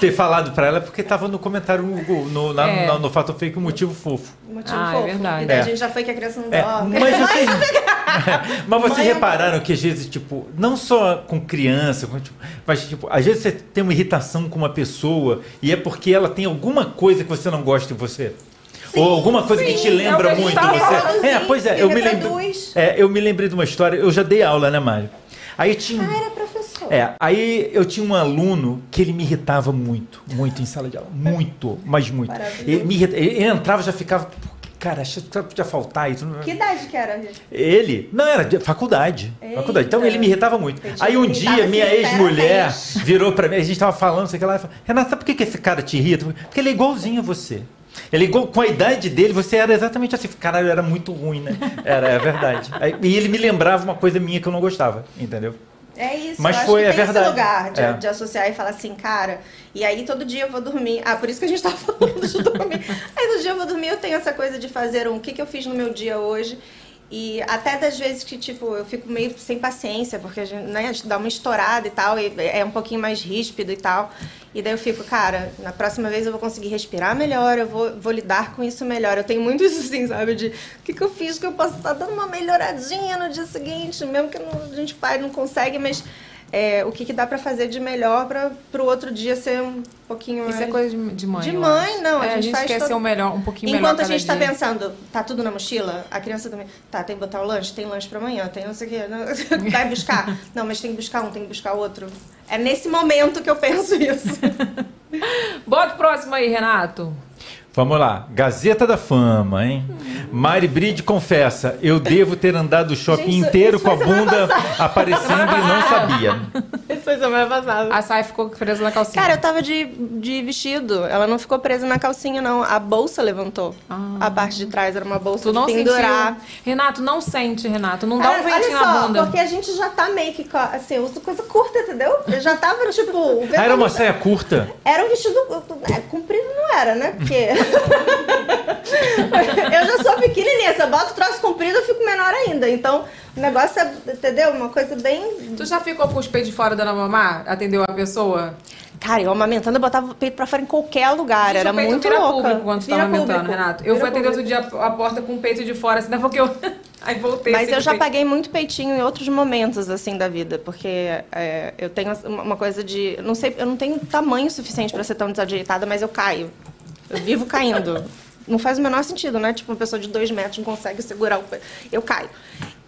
Speaker 1: ter falado pra ela é porque tava no comentário no, Google, no, na-
Speaker 9: É.
Speaker 1: na- no Fato Fake o motivo fofo.
Speaker 10: Motivo
Speaker 9: Ah, é
Speaker 10: fofo.
Speaker 1: verdade.
Speaker 10: E daí
Speaker 1: É.
Speaker 10: a gente já foi que a criança não
Speaker 1: É,
Speaker 10: dorme. <laughs>
Speaker 1: mas vocês- <laughs> Mas
Speaker 10: é
Speaker 1: vocês repararam que às vezes, tipo, não só com criança, com, tipo, mas tipo, às vezes você tem uma irritação com uma pessoa e é porque ela tem alguma coisa que você não gosta em você. Ou alguma coisa que
Speaker 10: sim,
Speaker 1: te
Speaker 10: é o que a
Speaker 1: lembra
Speaker 10: gente
Speaker 1: muito
Speaker 10: tava
Speaker 1: você.
Speaker 10: falando,
Speaker 1: é,
Speaker 10: sim,
Speaker 1: pois é,
Speaker 10: que
Speaker 1: eu me, lembrei,
Speaker 10: reproduz.
Speaker 1: é, eu me lembrei de uma história, eu já dei aula, né, Mário? Aí tinha. Ah, era
Speaker 10: professor.
Speaker 1: É, aí eu tinha um aluno que ele me irritava muito, muito em sala de aula. Muito, mas muito.
Speaker 10: Maravilhoso.
Speaker 1: Ele, me irrita- ele entrava e já ficava. Cara, achei que podia faltar isso.
Speaker 10: Que idade que era? gente?
Speaker 1: Ele? Não, era de faculdade.
Speaker 10: Eita.
Speaker 1: Faculdade. Então ele me irritava muito.
Speaker 10: Entendi. assim,
Speaker 1: Aí um
Speaker 10: Irritava
Speaker 1: dia minha
Speaker 10: sinceramente.
Speaker 1: ex-mulher
Speaker 10: <laughs>
Speaker 1: virou pra mim, a gente tava falando, sei lá, e falou, Renata, sabe por que que esse cara te irrita? Porque ele é igualzinho a você. Ele é igual, com a idade dele, você era exatamente assim. Caralho, era muito ruim, né? Era, é verdade. Aí- e ele me lembrava uma coisa minha que eu não gostava, entendeu?
Speaker 10: É isso,
Speaker 1: Mas
Speaker 10: eu acho
Speaker 1: foi,
Speaker 10: que
Speaker 1: é
Speaker 10: tem
Speaker 1: verdade.
Speaker 10: esse lugar de,
Speaker 1: É.
Speaker 10: de associar e falar assim, cara, e aí todo dia eu vou dormir. Ah, por isso que a gente tá <laughs> falando de dormir. aí todo dia eu vou dormir, eu tenho essa coisa de fazer um o que, que eu fiz no meu dia hoje. E até das vezes que, tipo, eu fico meio sem paciência, porque a gente, né, a gente dá uma estourada e tal, e é um pouquinho mais ríspido e tal. E daí eu fico, cara, na próxima vez eu vou conseguir respirar melhor, eu vou, vou lidar com isso melhor. Eu tenho muito isso, assim, sabe? De o que, que eu fiz que eu posso estar dando uma melhoradinha no dia seguinte, mesmo que não- a gente faz, não consegue, mas é, o que, que dá pra fazer de melhor pra pro outro dia ser um pouquinho
Speaker 9: Isso é
Speaker 10: mais-
Speaker 9: coisa de, de mãe.
Speaker 10: De
Speaker 9: eu
Speaker 10: mãe,
Speaker 9: acho.
Speaker 10: não.
Speaker 9: É,
Speaker 10: a gente, faz
Speaker 9: quer
Speaker 10: todo-
Speaker 9: ser o melhor, um pouquinho melhor.
Speaker 10: Enquanto a
Speaker 9: cada
Speaker 10: gente tá
Speaker 9: dia.
Speaker 10: pensando, tá tudo na mochila, a criança também. Tá, tem que botar o lanche, tem lanche pra amanhã, tem não sei o quê. não- <laughs> Vai buscar. Não, mas tem que buscar um, tem que buscar outro. É nesse momento que eu penso <laughs> isso.
Speaker 9: Bota o próximo aí, Renato.
Speaker 1: Vamos lá. Gazeta da Fama, hein?
Speaker 10: Hum.
Speaker 1: Mari Bride confessa, eu devo ter andado o shopping
Speaker 10: Gente, isso-
Speaker 1: inteiro
Speaker 10: isso
Speaker 1: com a
Speaker 10: foi semana <laughs>
Speaker 1: bunda
Speaker 10: passada.
Speaker 1: aparecendo e não sabia.
Speaker 10: Isso foi semana passada.
Speaker 9: A Sai ficou presa na calcinha.
Speaker 10: Cara, eu tava de, de vestido. Ela não ficou presa na calcinha, não. A bolsa levantou. A parte de trás era uma bolsa
Speaker 9: Ah. Tu não
Speaker 10: de pendurar.
Speaker 9: sentiu. Renato, não sente, Renato. Não dá
Speaker 10: Ah,
Speaker 9: um ventinho
Speaker 10: olha só,
Speaker 9: na bunda.
Speaker 10: Porque a gente já tá meio que. co- Assim, eu uso coisa curta, entendeu? Eu já <laughs> tava, tipo. o
Speaker 1: Ah, era uma
Speaker 10: vestido-
Speaker 1: saia curta.
Speaker 10: Era um vestido. é, Comprido não era, né? Porque. <laughs> eu já sou pequenininha. Se eu boto o troço comprido, eu fico menor ainda. Então, o negócio é. Entendeu? Uma coisa bem.
Speaker 9: Tu já ficou com os peitos de fora dando a mamar? Atendeu a pessoa?
Speaker 10: Cara, eu amamentando, eu botava o peito pra fora em qualquer lugar.
Speaker 9: Gente,
Speaker 10: era
Speaker 9: o peito
Speaker 10: muito
Speaker 9: vira
Speaker 10: louca.
Speaker 9: público quando tu
Speaker 10: Vira
Speaker 9: tá amamentando,
Speaker 10: público.
Speaker 9: Renato. Eu
Speaker 10: Vira
Speaker 9: fui atender
Speaker 10: público.
Speaker 9: outro dia a porta com o peito de fora, assim, daí porque eu... <laughs> Aí voltei.
Speaker 10: Mas
Speaker 9: assim,
Speaker 10: eu
Speaker 9: com o
Speaker 10: já
Speaker 9: peito-
Speaker 10: paguei muito peitinho em outros momentos, assim, da vida. Porque é, eu tenho uma uma coisa de... eu Não sei, eu não tenho tamanho suficiente pra ser tão desajeitada, mas eu caio. Eu vivo caindo. Não faz o menor sentido, né? Tipo, uma pessoa de dois metros não consegue segurar o... pe- Eu caio.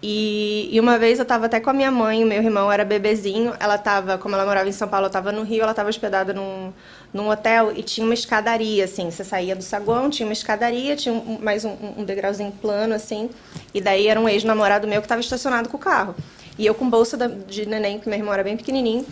Speaker 10: E, e uma vez eu tava até com a minha mãe, meu irmão era bebezinho. Ela tava, como ela morava em São Paulo, eu tava no Rio, ela tava hospedada num, num hotel e tinha uma escadaria, assim. Você saía do saguão, tinha uma escadaria, tinha um- mais um, um degrauzinho plano, assim. E daí era um ex-namorado meu que tava estacionado com o carro. E eu com bolsa da- de neném, que meu irmão era bem pequenininho.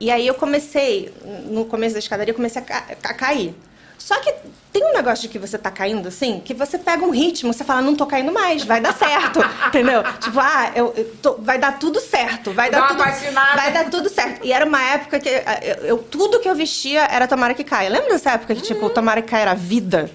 Speaker 10: E aí eu comecei, no começo da escadaria, eu comecei a, ca- a cair. Só que tem um negócio de que você tá caindo, assim, que você pega um ritmo, você fala, não tô caindo mais, vai dar certo, <laughs> entendeu? Tipo, ah, eu, eu tô- vai dar tudo certo, vai
Speaker 9: Dá
Speaker 10: dar
Speaker 9: uma
Speaker 10: tudo,
Speaker 9: patinada.
Speaker 10: vai dar tudo certo. E era uma época que ah, eu, eu- tudo que eu vestia era tomara que caia. Lembra dessa época que, tipo, tomara que caia era vida?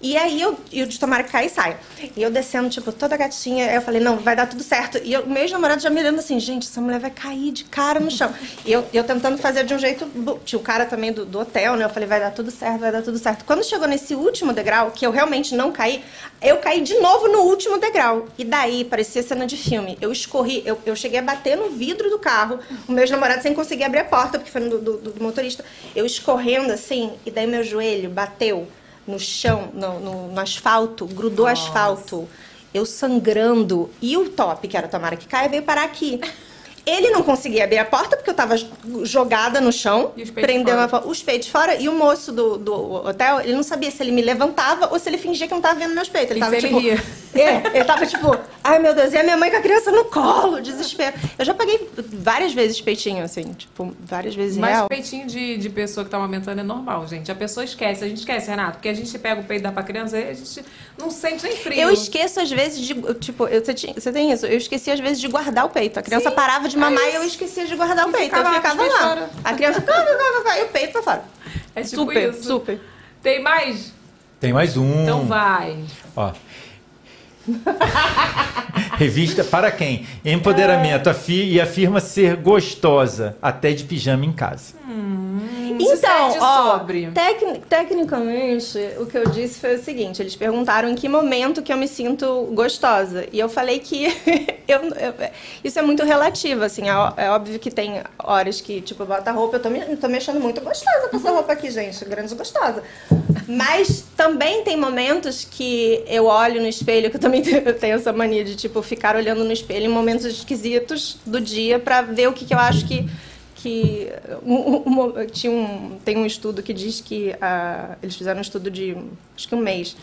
Speaker 10: E aí eu, eu de tomara que caia e saia. E eu descendo, tipo, toda gatinha. Aí eu falei, não, vai dar tudo certo. E eu, meu ex-namorado já me olhando assim, gente, essa mulher vai cair de cara no chão. E eu, eu tentando fazer de um jeito. bu- Tinha o cara também do, do hotel, né? Eu falei, vai dar tudo certo, vai dar tudo certo. Quando chegou nesse último degrau, que eu realmente não caí, eu caí de novo no último degrau. E daí, parecia cena de filme. Eu escorri, eu, eu cheguei a bater no vidro do carro, o meu ex-namorado sem conseguir abrir a porta, porque foi no do- do- do motorista. Eu escorrendo assim, e daí meu joelho bateu no chão, no, no- no asfalto, grudou asfalto, eu sangrando. E o top, que era o Tamara que caia, veio parar aqui. Ele não conseguia abrir a porta porque eu tava j- jogada no chão,
Speaker 9: E os peitos
Speaker 10: prendendo
Speaker 9: fora?
Speaker 10: a po- os peitos fora. E o moço do, do hotel, ele não sabia se ele me levantava ou se ele fingia que não tava vendo meus peitos. Ele
Speaker 9: E
Speaker 10: tava
Speaker 9: se ele
Speaker 10: tipo.
Speaker 9: ria?
Speaker 10: É, ele tava tipo, ai meu Deus, e a minha mãe com a criança no colo, desespero. Eu já paguei várias vezes peitinho, assim, tipo, várias vezes
Speaker 9: Mas
Speaker 10: real.
Speaker 9: peitinho de, de pessoa que tá amamentando é normal, gente. A pessoa esquece. A gente esquece, Renato. Porque a gente pega o peito e dá pra criança, a gente não sente nem frio. É
Speaker 10: Eu esqueço às vezes de. Tipo, eu- você, tinha- você tem isso? Eu esqueci às vezes de guardar o peito. A criança parava de mamar e eu esquecia de guardar o peito.
Speaker 9: é ficava
Speaker 10: eu
Speaker 9: lá,
Speaker 10: ficava
Speaker 9: com os
Speaker 10: lá.
Speaker 9: peitos fora.
Speaker 10: A criança ficava, ficava, ficava, e o peito pra fora.
Speaker 9: É tipo
Speaker 10: super,
Speaker 9: isso.
Speaker 10: super.
Speaker 9: Tem mais?
Speaker 1: Tem mais um.
Speaker 9: Então vai.
Speaker 1: Ó. Revista para quem? Empoderamento afi- e afirma ser gostosa, até de pijama em casa.
Speaker 10: Então,
Speaker 9: sucede
Speaker 10: ó,
Speaker 9: sobre.
Speaker 10: tecni- tecnicamente, o que eu disse foi o seguinte: eles perguntaram em que momento que eu me sinto gostosa. E eu falei que <laughs> eu- eu- isso é muito relativo, assim. É, ó- é óbvio que tem horas que, tipo, bota roupa, eu tô me, tô me achando muito gostosa com essa roupa aqui, gente. Grande gostosa. Mas também tem momentos que eu olho no espelho, que eu também <laughs> tenho, eu tenho essa mania de, tipo, ficar olhando no espelho em momentos esquisitos do dia pra ver o que, que eu acho que que um- um- um- tinha um, tem um estudo que diz que ah, eles fizeram um estudo de acho que um mês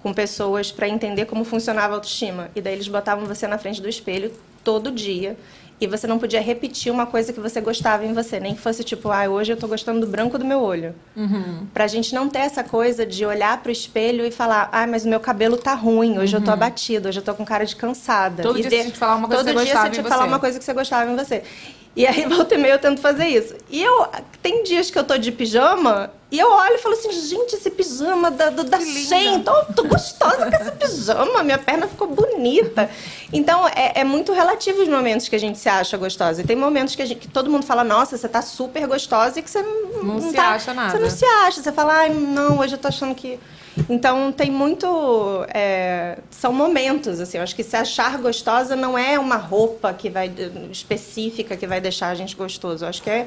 Speaker 10: com pessoas para entender como funcionava a autoestima e daí eles botavam você na frente do espelho todo dia e você não podia repetir uma coisa que você gostava em você nem que fosse tipo ah hoje eu tô gostando do branco do meu olho
Speaker 5: Uhum.
Speaker 10: Pra gente não ter essa coisa de olhar pro espelho e falar, ai, mas o meu cabelo tá ruim, hoje eu tô abatida, hoje eu tô com cara de cansada.
Speaker 9: Uhum. Todo
Speaker 10: E
Speaker 9: dia você tinha que falar uma coisa que
Speaker 10: todo
Speaker 9: você
Speaker 10: dia
Speaker 9: gostava
Speaker 10: tinha
Speaker 9: em
Speaker 10: que falar
Speaker 9: você.
Speaker 10: uma coisa que você gostava em você. E aí, <laughs> volta e meia, eu tento fazer isso. E eu, tem dias que eu tô de pijama, e eu olho e falo assim, gente, esse pijama da, do, da Shein, tô, tô gostosa com esse pijama, minha perna ficou bonita. Então, é, é muito relativo os momentos que a gente se acha gostosa. E tem momentos que, a gente, que todo mundo fala, nossa, você tá super gostosa, e que você não,
Speaker 9: Não se
Speaker 10: tá-
Speaker 9: acha nada.
Speaker 10: Você não se acha, você fala, ai, não, hoje eu tô achando que. Então tem muito. é, são momentos, assim. Eu acho que se achar gostosa não é uma roupa que vai específica que vai deixar a gente gostoso. Eu acho que é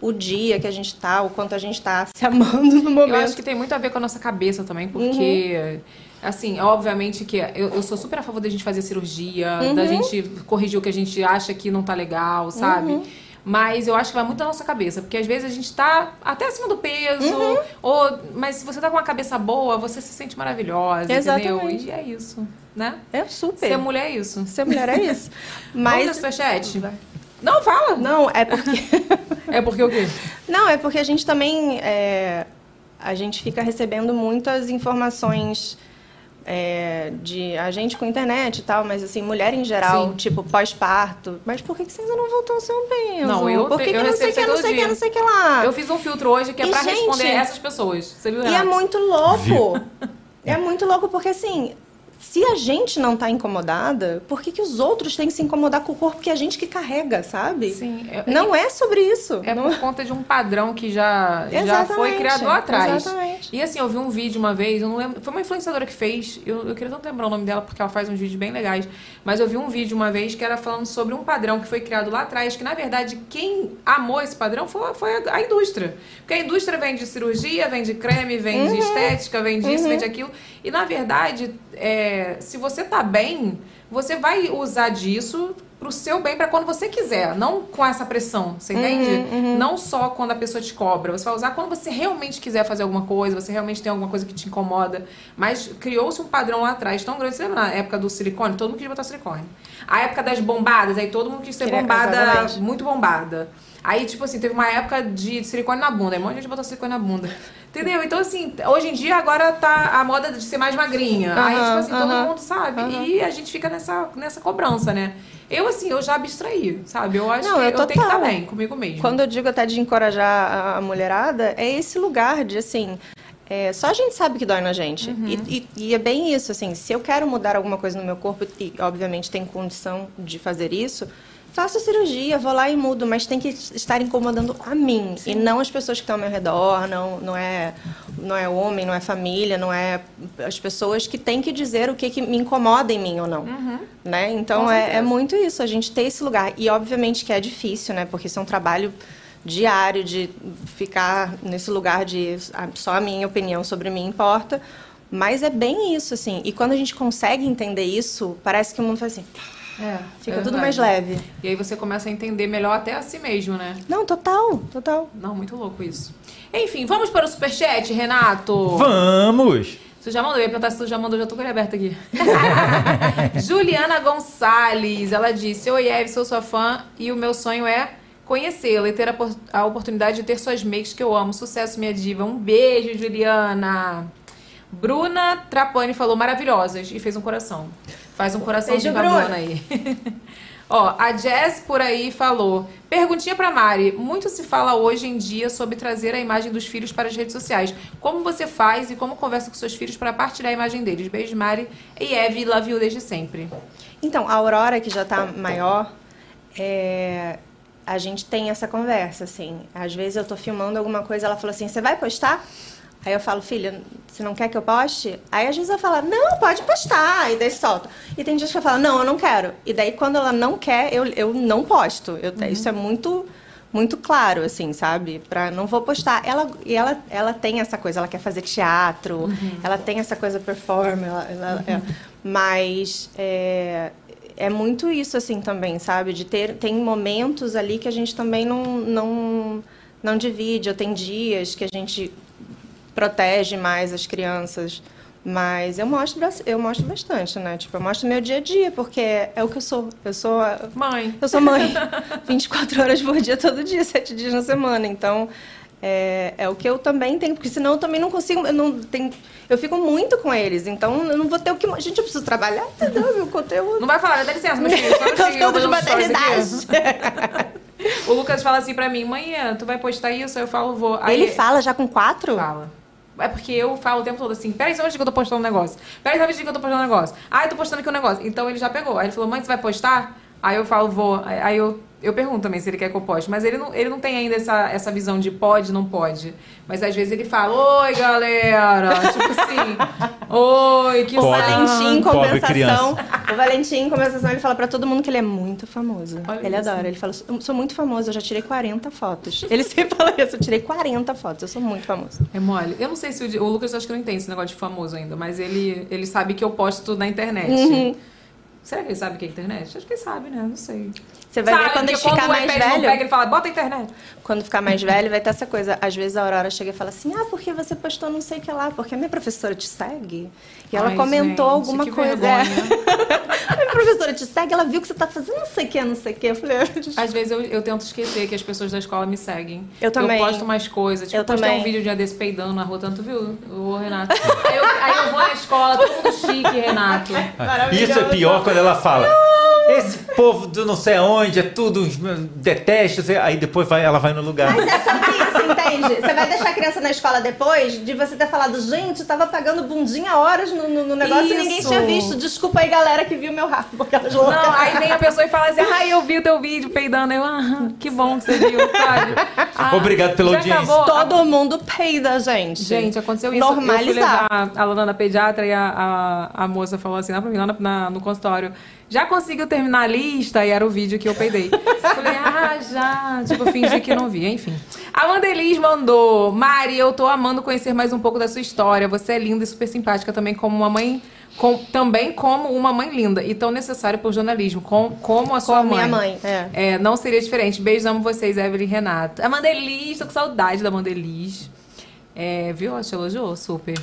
Speaker 10: o dia que a gente tá, o quanto a gente tá se amando no momento.
Speaker 9: Eu acho que tem muito a ver com a nossa cabeça também, porque. Assim, obviamente que eu, eu sou super a favor da gente fazer cirurgia,
Speaker 10: Uhum.
Speaker 9: da gente corrigir o que a gente acha que não tá legal, sabe?
Speaker 10: Uhum.
Speaker 9: Mas eu acho que vai muito da nossa cabeça, porque às vezes a gente tá até acima do peso,
Speaker 10: Uhum.
Speaker 9: ou, mas se você tá com uma cabeça boa, você se sente maravilhosa,
Speaker 10: Exatamente.
Speaker 9: entendeu? E é isso, né?
Speaker 10: É super.
Speaker 9: Ser mulher é isso.
Speaker 10: Ser mulher é isso.
Speaker 9: Mas...
Speaker 10: Mas-
Speaker 9: <laughs> Vamos na superchat? Não, fala!
Speaker 10: Não, é porque.
Speaker 9: é porque o quê?
Speaker 10: Não, é porque a gente também. é, a gente fica recebendo muitas informações é, de a gente com internet e tal, mas assim, mulher em geral,
Speaker 9: Sim.
Speaker 10: tipo, pós-parto. Mas por que, que você ainda não voltou ao seu peso?
Speaker 9: Não, eu,
Speaker 10: por que,
Speaker 9: te-
Speaker 10: que
Speaker 9: eu
Speaker 10: não sei
Speaker 9: recebo
Speaker 10: o que, não
Speaker 9: isso todo
Speaker 10: sei o que,
Speaker 9: dia.
Speaker 10: não sei o que lá?
Speaker 9: Eu fiz um filtro hoje que é
Speaker 10: Ah. E,
Speaker 9: pra
Speaker 10: gente,
Speaker 9: responder essas pessoas. Você viu,
Speaker 10: E é
Speaker 9: Renato?
Speaker 10: muito louco.
Speaker 9: <laughs>
Speaker 10: é muito louco porque assim, se a gente não tá incomodada, por que, que os outros têm que se incomodar com o corpo que a gente que carrega, sabe?
Speaker 9: Sim.
Speaker 10: Não é sobre isso.
Speaker 9: É por conta de um padrão que já, já
Speaker 10: Exatamente,
Speaker 9: foi criado lá atrás.
Speaker 10: exatamente.
Speaker 9: E assim, eu vi um vídeo uma vez, eu não lembro. Foi uma influenciadora que fez. Eu, eu queria tanto lembrar o nome dela porque ela faz uns vídeos bem legais. Mas eu vi um vídeo uma vez que era falando sobre um padrão que foi criado lá atrás, que na verdade quem amou esse padrão foi, foi a, a indústria. Porque a indústria vende cirurgia, vende creme, vende
Speaker 14: Uhum.
Speaker 9: estética, vende isso,
Speaker 14: Uhum.
Speaker 9: vende aquilo. E na verdade, é, se você tá bem, você vai usar disso pro seu bem para quando você quiser, não com essa pressão, você
Speaker 14: Uhum,
Speaker 9: entende? Não só quando a pessoa te cobra, você vai usar quando você realmente quiser fazer alguma coisa, você realmente tem alguma coisa que te incomoda, mas criou-se um padrão lá atrás tão grande, você lembra na época do silicone, todo mundo quis botar silicone. A época das bombadas, aí todo mundo quis ser
Speaker 14: Queria-
Speaker 9: bombada,
Speaker 14: exatamente.
Speaker 9: muito bombada. Aí, tipo assim, teve uma época de silicone na bunda. Aí um monte de gente botou silicone na bunda. Entendeu? Então, assim, hoje em dia agora tá a moda de ser mais magrinha. Aí, tipo
Speaker 14: Aham,
Speaker 9: assim,
Speaker 14: aham.
Speaker 9: todo mundo sabe. E a gente fica nessa, nessa cobrança, né? Eu, assim, eu já abstraí, sabe? Eu acho
Speaker 10: Não,
Speaker 9: que
Speaker 10: eu
Speaker 9: eu, tenho que estar
Speaker 10: total.
Speaker 9: bem comigo mesmo.
Speaker 10: Quando eu digo até de encorajar a- a mulherada, é esse lugar de assim. é, só a gente sabe que dói na gente.
Speaker 9: Uhum.
Speaker 10: E, e- e é bem isso, assim. Se eu quero mudar alguma coisa no meu corpo, e obviamente tenho condição de fazer isso, faço cirurgia, vou lá e mudo, mas tem que estar incomodando a mim e não as pessoas que estão ao meu redor, não, não é não é homem, não é família, não é as pessoas que têm que dizer o que, que me incomoda em mim ou não. Né? Então
Speaker 9: Uhum. Com
Speaker 10: é,
Speaker 9: certeza.
Speaker 10: é muito isso, a gente ter esse lugar. E obviamente que é difícil, né? Porque isso é um trabalho diário de ficar nesse lugar de ah, só a minha opinião sobre mim importa. Mas é bem isso, assim. E quando a gente consegue entender isso, parece que o mundo faz assim.
Speaker 9: É,
Speaker 10: Fica tudo mais leve.
Speaker 9: E aí você começa a entender melhor até a si mesmo, né?
Speaker 10: Não, total, total.
Speaker 9: Não, muito louco isso. Enfim, vamos para o superchat, Renato?
Speaker 1: Vamos!
Speaker 9: Tu já mandou, eu ia perguntar se tu já mandou, já tô com ele aberto aqui. <laughs> Juliana Gonçalves, ela disse: Oi, Eve, sou sua fã e o meu sonho é conhecê-la e ter a, por- a oportunidade de ter suas makes que eu amo. Sucesso, minha diva. Um beijo, Juliana. Bruna Trapani falou maravilhosas e fez um coração. Faz um coraçãozinho
Speaker 14: Beijo,
Speaker 9: pra
Speaker 14: Bruna.
Speaker 9: Bruna aí. <laughs> Ó, a Jazz por aí falou. Perguntinha pra Mari. Muito se fala hoje em dia sobre trazer a imagem dos filhos para as redes sociais. Como você faz e como conversa com seus filhos para partilhar a imagem deles? Beijo, Mari. E Eve, love you desde sempre.
Speaker 10: Então, a Aurora, que já tá maior, é, a gente tem essa conversa, assim. Às vezes eu tô filmando alguma coisa, ela fala assim, você vai postar? Aí eu falo, filha, você não quer que eu poste? Aí às vezes ela fala, não, pode postar, e daí solta. E tem dias que ela fala, não, eu não quero. E daí quando ela não quer, eu, eu não posto. Eu-
Speaker 14: Uhum.
Speaker 10: Isso é muito muito claro, assim, sabe? Pra, não vou postar. Ela, e ela, ela tem essa coisa, ela quer fazer teatro, ela tem essa coisa performer, ela- ela- ela- mas é, é muito isso, assim, também, sabe? De ter, tem momentos ali que a gente também não, não, não divide, ou tem dias que a gente protege mais as crianças. Mas eu mostro, bas- eu mostro bastante, né? Tipo, eu mostro meu dia a dia, porque é o que eu sou. Eu sou a-
Speaker 9: Mãe.
Speaker 10: Eu sou mãe. <laughs> 24 horas por dia, todo dia, 7 dias na semana. Então, é, é o que eu também tenho, porque senão eu também não consigo. Eu, não tenho, eu fico muito com eles, então eu não vou ter o que. mo- Gente, eu preciso trabalhar, entendeu? Meu conteúdo.
Speaker 9: Não vai falar, dá licença, meus filhos. Só um minutinho, eu vou
Speaker 10: Conteúdo de
Speaker 9: fazer um stories aqui.
Speaker 10: maternidade.
Speaker 9: O Lucas fala assim pra mim, mãe, tu vai postar isso? Aí eu falo, vou. Aí
Speaker 10: Ele fala já com quatro?
Speaker 9: Fala. É porque eu falo o tempo todo assim, peraí só um minutinho que eu tô postando um negócio. Peraí só um minutinho que eu tô postando um negócio. Ah, eu tô postando aqui um negócio. Então ele já pegou. Aí ele falou, mãe, você vai postar? Aí eu falo, vou. Aí aí eu, eu pergunto também se ele quer que eu poste. Mas ele não, ele não tem ainda essa, essa visão de pode, não pode. Mas às vezes ele fala, oi, galera. tipo assim, oi, que
Speaker 10: o
Speaker 9: saco.
Speaker 10: Valentim, em
Speaker 9: Pobre
Speaker 10: compensação.
Speaker 9: criança.
Speaker 10: O Valentim, em compensação, ele fala pra todo mundo que ele é muito famoso. ele
Speaker 9: isso.
Speaker 10: adora. Ele fala: "Eu sou muito famoso, eu já tirei 40 fotos. Ele <laughs> sempre fala isso: eu tirei 40 fotos, eu sou muito famoso.
Speaker 9: É mole. Eu não sei se o, Di- o Lucas acho que não entende esse negócio de famoso ainda, mas ele, ele sabe que eu posto tudo na internet.
Speaker 10: Uhum.
Speaker 9: Será que ele sabe o que é internet? Acho que ele sabe, né? Não sei.
Speaker 10: Você vai
Speaker 9: Sabe,
Speaker 10: ver quando
Speaker 9: porque
Speaker 10: ele ficar
Speaker 9: o
Speaker 10: mais
Speaker 9: iPad não
Speaker 10: velho.
Speaker 9: pega, ele fala, bota a internet.
Speaker 10: Quando ficar mais velho, vai ter essa coisa. Às vezes a Aurora chega e fala assim: Ah, porque você postou não sei o que lá? Porque a minha professora te segue? E ela
Speaker 9: Ai,
Speaker 10: comentou
Speaker 9: gente,
Speaker 10: alguma
Speaker 9: que
Speaker 10: coisa.
Speaker 9: vergonha.
Speaker 10: <laughs> a minha professora te segue, ela viu que você tá fazendo não sei o que, não sei o que. Eu falei: "Ah,
Speaker 9: Às vezes eu, eu tento esquecer que as pessoas da escola me seguem.
Speaker 10: Eu também.
Speaker 9: Eu posto umas coisas. Tipo,
Speaker 10: Eu
Speaker 9: postei
Speaker 10: também.
Speaker 9: um vídeo de dia desse peidando na rua, tanto viu, o Renato. aí, eu, aí eu vou na escola, todo mundo chique, Renato.
Speaker 1: Isso é pior quando ela fala. Esse povo do não sei aonde é tudo uns- detesta, sei- aí depois vai, ela vai no lugar.
Speaker 10: Mas é sobre isso, entende? Você vai deixar a criança na escola depois de você ter falado, gente, eu tava pagando bundinha horas no, no- no negócio e ninguém
Speaker 9: Isso.
Speaker 10: tinha visto. Desculpa aí, galera, que viu meu rabo. Aquelas loucas.
Speaker 9: Não,
Speaker 10: <laughs>
Speaker 9: aí vem a pessoa e fala assim, ai, eu vi o teu vídeo peidando. Eu, ah, que bom que você viu, sabe? Ah,
Speaker 1: Obrigado pela
Speaker 9: já
Speaker 1: audiência.
Speaker 9: acabou?
Speaker 10: Todo mundo peida, gente.
Speaker 9: Gente, aconteceu isso.
Speaker 10: Normalizar.
Speaker 9: Eu fui levar a Lana na pediatra e a, a, a moça falou assim, lá pra mim, lá na- na- no consultório, já conseguiu terminar a lista? E era o vídeo que
Speaker 10: <laughs>
Speaker 9: eu peidei. Falei, ah, já. Tipo, fingi que não vi, enfim. A Mandelis mandou, Mari, eu tô amando conhecer mais um pouco da sua história. Você é linda e super simpática também como uma mãe... com- também como uma mãe linda e tão necessária pro jornalismo, com, como a sua
Speaker 10: Como
Speaker 9: mãe.
Speaker 10: minha mãe, é.
Speaker 9: É, não seria diferente. Beijos, amo vocês, Evelyn e Renato. A Mandeliz, tô com saudade da Mandeliz. É, viu? Ela te elogiou, super.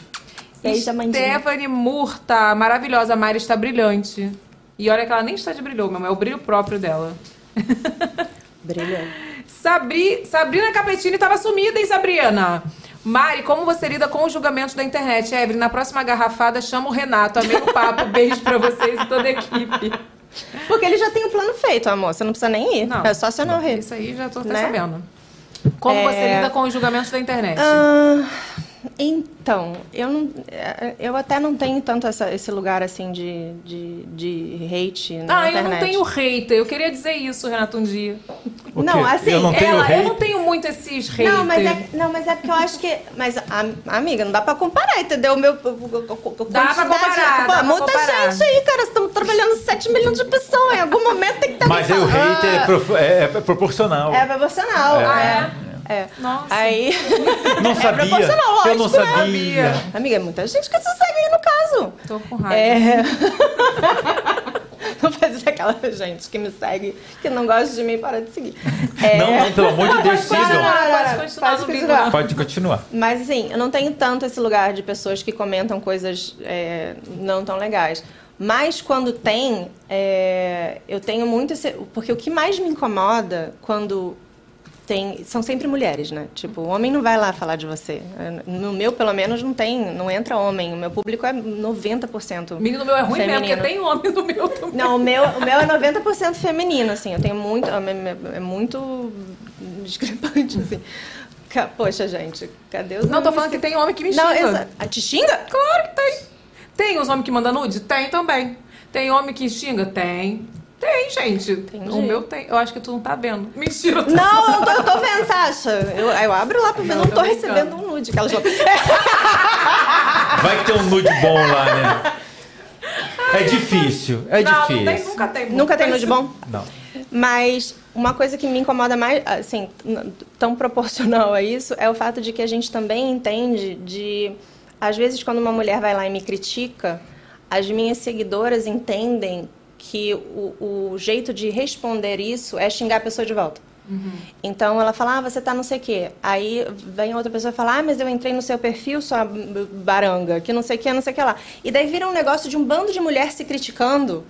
Speaker 10: Beijo, Amandinha.
Speaker 9: Stephanie Murta, maravilhosa. A Mari está brilhante. E olha que ela nem está de brilho, meu, é o brilho próprio dela.
Speaker 10: <laughs> Brilhou.
Speaker 9: Sabri, Sabrina Capetini estava sumida, hein, Sabrina? Mari, como você lida com os julgamentos da internet? Evelyn, na próxima garrafada, chama o Renato. Amei o papo. Beijo pra vocês e toda a equipe.
Speaker 10: Porque ele já tem o plano feito, amor. Você não precisa nem ir. É só você não rir.
Speaker 9: Isso aí já tô até
Speaker 10: Né?
Speaker 9: sabendo. Como
Speaker 10: É.
Speaker 9: você lida com os julgamentos da internet?
Speaker 10: Ah, então, eu, não, eh, eu até não tenho tanto essa- esse lugar assim de, de, de hate na
Speaker 9: ah, eu não
Speaker 10: internet.
Speaker 9: tenho hater. Eu queria dizer isso, Renato, um dia.
Speaker 10: O Não, quê? assim, Eu não tenho
Speaker 9: ela, eu
Speaker 10: hater?
Speaker 9: não tenho muito esses haters.
Speaker 10: Não, mas é, não, mas é porque eu acho que. Mas, am- amiga, não dá pra comparar, entendeu? O meu.
Speaker 9: Dá pra comparar, dá pra
Speaker 10: muita
Speaker 9: comparar.
Speaker 10: gente aí, cara. Estamos trabalhando 7 milhões de pessoas. Em algum momento tem que ter.
Speaker 1: Mas aí o hater é, pro- é- é proporcional.
Speaker 10: "Ah". É proporcional.
Speaker 1: É.
Speaker 10: Ah, é? É. Aí.
Speaker 1: Não sabia.
Speaker 10: É proporcional, lógico,
Speaker 1: Eu não
Speaker 10: né?
Speaker 1: sabia.
Speaker 10: Amiga, é muita gente que se segue aí no caso.
Speaker 9: Tô com
Speaker 10: raiva. É. <laughs> não faz isso É, aquela gente que me segue, que não gosta de mim, para de seguir. É.
Speaker 1: Não, não, pelo amor de Deus,
Speaker 10: Pode continuar,
Speaker 1: sigam.
Speaker 10: pode continuar no bico.
Speaker 1: Pode continuar.
Speaker 10: Mas assim, eu não tenho tanto esse lugar de pessoas que comentam coisas é, não tão legais. Mas quando tem, é, eu tenho muito esse. Porque o que mais me incomoda quando tem. São sempre mulheres, né? Tipo, o homem não vai lá falar de você. É, No meu, pelo menos, não tem. Não entra homem. O meu público é 90%.
Speaker 9: Menino meu é ruim mesmo, porque
Speaker 10: feminino.
Speaker 9: tem homem no meu também.
Speaker 10: Não, o meu, o meu é 90% feminino, assim. Eu tenho muito. É muito discrepante, assim. Ca- Poxa, gente, cadê os
Speaker 9: Não, tô
Speaker 10: homens
Speaker 9: falando que tem homem que me xinga.
Speaker 10: Não, exa- Ah, te xinga?
Speaker 9: Claro que tem. Tem os homens que mandam nude? Tem também. Tem homem que xinga? Tem. Tem, gente. O meu tem. Eu acho que tu não tá vendo. Mentira. eu tô-
Speaker 10: Não, eu tô, eu tô vendo, Sasha. Eu, eu abro lá pra ver, não, tô recebendo um nude. Aquelas loucas.
Speaker 1: Vai que tem um nude bom lá, né? É difícil, é
Speaker 10: Não, não tem
Speaker 1: difícil.
Speaker 10: nunca tem nude. Nunca tem nude bom?
Speaker 1: Não.
Speaker 10: Mas uma coisa que me incomoda mais, assim, n- tão proporcional a isso, é o fato de que a gente também entende de. Às vezes, quando uma mulher vai lá e me critica, as minhas seguidoras entendem que o, o jeito de responder isso é xingar a pessoa de volta. Então ela fala, ah, você tá não sei o quê. Aí vem outra pessoa e fala, ah, mas eu entrei no seu perfil, sua b- baranga, que não sei o quê, não sei o que lá. E daí vira um negócio de um bando de mulher se criticando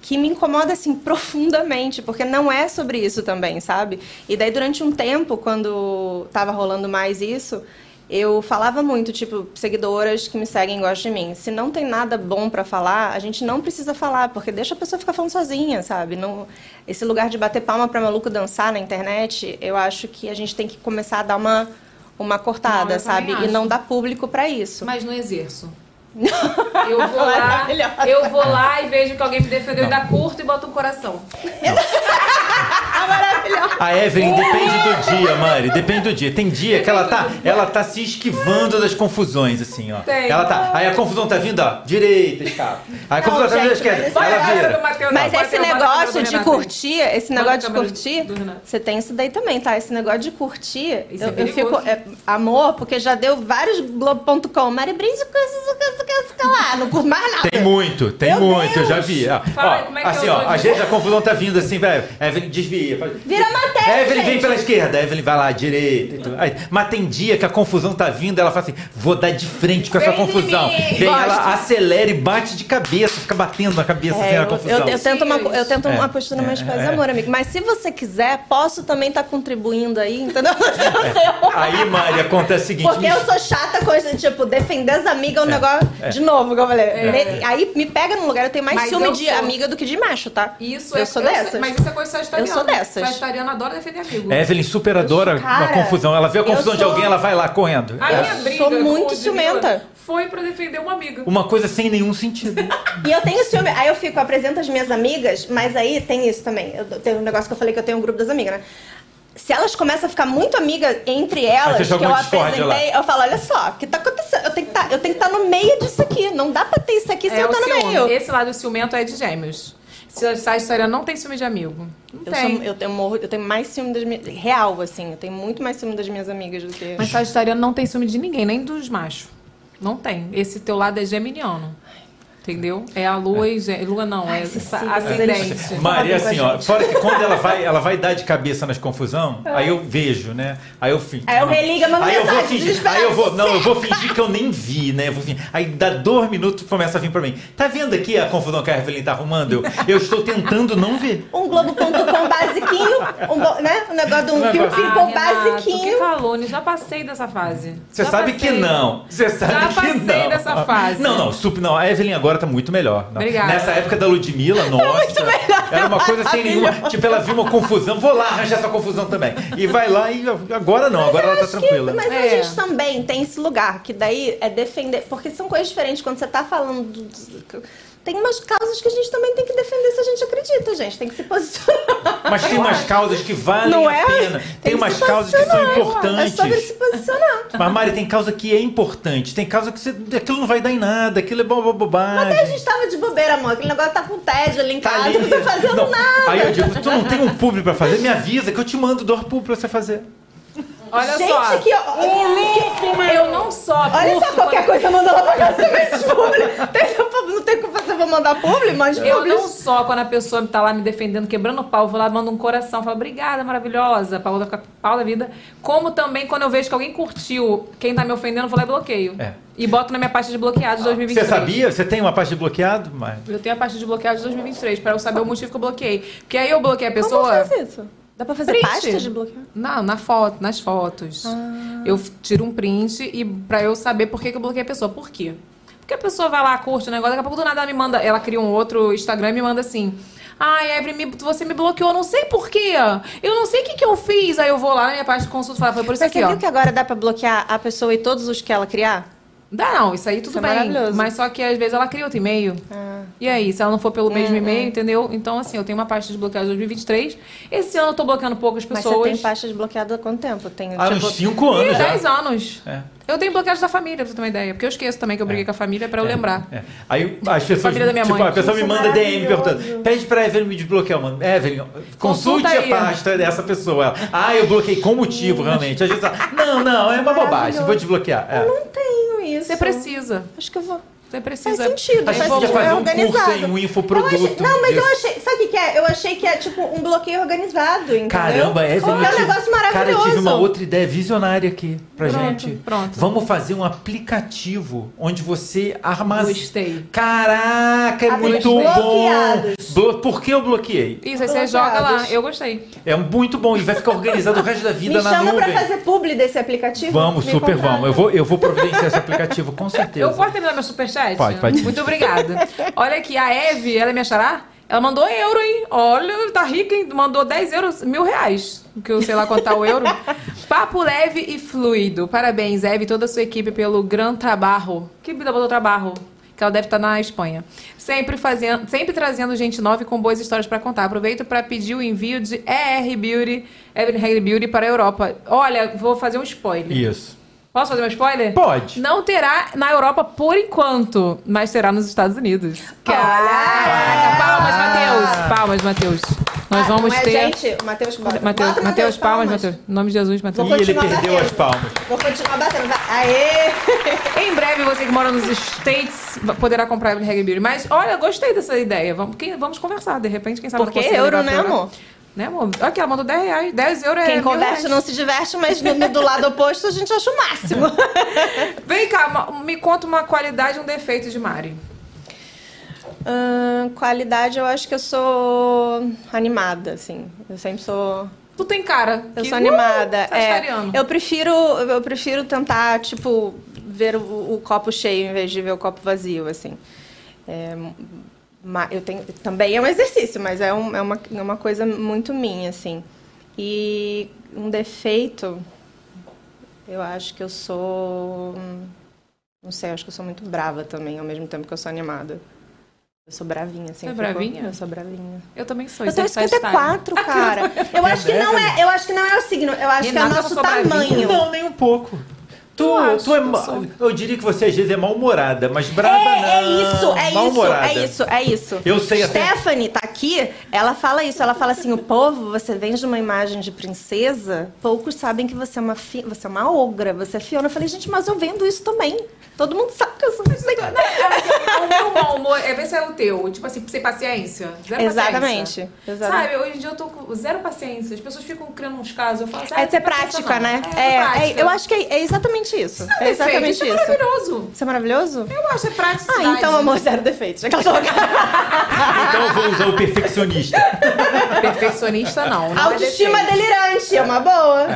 Speaker 10: que me incomoda assim <laughs> profundamente, porque não é sobre isso também, sabe? E daí durante um tempo, quando tava rolando mais isso, eu falava muito, tipo, seguidoras que me seguem gostam de mim. Se não tem nada bom pra falar, a gente não precisa falar, porque deixa a pessoa ficar falando sozinha, sabe? Não, esse lugar de bater palma pra maluco dançar na internet, eu acho que a gente tem que começar a dar uma, uma cortada,
Speaker 9: eu também
Speaker 10: sabe? E
Speaker 9: acho.
Speaker 10: não dar público pra isso.
Speaker 9: Mas
Speaker 10: <laughs>
Speaker 9: não exerço. Eu vou lá, eu vou lá e vejo que alguém me defendeu e dá curto e bota um coração.
Speaker 1: A Evelyn depende do dia, Mari. Depende do dia. Tem dia que ela tá, ela tá se esquivando das confusões, assim, ó.
Speaker 10: Tem.
Speaker 1: Ela tá. Aí a confusão tá vindo, ó. Direita, escapa. Aí a
Speaker 10: Não,
Speaker 1: confusão tá vindo à
Speaker 10: gente,
Speaker 1: esquerda.
Speaker 10: mas
Speaker 1: Ela
Speaker 10: esse-
Speaker 1: vira.
Speaker 10: Mas
Speaker 1: Tá.
Speaker 10: esse negócio de curtir, esse negócio de curtir, você tem isso daí também, tá? Esse negócio de curtir, eu,
Speaker 9: é
Speaker 10: eu fico.
Speaker 9: perigoso.
Speaker 10: é, amor, porque já deu vários Globo.com, Mari Brinde, coisas, coisas, coisas, coisas lá. Não curto mais nada.
Speaker 1: Tem muito, tem muito, eu já vi. Ó,
Speaker 10: Fala aí,
Speaker 1: Ó,
Speaker 10: como é que
Speaker 1: assim,
Speaker 10: eu
Speaker 1: ó,
Speaker 10: dou
Speaker 1: às
Speaker 10: de-
Speaker 1: vezes a confusão tá vindo assim, velho. Evelyn desvia. faz-
Speaker 10: Vira matéria.
Speaker 1: Evelyn vem
Speaker 10: gente.
Speaker 1: pela esquerda, Evelyn vai lá, direita. e tudo. Aí, mas tem dia que a confusão tá vindo, ela fala assim: vou dar de frente com essa
Speaker 10: Vem em
Speaker 1: confusão.
Speaker 10: mim.
Speaker 1: Vem,
Speaker 10: Gosto.
Speaker 1: ela acelera e bate de cabeça, fica batendo na cabeça assim,
Speaker 10: É,
Speaker 1: na
Speaker 10: eu,
Speaker 1: confusão.
Speaker 10: eu- eu tento uma, eu tento
Speaker 1: É,
Speaker 10: uma postura mais
Speaker 1: é,
Speaker 10: paz e
Speaker 1: é.
Speaker 10: amor, amigo. Mas se você quiser, posso também estar contribuindo aí, entendeu? <laughs>
Speaker 1: É. Aí, Mari, acontece o seguinte:
Speaker 10: Porque eu sou chata com isso, tipo, defender as amigas é um
Speaker 1: É,
Speaker 10: negócio.
Speaker 1: é.
Speaker 10: De novo, como eu falei.
Speaker 1: É.
Speaker 10: Me- Aí me pega num lugar, eu tenho mais
Speaker 9: Mas
Speaker 10: ciúme
Speaker 9: eu
Speaker 10: de
Speaker 9: sou.
Speaker 10: amiga do que de macho, tá?
Speaker 9: Isso
Speaker 10: eu
Speaker 9: é
Speaker 10: sou
Speaker 9: eu sei-
Speaker 10: dessas.
Speaker 9: mas isso é coisa sagitariana.
Speaker 10: Eu sou dessas.
Speaker 9: Sagitariana adora defender amigo.
Speaker 1: Evelyn super adora
Speaker 9: cara,
Speaker 1: a confusão. Ela vê a
Speaker 9: eu
Speaker 1: confusão de
Speaker 9: sou-
Speaker 1: alguém, ela vai lá correndo.
Speaker 9: A
Speaker 1: É.
Speaker 9: minha briga
Speaker 10: sou
Speaker 9: com
Speaker 10: muito
Speaker 9: o Ludmilla
Speaker 10: ciumenta.
Speaker 9: Foi pra defender uma amiga.
Speaker 1: Uma coisa sem nenhum sentido.
Speaker 10: E eu tenho ciúme. Aí eu fico, apresento as minhas amigas, mas aí tem isso também. Eu, tem um negócio que eu falei que eu tenho um grupo das amigas, né? Se elas começam a ficar muito amigas entre
Speaker 1: Aí você
Speaker 10: elas, que
Speaker 1: joga
Speaker 10: eu
Speaker 1: uma discórdia
Speaker 10: apresentei,
Speaker 1: lá.
Speaker 10: eu falo, olha só, o que tá acontecendo? Eu tenho que tá, estar no meio disso aqui. Não dá pra ter isso aqui sem
Speaker 9: é
Speaker 10: eu
Speaker 9: o
Speaker 10: estar tá no
Speaker 9: ciúme.
Speaker 10: meio.
Speaker 9: Esse lado ciumento é de gêmeos. Se a Sagitariana não tem ciúme de amigo. Não
Speaker 10: Eu,
Speaker 9: tem.
Speaker 10: sou- eu tenho, morro- eu tenho mais ciúme das minhas. Real, assim. Eu tenho muito mais ciúme das minhas amigas do que.
Speaker 9: Mas Sagitariano não tem ciúme de ninguém, nem dos machos. Não tem. Esse teu lado é geminiano. Entendeu? É a lua e gê- Lua não, é
Speaker 10: siglas,
Speaker 9: acidente.
Speaker 1: Mari, assim, ó, fora que quando ela vai, ela vai dar de cabeça nas confusão, aí eu vejo, né? Aí eu fingo.
Speaker 10: É. Aí eu religa, manda
Speaker 1: Aí eu vou
Speaker 10: mensagem,
Speaker 1: fingir,
Speaker 10: desesperada,
Speaker 1: aí eu vou, não,
Speaker 10: <laughs>
Speaker 1: eu vou fingir que eu nem vi, né? Eu vou fingir. Aí dá dois minutos começa a vir pra mim. Tá vendo aqui a confusão que a Evelyn tá arrumando? Eu, eu estou tentando não ver.
Speaker 10: Um Globo.com basiquinho, um, bo- né? Um negócio de
Speaker 1: é
Speaker 10: um pim-pim-pom basiquinho.
Speaker 9: Que calúnia, já passei dessa fase.
Speaker 1: Você
Speaker 9: Já
Speaker 1: sabe
Speaker 9: passei.
Speaker 1: que não. Você sabe
Speaker 9: Já
Speaker 1: que não.
Speaker 9: passei dessa fase.
Speaker 1: Não, não, sup, não. A Evelyn agora tá muito melhor. Não.
Speaker 9: Obrigada.
Speaker 1: Nessa época da Ludmilla,
Speaker 10: Tá
Speaker 1: nossa. Era uma coisa sem nenhuma. Tipo, ela viu uma confusão. Vou lá arranjar essa confusão também. E vai lá e agora não, agora ela tá tranquila.
Speaker 10: Mas a gente também tem esse lugar, que daí é defender. Porque são coisas diferentes. Quando você tá falando. do- do- Tem umas causas que a gente também tem que defender se a gente acredita, gente. Tem que se posicionar.
Speaker 1: Mas tem umas causas que valem
Speaker 10: <laughs> Não
Speaker 1: a
Speaker 10: é?
Speaker 1: pena. Tem
Speaker 10: que
Speaker 1: umas
Speaker 10: se
Speaker 1: causas que são
Speaker 10: posicionar. É
Speaker 1: importantes.
Speaker 10: sobre se posicionar.
Speaker 1: Mas, Mari, tem causa que é importante. Tem causa que você, aquilo não vai dar em nada. Aquilo é bo- bo- bobagem.
Speaker 10: Até a gente tava de bobeira, amor. Aquele negócio tá com tédio ali em casa.
Speaker 1: ali.
Speaker 10: Não tá fazendo
Speaker 1: Não,
Speaker 10: nada.
Speaker 1: Aí eu digo, tu não tem um público pra fazer? Me avisa que eu te mando dois públicos pra você fazer.
Speaker 9: Olha
Speaker 10: Gente,
Speaker 9: só.
Speaker 10: que- que-
Speaker 9: Eu não só.
Speaker 10: Olha só,
Speaker 9: curto
Speaker 10: qualquer
Speaker 9: quando-
Speaker 10: coisa manda lá pra casa desses publi. Tem- Não tem o que fazer, vou mandar publi, mas
Speaker 9: Eu não só, quando a pessoa tá lá me defendendo, quebrando o pau, eu vou lá, mando um coração, falo, obrigada, maravilhosa, pra outra ficar com o pau da vida. Como também quando eu vejo que alguém curtiu, quem tá me ofendendo, eu vou lá e bloqueio.
Speaker 1: É. Ah.
Speaker 9: E boto na minha pasta de bloqueados de 2023.
Speaker 1: Você sabia? Você tem uma parte de bloqueado? Mas...
Speaker 9: É. Eu tenho a pasta de bloqueados de 2023, pra eu saber o motivo que eu bloqueei. Porque aí eu bloqueei a pessoa.
Speaker 10: faz isso? Dá pra fazer pasta de Ah. bloqueio?
Speaker 9: Não, na foto, nas fotos. Eu f- tiro um print e pra eu saber por que, que eu bloqueei a pessoa. Por quê? Porque a pessoa vai lá, curte o negócio, daqui a pouco do nada ela me manda, ela cria um outro Instagram e me manda assim. Ai, Evelyn, me- você me bloqueou, não sei por quê. Eu não sei o que, que eu fiz. Aí eu vou lá na minha parte de consulta e falo, foi por isso
Speaker 10: Mas
Speaker 9: aqui,
Speaker 10: você
Speaker 9: ó.
Speaker 10: viu que agora dá pra bloquear a pessoa e todos os que ela criar?
Speaker 9: Dá não, isso aí tudo
Speaker 10: Isso é
Speaker 9: bem.
Speaker 10: maravilhoso. Ah.
Speaker 9: mas só que às vezes ela cria outro e-mail. E aí, se ela não for pelo mesmo
Speaker 10: É,
Speaker 9: e-mail, entendeu? Então, assim, eu tenho uma pasta de bloqueado de 2023. Esse ano eu tô bloqueando poucas
Speaker 10: Mas
Speaker 9: pessoas.
Speaker 10: você tem pasta desbloqueada há quanto tempo? Tem, tipo,
Speaker 1: Há uns cinco anos
Speaker 9: Ih,
Speaker 1: né, já.
Speaker 9: 10 anos.
Speaker 1: É.
Speaker 9: Eu tenho bloqueado da família, pra você ter uma ideia. Porque eu esqueço também que eu briguei com a família pra eu lembrar.
Speaker 1: É. Aí as pessoas.
Speaker 9: Família da minha
Speaker 1: tipo,
Speaker 9: mãe.
Speaker 1: a pessoa me
Speaker 9: Isso é
Speaker 1: manda DM
Speaker 9: maravilhoso.
Speaker 1: perguntando: pede pra Evelyn me desbloquear, mano. Evelyn, consulte
Speaker 9: Consulta aí.
Speaker 1: a pasta dessa pessoa. Ela, ah, eu bloqueei com motivo, realmente. Às vezes ela, não, não, é uma bobagem, vou desbloquear. É.
Speaker 10: Tenho isso.
Speaker 9: Você precisa.
Speaker 10: Acho que eu vou.
Speaker 9: Você precisa.
Speaker 10: Faz sentido.
Speaker 1: A gente
Speaker 10: faz
Speaker 1: podia
Speaker 10: sentido,
Speaker 1: fazer
Speaker 10: é
Speaker 1: um curso
Speaker 10: organizado.
Speaker 1: em um
Speaker 10: Eu achei-
Speaker 1: infoproduto.
Speaker 10: não, mas eu
Speaker 1: disso.
Speaker 10: achei. Sabe o que é? Eu achei que é tipo um bloqueio organizado, entendeu?
Speaker 1: Caramba,
Speaker 10: é.
Speaker 1: Evelyn.
Speaker 10: É um
Speaker 1: eu tive-
Speaker 10: negócio maravilhoso.
Speaker 1: Cara, eu tive uma outra ideia visionária aqui pra
Speaker 10: Pronto,
Speaker 1: gente.
Speaker 10: pronto.
Speaker 1: Vamos fazer um aplicativo onde você armazena.
Speaker 9: Gostei.
Speaker 1: Caraca, é muito bom!
Speaker 9: Bloqueados.
Speaker 1: Blo- Por que eu bloqueei?
Speaker 9: Isso, aí você joga lá. Eu gostei.
Speaker 1: É muito bom e vai ficar organizado o resto da vida
Speaker 10: Me
Speaker 1: na
Speaker 10: chama
Speaker 1: nuvem.
Speaker 10: pra fazer publi desse aplicativo?
Speaker 1: Vamos,
Speaker 10: Me
Speaker 1: super
Speaker 10: contrata.
Speaker 1: vamos. Eu vou, eu vou providenciar esse aplicativo, com certeza.
Speaker 9: Eu posso terminar meu superchat?
Speaker 1: Pode, pode.
Speaker 9: Muito obrigada. Olha aqui, a Eve, ela é minha xará? Ela mandou euro, hein? Olha, tá rica, hein? Mandou 10 euros, mil reais. Que eu sei lá quanto tá
Speaker 1: <laughs>
Speaker 9: o euro. Papo leve e fluido. Parabéns, Eve e toda a sua equipe pelo gran trabalho. Que vida botou trabalho. Que ela deve estar na Espanha. Sempre, fazendo, sempre trazendo gente nova e com boas histórias pra contar. Aproveito pra pedir o envio de ER Beauty, Evelyn Hair Beauty para a Europa. Olha, vou fazer um spoiler.
Speaker 1: Isso.
Speaker 9: Posso fazer um spoiler?
Speaker 1: Pode.
Speaker 9: Não terá na Europa por enquanto, mas terá nos Estados Unidos. Caraca! Palmas, Matheus! Palmas, Matheus. Nós
Speaker 10: Ah,
Speaker 9: vamos
Speaker 10: não é
Speaker 9: ter.
Speaker 10: Gente, o Matheus bota.
Speaker 9: Matheus,
Speaker 10: Bota,
Speaker 9: Matheus, palmas, Matheus. Em nome de Jesus, Matheus.
Speaker 10: Vou Ih, ele continuar perdeu batendo.
Speaker 1: as palmas.
Speaker 10: Vou continuar batendo. vai. Aê!
Speaker 9: Em breve, você que mora nos States va- poderá comprar Evelyn Hague Beauty. Mas, olha, gostei dessa ideia. Vamos, quem- vamos conversar, de repente, quem sabe eu
Speaker 10: Porque
Speaker 9: consigo
Speaker 10: euro,
Speaker 9: levar pra
Speaker 10: né,
Speaker 9: Europa.
Speaker 10: amor?
Speaker 9: Né, amor? Aqui, ela mandou 10 reais. 10 euros
Speaker 10: <laughs>
Speaker 9: é
Speaker 10: Quem
Speaker 9: mil
Speaker 10: converte
Speaker 9: reais.
Speaker 10: não se diverte, mas no, no do lado oposto a gente acha o máximo.
Speaker 9: Vem cá, ma- me conta uma qualidade e um defeito de Mari.
Speaker 10: <laughs> Ahn, qualidade, eu acho que eu sou animada, assim. Eu sempre sou.
Speaker 9: Tu tem cara.
Speaker 10: Eu
Speaker 9: que-
Speaker 10: sou animada.
Speaker 9: Uh,
Speaker 10: é,
Speaker 9: sagitariano.
Speaker 10: eu prefiro, eu prefiro tentar, tipo, ver o, o copo cheio em vez de ver o copo vazio, assim. É, ma- eu tenho, também é um exercício, mas é, um- é uma, é uma coisa muito minha, assim. E um defeito, eu acho que eu sou. hum, Não sei, eu acho que eu sou muito brava também, ao mesmo tempo que eu sou animada. Eu sou bravinha, assim.
Speaker 9: Você é
Speaker 10: eu fico-
Speaker 9: bravinha?
Speaker 10: Eu sou bravinha.
Speaker 9: Eu também sou.
Speaker 10: Eu
Speaker 9: isso é
Speaker 10: tenho 54,
Speaker 1: Ah,
Speaker 9: tá-
Speaker 10: cara. Eu acho que não é, eu acho que não é o signo, eu acho que é o
Speaker 9: Renata, eu
Speaker 10: nosso
Speaker 9: sou bravinha.
Speaker 10: tamanho.
Speaker 1: Não, nem um pouco. Tu, tu é. ma- Eu diria que você às vezes é mal-humorada, mas brava não.
Speaker 10: É isso, é isso,
Speaker 1: Mal-humorada.
Speaker 10: é isso, é isso.
Speaker 1: Eu sei até-
Speaker 10: Stephanie tá aqui, ela fala isso, ela fala assim: o povo, você vem de uma imagem de princesa, poucos sabem que você é uma, fi- você é uma ogra, você é Fiona. Eu falei, gente, mas eu vendo isso também. Todo mundo sabe que eu sou isso daí.
Speaker 9: O meu mau humor é ver se é o teu. Tipo assim, sem paciência. Zero
Speaker 10: Exatamente,
Speaker 9: Paciência.
Speaker 10: exatamente.
Speaker 9: Sabe, hoje em dia eu tô com zero paciência. As pessoas ficam criando uns casos. Eu falo assim, ah,
Speaker 10: É
Speaker 9: não
Speaker 10: ser
Speaker 9: tem paciência,
Speaker 10: prática,
Speaker 9: não.
Speaker 10: né?
Speaker 9: É,
Speaker 10: É,
Speaker 9: prática.
Speaker 10: é, eu acho que é, é exatamente isso. é exatamente
Speaker 9: Perfeito, isso.
Speaker 10: isso.
Speaker 9: é maravilhoso.
Speaker 10: Isso é maravilhoso?
Speaker 9: Eu acho, é prática.
Speaker 10: Ah, então, amor, zero defeito. Já que eu tô
Speaker 1: Então eu vou usar o
Speaker 10: <laughs>
Speaker 1: perfeccionista.
Speaker 9: Perfeccionista não.
Speaker 1: Tá
Speaker 9: não é
Speaker 10: Autoestima
Speaker 9: defeito.
Speaker 10: delirante, é uma boa.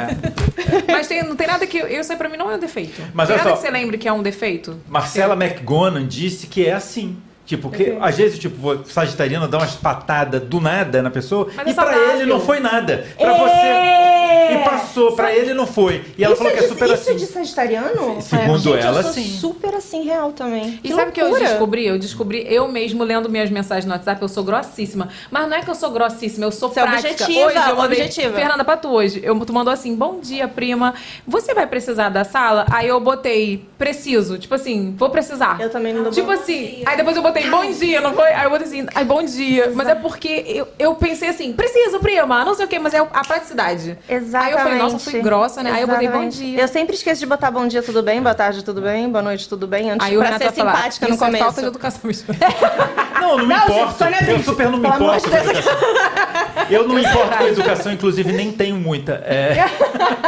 Speaker 9: Mas tem- não tem nada que... Eu sei, pra mim não é um defeito.
Speaker 1: Mas
Speaker 9: tem
Speaker 1: olha
Speaker 9: nada
Speaker 1: só.
Speaker 9: que você lembre que é um defeito?
Speaker 1: Marcela McGonan disse que é assim. Tipo, que às vezes, tipo, vo- sagitariano dá umas patadas do nada na pessoa
Speaker 9: Mas é
Speaker 1: e pra
Speaker 9: saudável.
Speaker 1: ele não foi nada. Pra
Speaker 10: É.
Speaker 1: você. E passou, pra ele não foi. E ela
Speaker 10: isso
Speaker 1: falou que é
Speaker 10: de-
Speaker 1: super
Speaker 10: isso
Speaker 1: assim.
Speaker 10: de sagitariano?
Speaker 1: Segundo
Speaker 10: Gente,
Speaker 1: ela,
Speaker 10: eu sou
Speaker 1: sim.
Speaker 10: super assim real também.
Speaker 9: E sabe o que eu
Speaker 10: loucura.
Speaker 9: descobri? Eu descobri eu mesmo lendo minhas mensagens no WhatsApp, eu sou grossíssima. Mas não é que eu sou grossíssima, eu sou
Speaker 10: Você é
Speaker 9: prática.
Speaker 10: objetiva,
Speaker 9: hoje eu mandei,
Speaker 10: objetiva.
Speaker 9: Fernanda, pra tu hoje. Eu, tu mandou assim, bom dia, prima. Você vai precisar da sala? Aí eu botei, preciso. Tipo assim, vou precisar. Eu
Speaker 10: também não dou
Speaker 9: Tipo
Speaker 10: bom
Speaker 9: assim, aí depois eu botei, bom dia, não foi? Aí eu botei assim, ai, bom dia. Mas é porque eu, eu pensei assim, preciso, prima, não sei o quê, mas é a praticidade. Aí
Speaker 10: Exatamente.
Speaker 9: eu falei, nossa, fui grossa, né? Aí eu botei, bom
Speaker 10: Exatamente.
Speaker 9: dia.
Speaker 10: Eu sempre esqueço de botar bom dia, tudo bem, boa tarde, tudo bem, boa noite, tudo bem, antes
Speaker 9: Aí o
Speaker 10: pra
Speaker 9: Renato
Speaker 10: ser
Speaker 9: vai falar,
Speaker 10: simpática no
Speaker 9: isso é
Speaker 10: começo.
Speaker 9: falta de educação.
Speaker 10: <laughs>
Speaker 1: Não, não me
Speaker 10: Não, gente,
Speaker 1: importo.
Speaker 10: Sônia
Speaker 1: eu
Speaker 10: Brito,
Speaker 1: super não me
Speaker 10: pelo amor
Speaker 1: importo.
Speaker 10: de Deus.
Speaker 1: com educação. Eu não me importo com educação, inclusive nem tenho muita. É.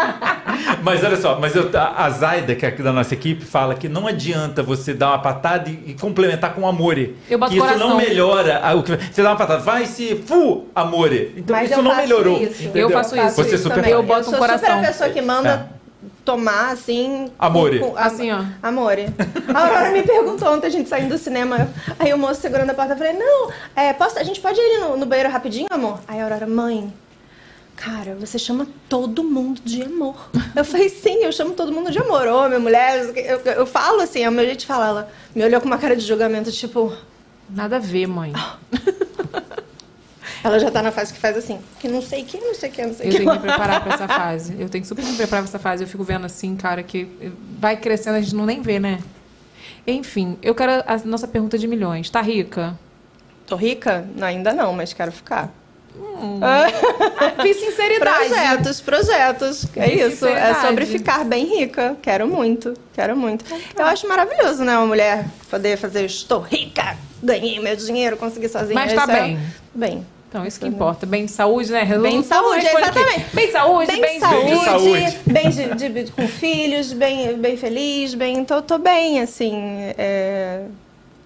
Speaker 1: <laughs> Mas olha só, mas eu- a a Zaida, que é aqui da nossa equipe, fala que não adianta você dar uma patada e, e complementar com amore.
Speaker 9: Eu boto
Speaker 1: que isso
Speaker 9: coração.
Speaker 1: não melhora. a- o que- você dá uma patada, vai se fu, amore. Então
Speaker 10: Mas
Speaker 1: isso
Speaker 10: eu
Speaker 1: não
Speaker 10: faço
Speaker 1: melhorou.
Speaker 10: isso.
Speaker 1: entendeu?
Speaker 10: Eu faço isso.
Speaker 1: Você
Speaker 10: isso
Speaker 1: super
Speaker 10: também.
Speaker 1: faz.
Speaker 9: um
Speaker 10: Eu sou super a pessoa que manda tomar, assim...
Speaker 1: Amore.
Speaker 10: assim, ó.
Speaker 9: <laughs>
Speaker 10: Amore. A Aurora me perguntou ontem, a gente saindo do cinema, aí o moço segurando a porta, eu falei, não, é, posso, a gente pode ir no, no banheiro rapidinho, amor? Aí a Aurora, mãe... Cara, você chama todo mundo de amor. <laughs> Eu falei, sim, eu chamo todo mundo de amor. Homem, mulher, eu, eu, eu falo assim, é o meu jeito de falar. Ela me olhou com uma cara de julgamento, tipo...
Speaker 9: Nada a ver, mãe.
Speaker 10: Ah, Ela já tá na fase que faz assim, que não sei que, não sei que, não sei
Speaker 9: Eu
Speaker 10: que.
Speaker 9: tenho que me
Speaker 10: lá.
Speaker 9: preparar pra essa fase. Eu tenho que super me preparar pra essa fase. Eu fico vendo assim, cara, que vai crescendo, a gente não nem vê, né? Enfim, eu quero a nossa pergunta de milhões. Tá rica?
Speaker 10: <laughs> Tô rica? Não, ainda não, mas quero ficar.
Speaker 9: Hum.
Speaker 10: Fiz sinceridade. Projetos, projetos. É
Speaker 9: Fiz
Speaker 10: isso. É
Speaker 9: sinceridade.
Speaker 10: sobre ficar bem rica. Quero muito, quero muito.
Speaker 9: Então tá.
Speaker 10: Eu acho maravilhoso, né? Uma mulher poder fazer estou rica, ganhei meu dinheiro, consegui sozinha.
Speaker 9: Mas tá
Speaker 10: Isso é-
Speaker 9: bem.
Speaker 10: Bem.
Speaker 9: Então, isso que importa. Bem de saúde, né?
Speaker 10: Bem de
Speaker 9: Resolução
Speaker 10: saúde,
Speaker 9: responde aqui.
Speaker 10: exatamente.
Speaker 9: Bem de saúde, bem,
Speaker 10: bem de saúde, bem de- de- de- com filhos, bem, bem feliz, bem. Tô, tô bem, assim. É...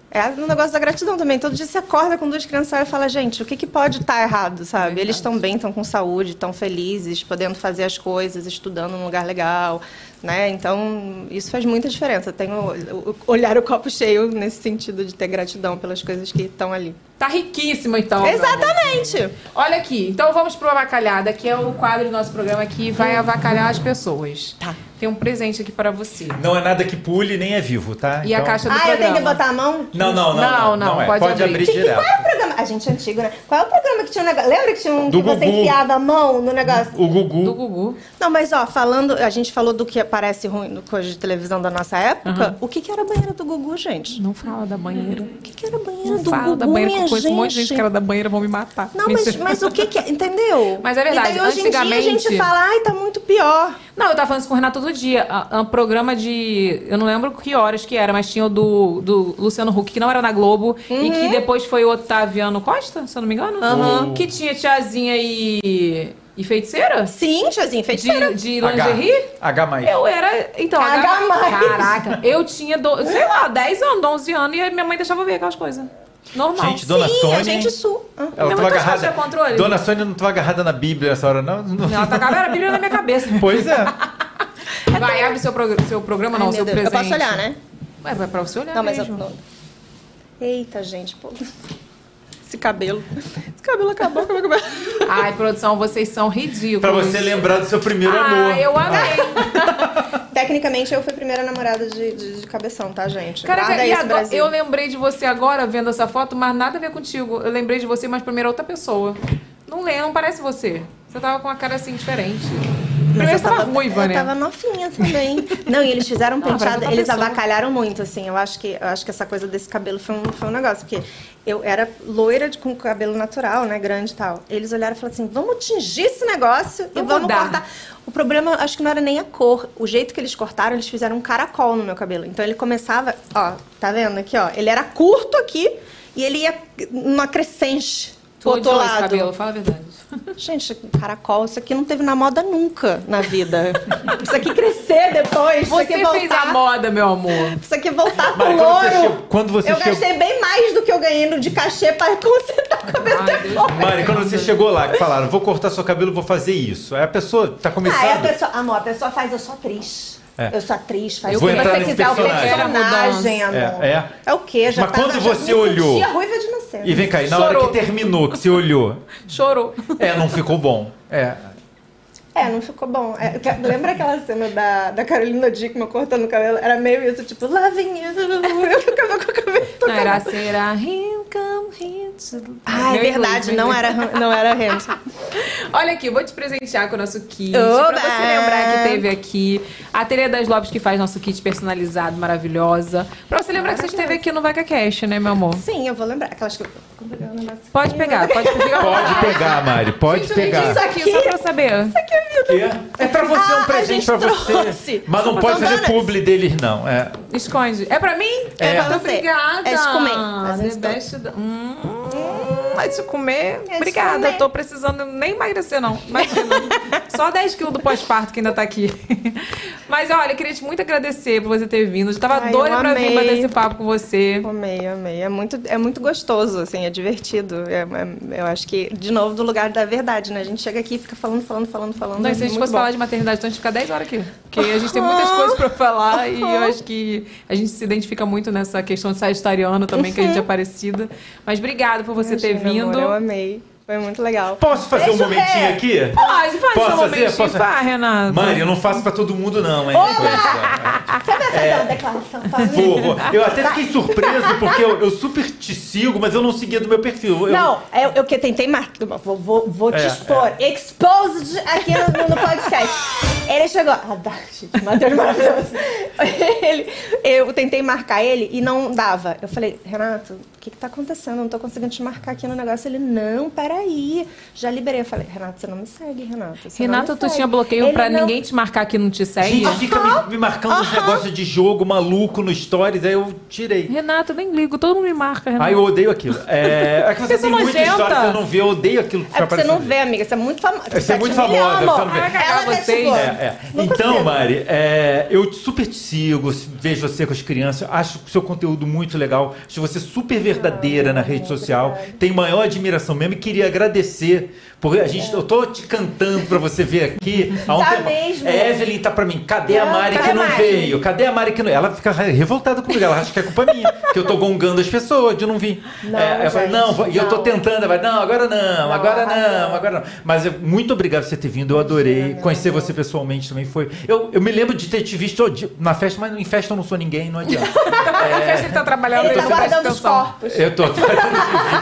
Speaker 10: É um negócio da gratidão também. Todo dia você acorda com duas crianças e fala, gente, o que, que pode estar errado, sabe? Eles estão bem, estão com saúde, estão felizes, podendo fazer as coisas, estudando num lugar legal, né? Então, isso faz muita diferença. Eu Tenho o- o- olhar o copo cheio nesse sentido de ter gratidão pelas coisas que estão ali.
Speaker 9: Tá riquíssima, então. meu
Speaker 10: Exatamente.
Speaker 9: amor. Olha aqui, então vamos pro Avacalhada, que é o quadro do nosso programa que vai avacalhar as pessoas. Tá. Tem um presente aqui para você.
Speaker 1: Não é nada que pule, nem é vivo, tá?
Speaker 9: E a caixa do
Speaker 10: ah, eu tenho que
Speaker 9: programa.
Speaker 10: botar a mão?
Speaker 1: Não, não, não, não,
Speaker 9: Não, não,
Speaker 1: não é.
Speaker 9: pode
Speaker 1: Pode
Speaker 9: abrir.
Speaker 1: abrir
Speaker 10: E qual
Speaker 1: direto.
Speaker 10: é o programa? A gente é antigo, né? Qual é o programa que tinha um negócio? Lembra que tinha um
Speaker 1: Do
Speaker 10: que você
Speaker 1: Gugu.
Speaker 10: enfiava a mão no negócio?
Speaker 1: O Gugu.
Speaker 9: Do Gugu.
Speaker 10: Não, mas ó, falando, a gente falou do que parece ruim no coisa de televisão da nossa época. O que, que era a banheira do Gugu, gente?
Speaker 9: Não fala da banheira.
Speaker 10: O que, que era a banheira
Speaker 9: Não
Speaker 10: Hum. do
Speaker 9: fala
Speaker 10: Gugu,
Speaker 9: da banheira, que
Speaker 10: minha
Speaker 9: eu conheço
Speaker 10: gente?
Speaker 9: um monte de gente que era da banheira, vão me matar.
Speaker 10: Não, mas,
Speaker 9: Mentira.
Speaker 10: mas o que que... é? Entendeu?
Speaker 9: Mas é verdade,
Speaker 10: E daí, hoje em dia a
Speaker 9: antigamente-
Speaker 10: gente fala, ai, tá muito pior.
Speaker 9: <laughs> Não, eu tava falando isso com o Renato todo dia. A- a- Um programa de. Eu não lembro que horas que era, mas tinha o do, do Luciano Huck, que não era na Globo, e que depois foi o Otaviano Costa, se eu não me engano.
Speaker 10: Uhum. Aham.
Speaker 9: Que tinha tiazinha e. e feiticeira?
Speaker 10: Sim, tiazinha, e feiticeira.
Speaker 9: De, de
Speaker 1: H.
Speaker 9: lingerie?
Speaker 1: H mais.
Speaker 9: Eu era. Então,
Speaker 10: H+.
Speaker 9: Caraca, eu tinha, do, sei lá, 10 anos, 11 anos, e a minha mãe deixava eu ver aquelas coisas. Normal.
Speaker 1: Gente, dona
Speaker 10: Sim,
Speaker 1: Sônia.
Speaker 10: a gente su... Ah.
Speaker 1: Ela
Speaker 9: Minha
Speaker 1: tava
Speaker 9: mãe tá achando que
Speaker 1: agarrada.
Speaker 9: é controle?
Speaker 1: Dona Sônia não tava agarrada na Bíblia nessa hora, não? Não.
Speaker 9: Ela tá- tacava era a Bíblia na minha cabeça.
Speaker 1: <laughs>
Speaker 9: É
Speaker 1: Pois
Speaker 9: <laughs>
Speaker 1: é.
Speaker 9: Vai, abre seu, prog- seu programa,
Speaker 10: Ai,
Speaker 9: não,
Speaker 10: meu
Speaker 9: seu
Speaker 10: Deus. Eu
Speaker 9: presente.
Speaker 10: posso olhar, né?
Speaker 9: Ué, vai pra você olhar
Speaker 10: Não, mas eu...
Speaker 9: mesmo.
Speaker 10: não. Eita, gente, pô. Esse cabelo. Esse cabelo acabou, como é que vai...
Speaker 9: Ai, produção, vocês são ridículos.
Speaker 1: Pra você lembrar do seu primeiro amor.
Speaker 9: Ah, eu <laughs> amei.
Speaker 10: Tecnicamente, eu fui a primeira namorada de, de, de cabeção, tá, gente?
Speaker 9: Caraca,
Speaker 10: Guarda
Speaker 9: e
Speaker 10: isso,
Speaker 9: agora-
Speaker 10: Brasil.
Speaker 9: eu lembrei de você agora vendo essa foto, mas nada a ver contigo. Eu lembrei de você, mas primeiro outra pessoa. Não lembro, não parece você. Você tava com uma cara assim diferente.
Speaker 10: Mas
Speaker 9: Primeiro
Speaker 10: eu
Speaker 9: você tava
Speaker 10: tava,
Speaker 9: ruiva,
Speaker 10: eu
Speaker 9: né?
Speaker 10: tava novinha também. Não, e eles
Speaker 9: <laughs>
Speaker 10: fizeram um
Speaker 9: Não, parece
Speaker 10: penteado,
Speaker 9: outra
Speaker 10: eles
Speaker 9: pessoa.
Speaker 10: avacalharam muito, assim. Eu acho, que, eu acho que essa coisa desse cabelo foi um, foi um negócio, porque eu era loira de- com cabelo natural, né, grande e tal. Eles olharam e falaram assim, vamos tingir esse negócio
Speaker 9: Vamos
Speaker 10: e vamos
Speaker 9: mudar.
Speaker 10: cortar. O problema, acho que não era nem a cor. O jeito que eles cortaram, eles fizeram um caracol no meu cabelo. Então ele começava, ó, tá vendo aqui, ó. Ele era curto aqui e ele ia numa crescente.
Speaker 9: Tu
Speaker 10: Pro outro
Speaker 9: odiou esse
Speaker 10: lado.
Speaker 9: cabelo, fala a verdade.
Speaker 10: Gente, caracol, isso aqui não teve na moda nunca na vida. Isso aqui crescer depois, isso
Speaker 9: Você
Speaker 10: aqui voltar.
Speaker 9: fez a moda, meu <laughs> amor.
Speaker 10: Isso aqui voltar pro
Speaker 1: Mas quando você
Speaker 10: louro.
Speaker 1: chegou- quando você
Speaker 10: eu
Speaker 1: chegou-
Speaker 10: gastei bem mais do que eu ganhei no de cachê pra <laughs> tá consertar o cabelo
Speaker 9: Ai,
Speaker 10: depois.
Speaker 1: Mari, quando você chegou lá, que falaram, vou cortar seu cabelo, vou fazer isso. Aí a pessoa
Speaker 9: Ah, é,
Speaker 1: tá começando.
Speaker 10: Aí a pessoa, amor, a pessoa faz, eu sou atriz.
Speaker 1: É.
Speaker 10: Eu sou atriz, faz
Speaker 1: Eu
Speaker 10: o que
Speaker 1: vou entrar
Speaker 10: você
Speaker 1: nesse
Speaker 10: quiser,
Speaker 1: personagem.
Speaker 10: o personagem, amor.
Speaker 1: É, é.
Speaker 10: o quê? Já
Speaker 1: Mas
Speaker 10: tava-
Speaker 1: quando
Speaker 10: já
Speaker 1: você
Speaker 10: me
Speaker 1: olhou-
Speaker 10: sentia ruiva de nascer.
Speaker 1: E vem cá, e na hora
Speaker 9: Chorou.
Speaker 1: que terminou, que você olhou,
Speaker 9: Chorou.
Speaker 1: é, não ficou bom. É.
Speaker 10: É, não ficou bom. É, que- lembra aquela cena da, da Carolina Dickman cortando o cabelo? Era meio isso, tipo, lá vem eu, <laughs> eu ficava com o cabelo
Speaker 9: Não era será he'll come here to-
Speaker 10: Ah, é
Speaker 9: Meu inglês,
Speaker 10: verdade,
Speaker 9: meu
Speaker 10: não
Speaker 9: inglês.
Speaker 10: era, não era
Speaker 9: <laughs>
Speaker 10: Hamilton.
Speaker 9: Olha aqui, vou te presentear com o nosso kit.
Speaker 10: Oba!
Speaker 9: Pra você lembrar que teve aqui. A Telha das Lopes que faz nosso kit personalizado, maravilhosa. Pra você lembrar que você esteve aqui no VacaCast, né, meu amor?
Speaker 10: Sim, eu vou lembrar. Aquelas que eu tô pegando um negocinho.
Speaker 9: Pode pegar, pode pegar.
Speaker 1: Pode pegar, Mari, pode
Speaker 9: Gente, eu vendi
Speaker 1: pegar.
Speaker 9: isso aqui só pra eu saber.
Speaker 1: É pra você, é um
Speaker 10: Ah,
Speaker 1: presente
Speaker 10: a
Speaker 1: pra
Speaker 10: gente
Speaker 1: você.
Speaker 10: trouxe.
Speaker 1: Mas não
Speaker 10: São
Speaker 1: pode fazer
Speaker 9: né?
Speaker 10: donuts.
Speaker 1: publi deles, não. É.
Speaker 9: Esconde. É pra mim?
Speaker 1: É.
Speaker 9: Muito
Speaker 10: pra você.
Speaker 9: obrigada.
Speaker 10: É de comer. Mas
Speaker 9: The
Speaker 10: eles estão-
Speaker 9: best da- Hum. mas se comer,
Speaker 12: É, se
Speaker 9: obrigada.
Speaker 12: comer.
Speaker 9: Tô precisando nem emagrecer, não. Imagina. Só 10 quilos do pós-parto que ainda tá aqui. Mas olha, eu queria te muito agradecer por você ter vindo. Eu tava
Speaker 10: Ai,
Speaker 9: doida
Speaker 10: eu
Speaker 9: pra vir
Speaker 10: amei.
Speaker 9: bater esse papo com você.
Speaker 10: Amei, amei. É muito, é muito gostoso, assim, é divertido. É- é- eu acho que, de novo, do lugar da verdade, né? A gente chega aqui e fica falando, falando, falando, falando.
Speaker 9: Não, e se a gente fosse falar de maternidade, então a gente fica 10 horas aqui. Porque a gente tem muitas coisas pra falar
Speaker 10: <laughs>
Speaker 9: e eu acho que a gente se identifica muito nessa questão de sagitariano também, que a gente é parecida. Mas obrigada por você
Speaker 10: Uhum.
Speaker 9: ter
Speaker 10: Imagina,
Speaker 9: vindo.
Speaker 10: amor, eu amei. Foi muito legal.
Speaker 1: Posso fazer um momentinho aqui?
Speaker 9: é. Pode,
Speaker 1: Posso
Speaker 9: faz seu
Speaker 1: fazer?
Speaker 9: momentinho.
Speaker 1: Posso-
Speaker 9: Faz, Renato.
Speaker 1: Mari, eu não faço pra todo mundo, não, hein?
Speaker 10: Ah,
Speaker 17: Você vai fazer
Speaker 1: É.
Speaker 17: uma declaração pra
Speaker 10: um
Speaker 17: mim?
Speaker 1: Vou, vou. Eu até
Speaker 17: Vai.
Speaker 1: fiquei surpreso porque eu, eu super te sigo, mas eu não seguia do meu perfil. Eu-
Speaker 17: Não, é, eu, eu que tentei marcar. Vou, vou, vou te
Speaker 1: É,
Speaker 17: expor. Exposed aqui no, no- no podcast. Ele chegou. Ah, dá, gente, Matheus maravilhoso. <laughs> Ele, eu tentei marcar ele e não dava. Eu falei, Renato, o que, que tá acontecendo? Eu não tô conseguindo te marcar aqui no negócio. Ele, não, peraí. Já liberei. Eu falei, Renato, você não me segue, Renato. você não
Speaker 9: Renata,
Speaker 17: me
Speaker 9: tu
Speaker 17: segue."
Speaker 9: tinha bloqueio
Speaker 17: Ele
Speaker 9: pra
Speaker 17: não-
Speaker 9: ninguém te marcar que não te
Speaker 17: é
Speaker 9: segue?
Speaker 1: Gente, fica me, me marcando uns negócios de jogo maluco no Stories, aí eu tirei.
Speaker 9: Renata, eu nem ligo, todo mundo me marca, Renata.
Speaker 1: Aí eu odeio aquilo. É, é que você
Speaker 9: Porque
Speaker 1: tem
Speaker 9: sou
Speaker 1: muita
Speaker 9: nojenta.
Speaker 1: história que eu não vê, eu odeio aquilo
Speaker 17: É
Speaker 1: que
Speaker 17: porque você
Speaker 1: aparecendo.
Speaker 17: não vê, amiga. Você é muito famosa.
Speaker 1: Você é muito
Speaker 17: milhões,
Speaker 1: famosa,
Speaker 17: amor.
Speaker 1: você não vê.
Speaker 17: Ela que é
Speaker 9: vocês.
Speaker 17: tipo-
Speaker 1: É, é. Então, Mari, é, eu super te sigo, vejo você com as crianças, acho o seu conteúdo muito legal, acho você super
Speaker 17: Ah,
Speaker 1: verdadeira na rede social, tenho maior admiração mesmo e queria agradecer, porque a gente, eu tô te cantando pra você ver aqui. há um
Speaker 17: É. Tá
Speaker 1: tempo.
Speaker 17: mesmo.
Speaker 1: É, Evelyn tá pra mim, cadê a
Speaker 17: Não,
Speaker 1: Mari
Speaker 17: cadê
Speaker 1: que
Speaker 17: a
Speaker 1: não
Speaker 17: Mari?
Speaker 1: veio? Cadê a Mari que não... Ela fica re- revoltada comigo, ela acha que é culpa minha, que eu tô gongando as pessoas de não vir.
Speaker 17: Não,
Speaker 1: É, eu falei,
Speaker 17: gente,
Speaker 1: não, vou- e eu tô
Speaker 17: não.
Speaker 1: tentando, ela vai, não, agora não, agora não, agora não. Mas eu- muito obrigado por você ter vindo, eu adorei. Conhecer você pessoalmente também foi. Eu, eu me lembro de ter te visto de- na festa, mas em festa eu não sou ninguém, não adianta.
Speaker 9: A festa que tá trabalhando,
Speaker 17: Ele
Speaker 9: eu
Speaker 17: tá
Speaker 9: tô prestando
Speaker 17: guardando os
Speaker 9: atenção.
Speaker 17: corpos.
Speaker 1: Eu tô. <laughs>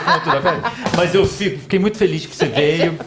Speaker 1: mas eu fico- fiquei muito feliz que você veio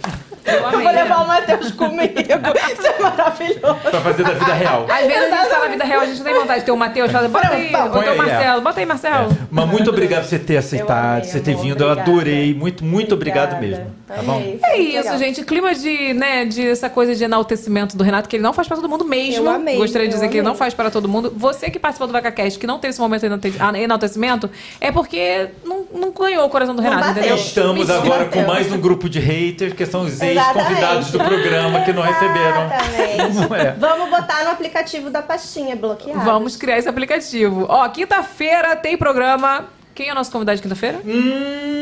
Speaker 17: Eu vou levar o Matheus
Speaker 9: <laughs>
Speaker 17: comigo. Isso é maravilhoso.
Speaker 1: pra fazer da vida real.
Speaker 9: Às vezes a gente tá na vida real, a gente não tem vontade de ter o Matheus, fala, bota aí, ou tem o Marcelo, bota aí, Marcelo.
Speaker 1: Mas muito obrigado por você ter aceitado, por você ter vindo, eu adorei. Muito, muito obrigado mesmo.
Speaker 10: Então
Speaker 1: Tá bom?
Speaker 9: É isso, gente. Clima de, né, de essa coisa de enaltecimento do Renato, que ele não faz pra todo mundo mesmo.
Speaker 17: Eu amei,
Speaker 9: Gostaria de
Speaker 17: eu
Speaker 9: dizer que ele
Speaker 17: amei.
Speaker 9: não faz para todo mundo. Você que participou do VacaCast, que não teve esse momento de enalte- ah, enaltecimento, é porque não, não ganhou o coração do Renato, entendeu?
Speaker 1: Estamos
Speaker 9: Mentira.
Speaker 1: agora com mais um grupo de haters, que são os ex-convidados do programa que não receberam. <laughs>
Speaker 17: Exatamente.
Speaker 1: É.
Speaker 17: Vamos botar no aplicativo da pastinha, bloqueado.
Speaker 9: Vamos criar esse aplicativo. Ó, quinta-feira tem programa. Quem é o nosso convidado de quinta-feira?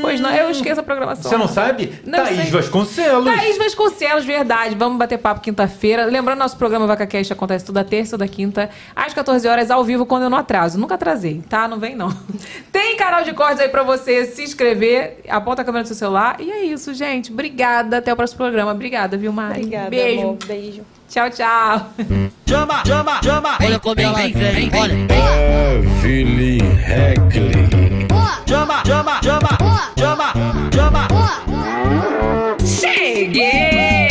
Speaker 9: Pois não, eu esqueço a programação.
Speaker 1: Hum. Você não sabe?
Speaker 9: Não
Speaker 1: Thaís
Speaker 9: sei.
Speaker 1: Vasconcelos.
Speaker 9: Thaís Vasconcelos, verdade. Vamos bater papo quinta-feira. Lembrando, nosso programa VacaCast acontece toda terça ou da quinta, às 14 horas, ao vivo, quando eu não atraso. Nunca atrasei, tá? Não vem, não. <laughs> Tem canal de cortes aí pra você se inscrever. Aponta a câmera do seu celular. E é isso, gente. Obrigada. Até o próximo programa. Obrigada, viu, Mari?
Speaker 17: Obrigada,
Speaker 9: Beijo.
Speaker 17: amor. Beijo.
Speaker 9: Tchau, tchau.
Speaker 18: Chama, chama, chama. Olha como ela vem, olha.
Speaker 4: Evely Heckley.
Speaker 18: Chama, chama, chama. Chama, chama. Cheguei.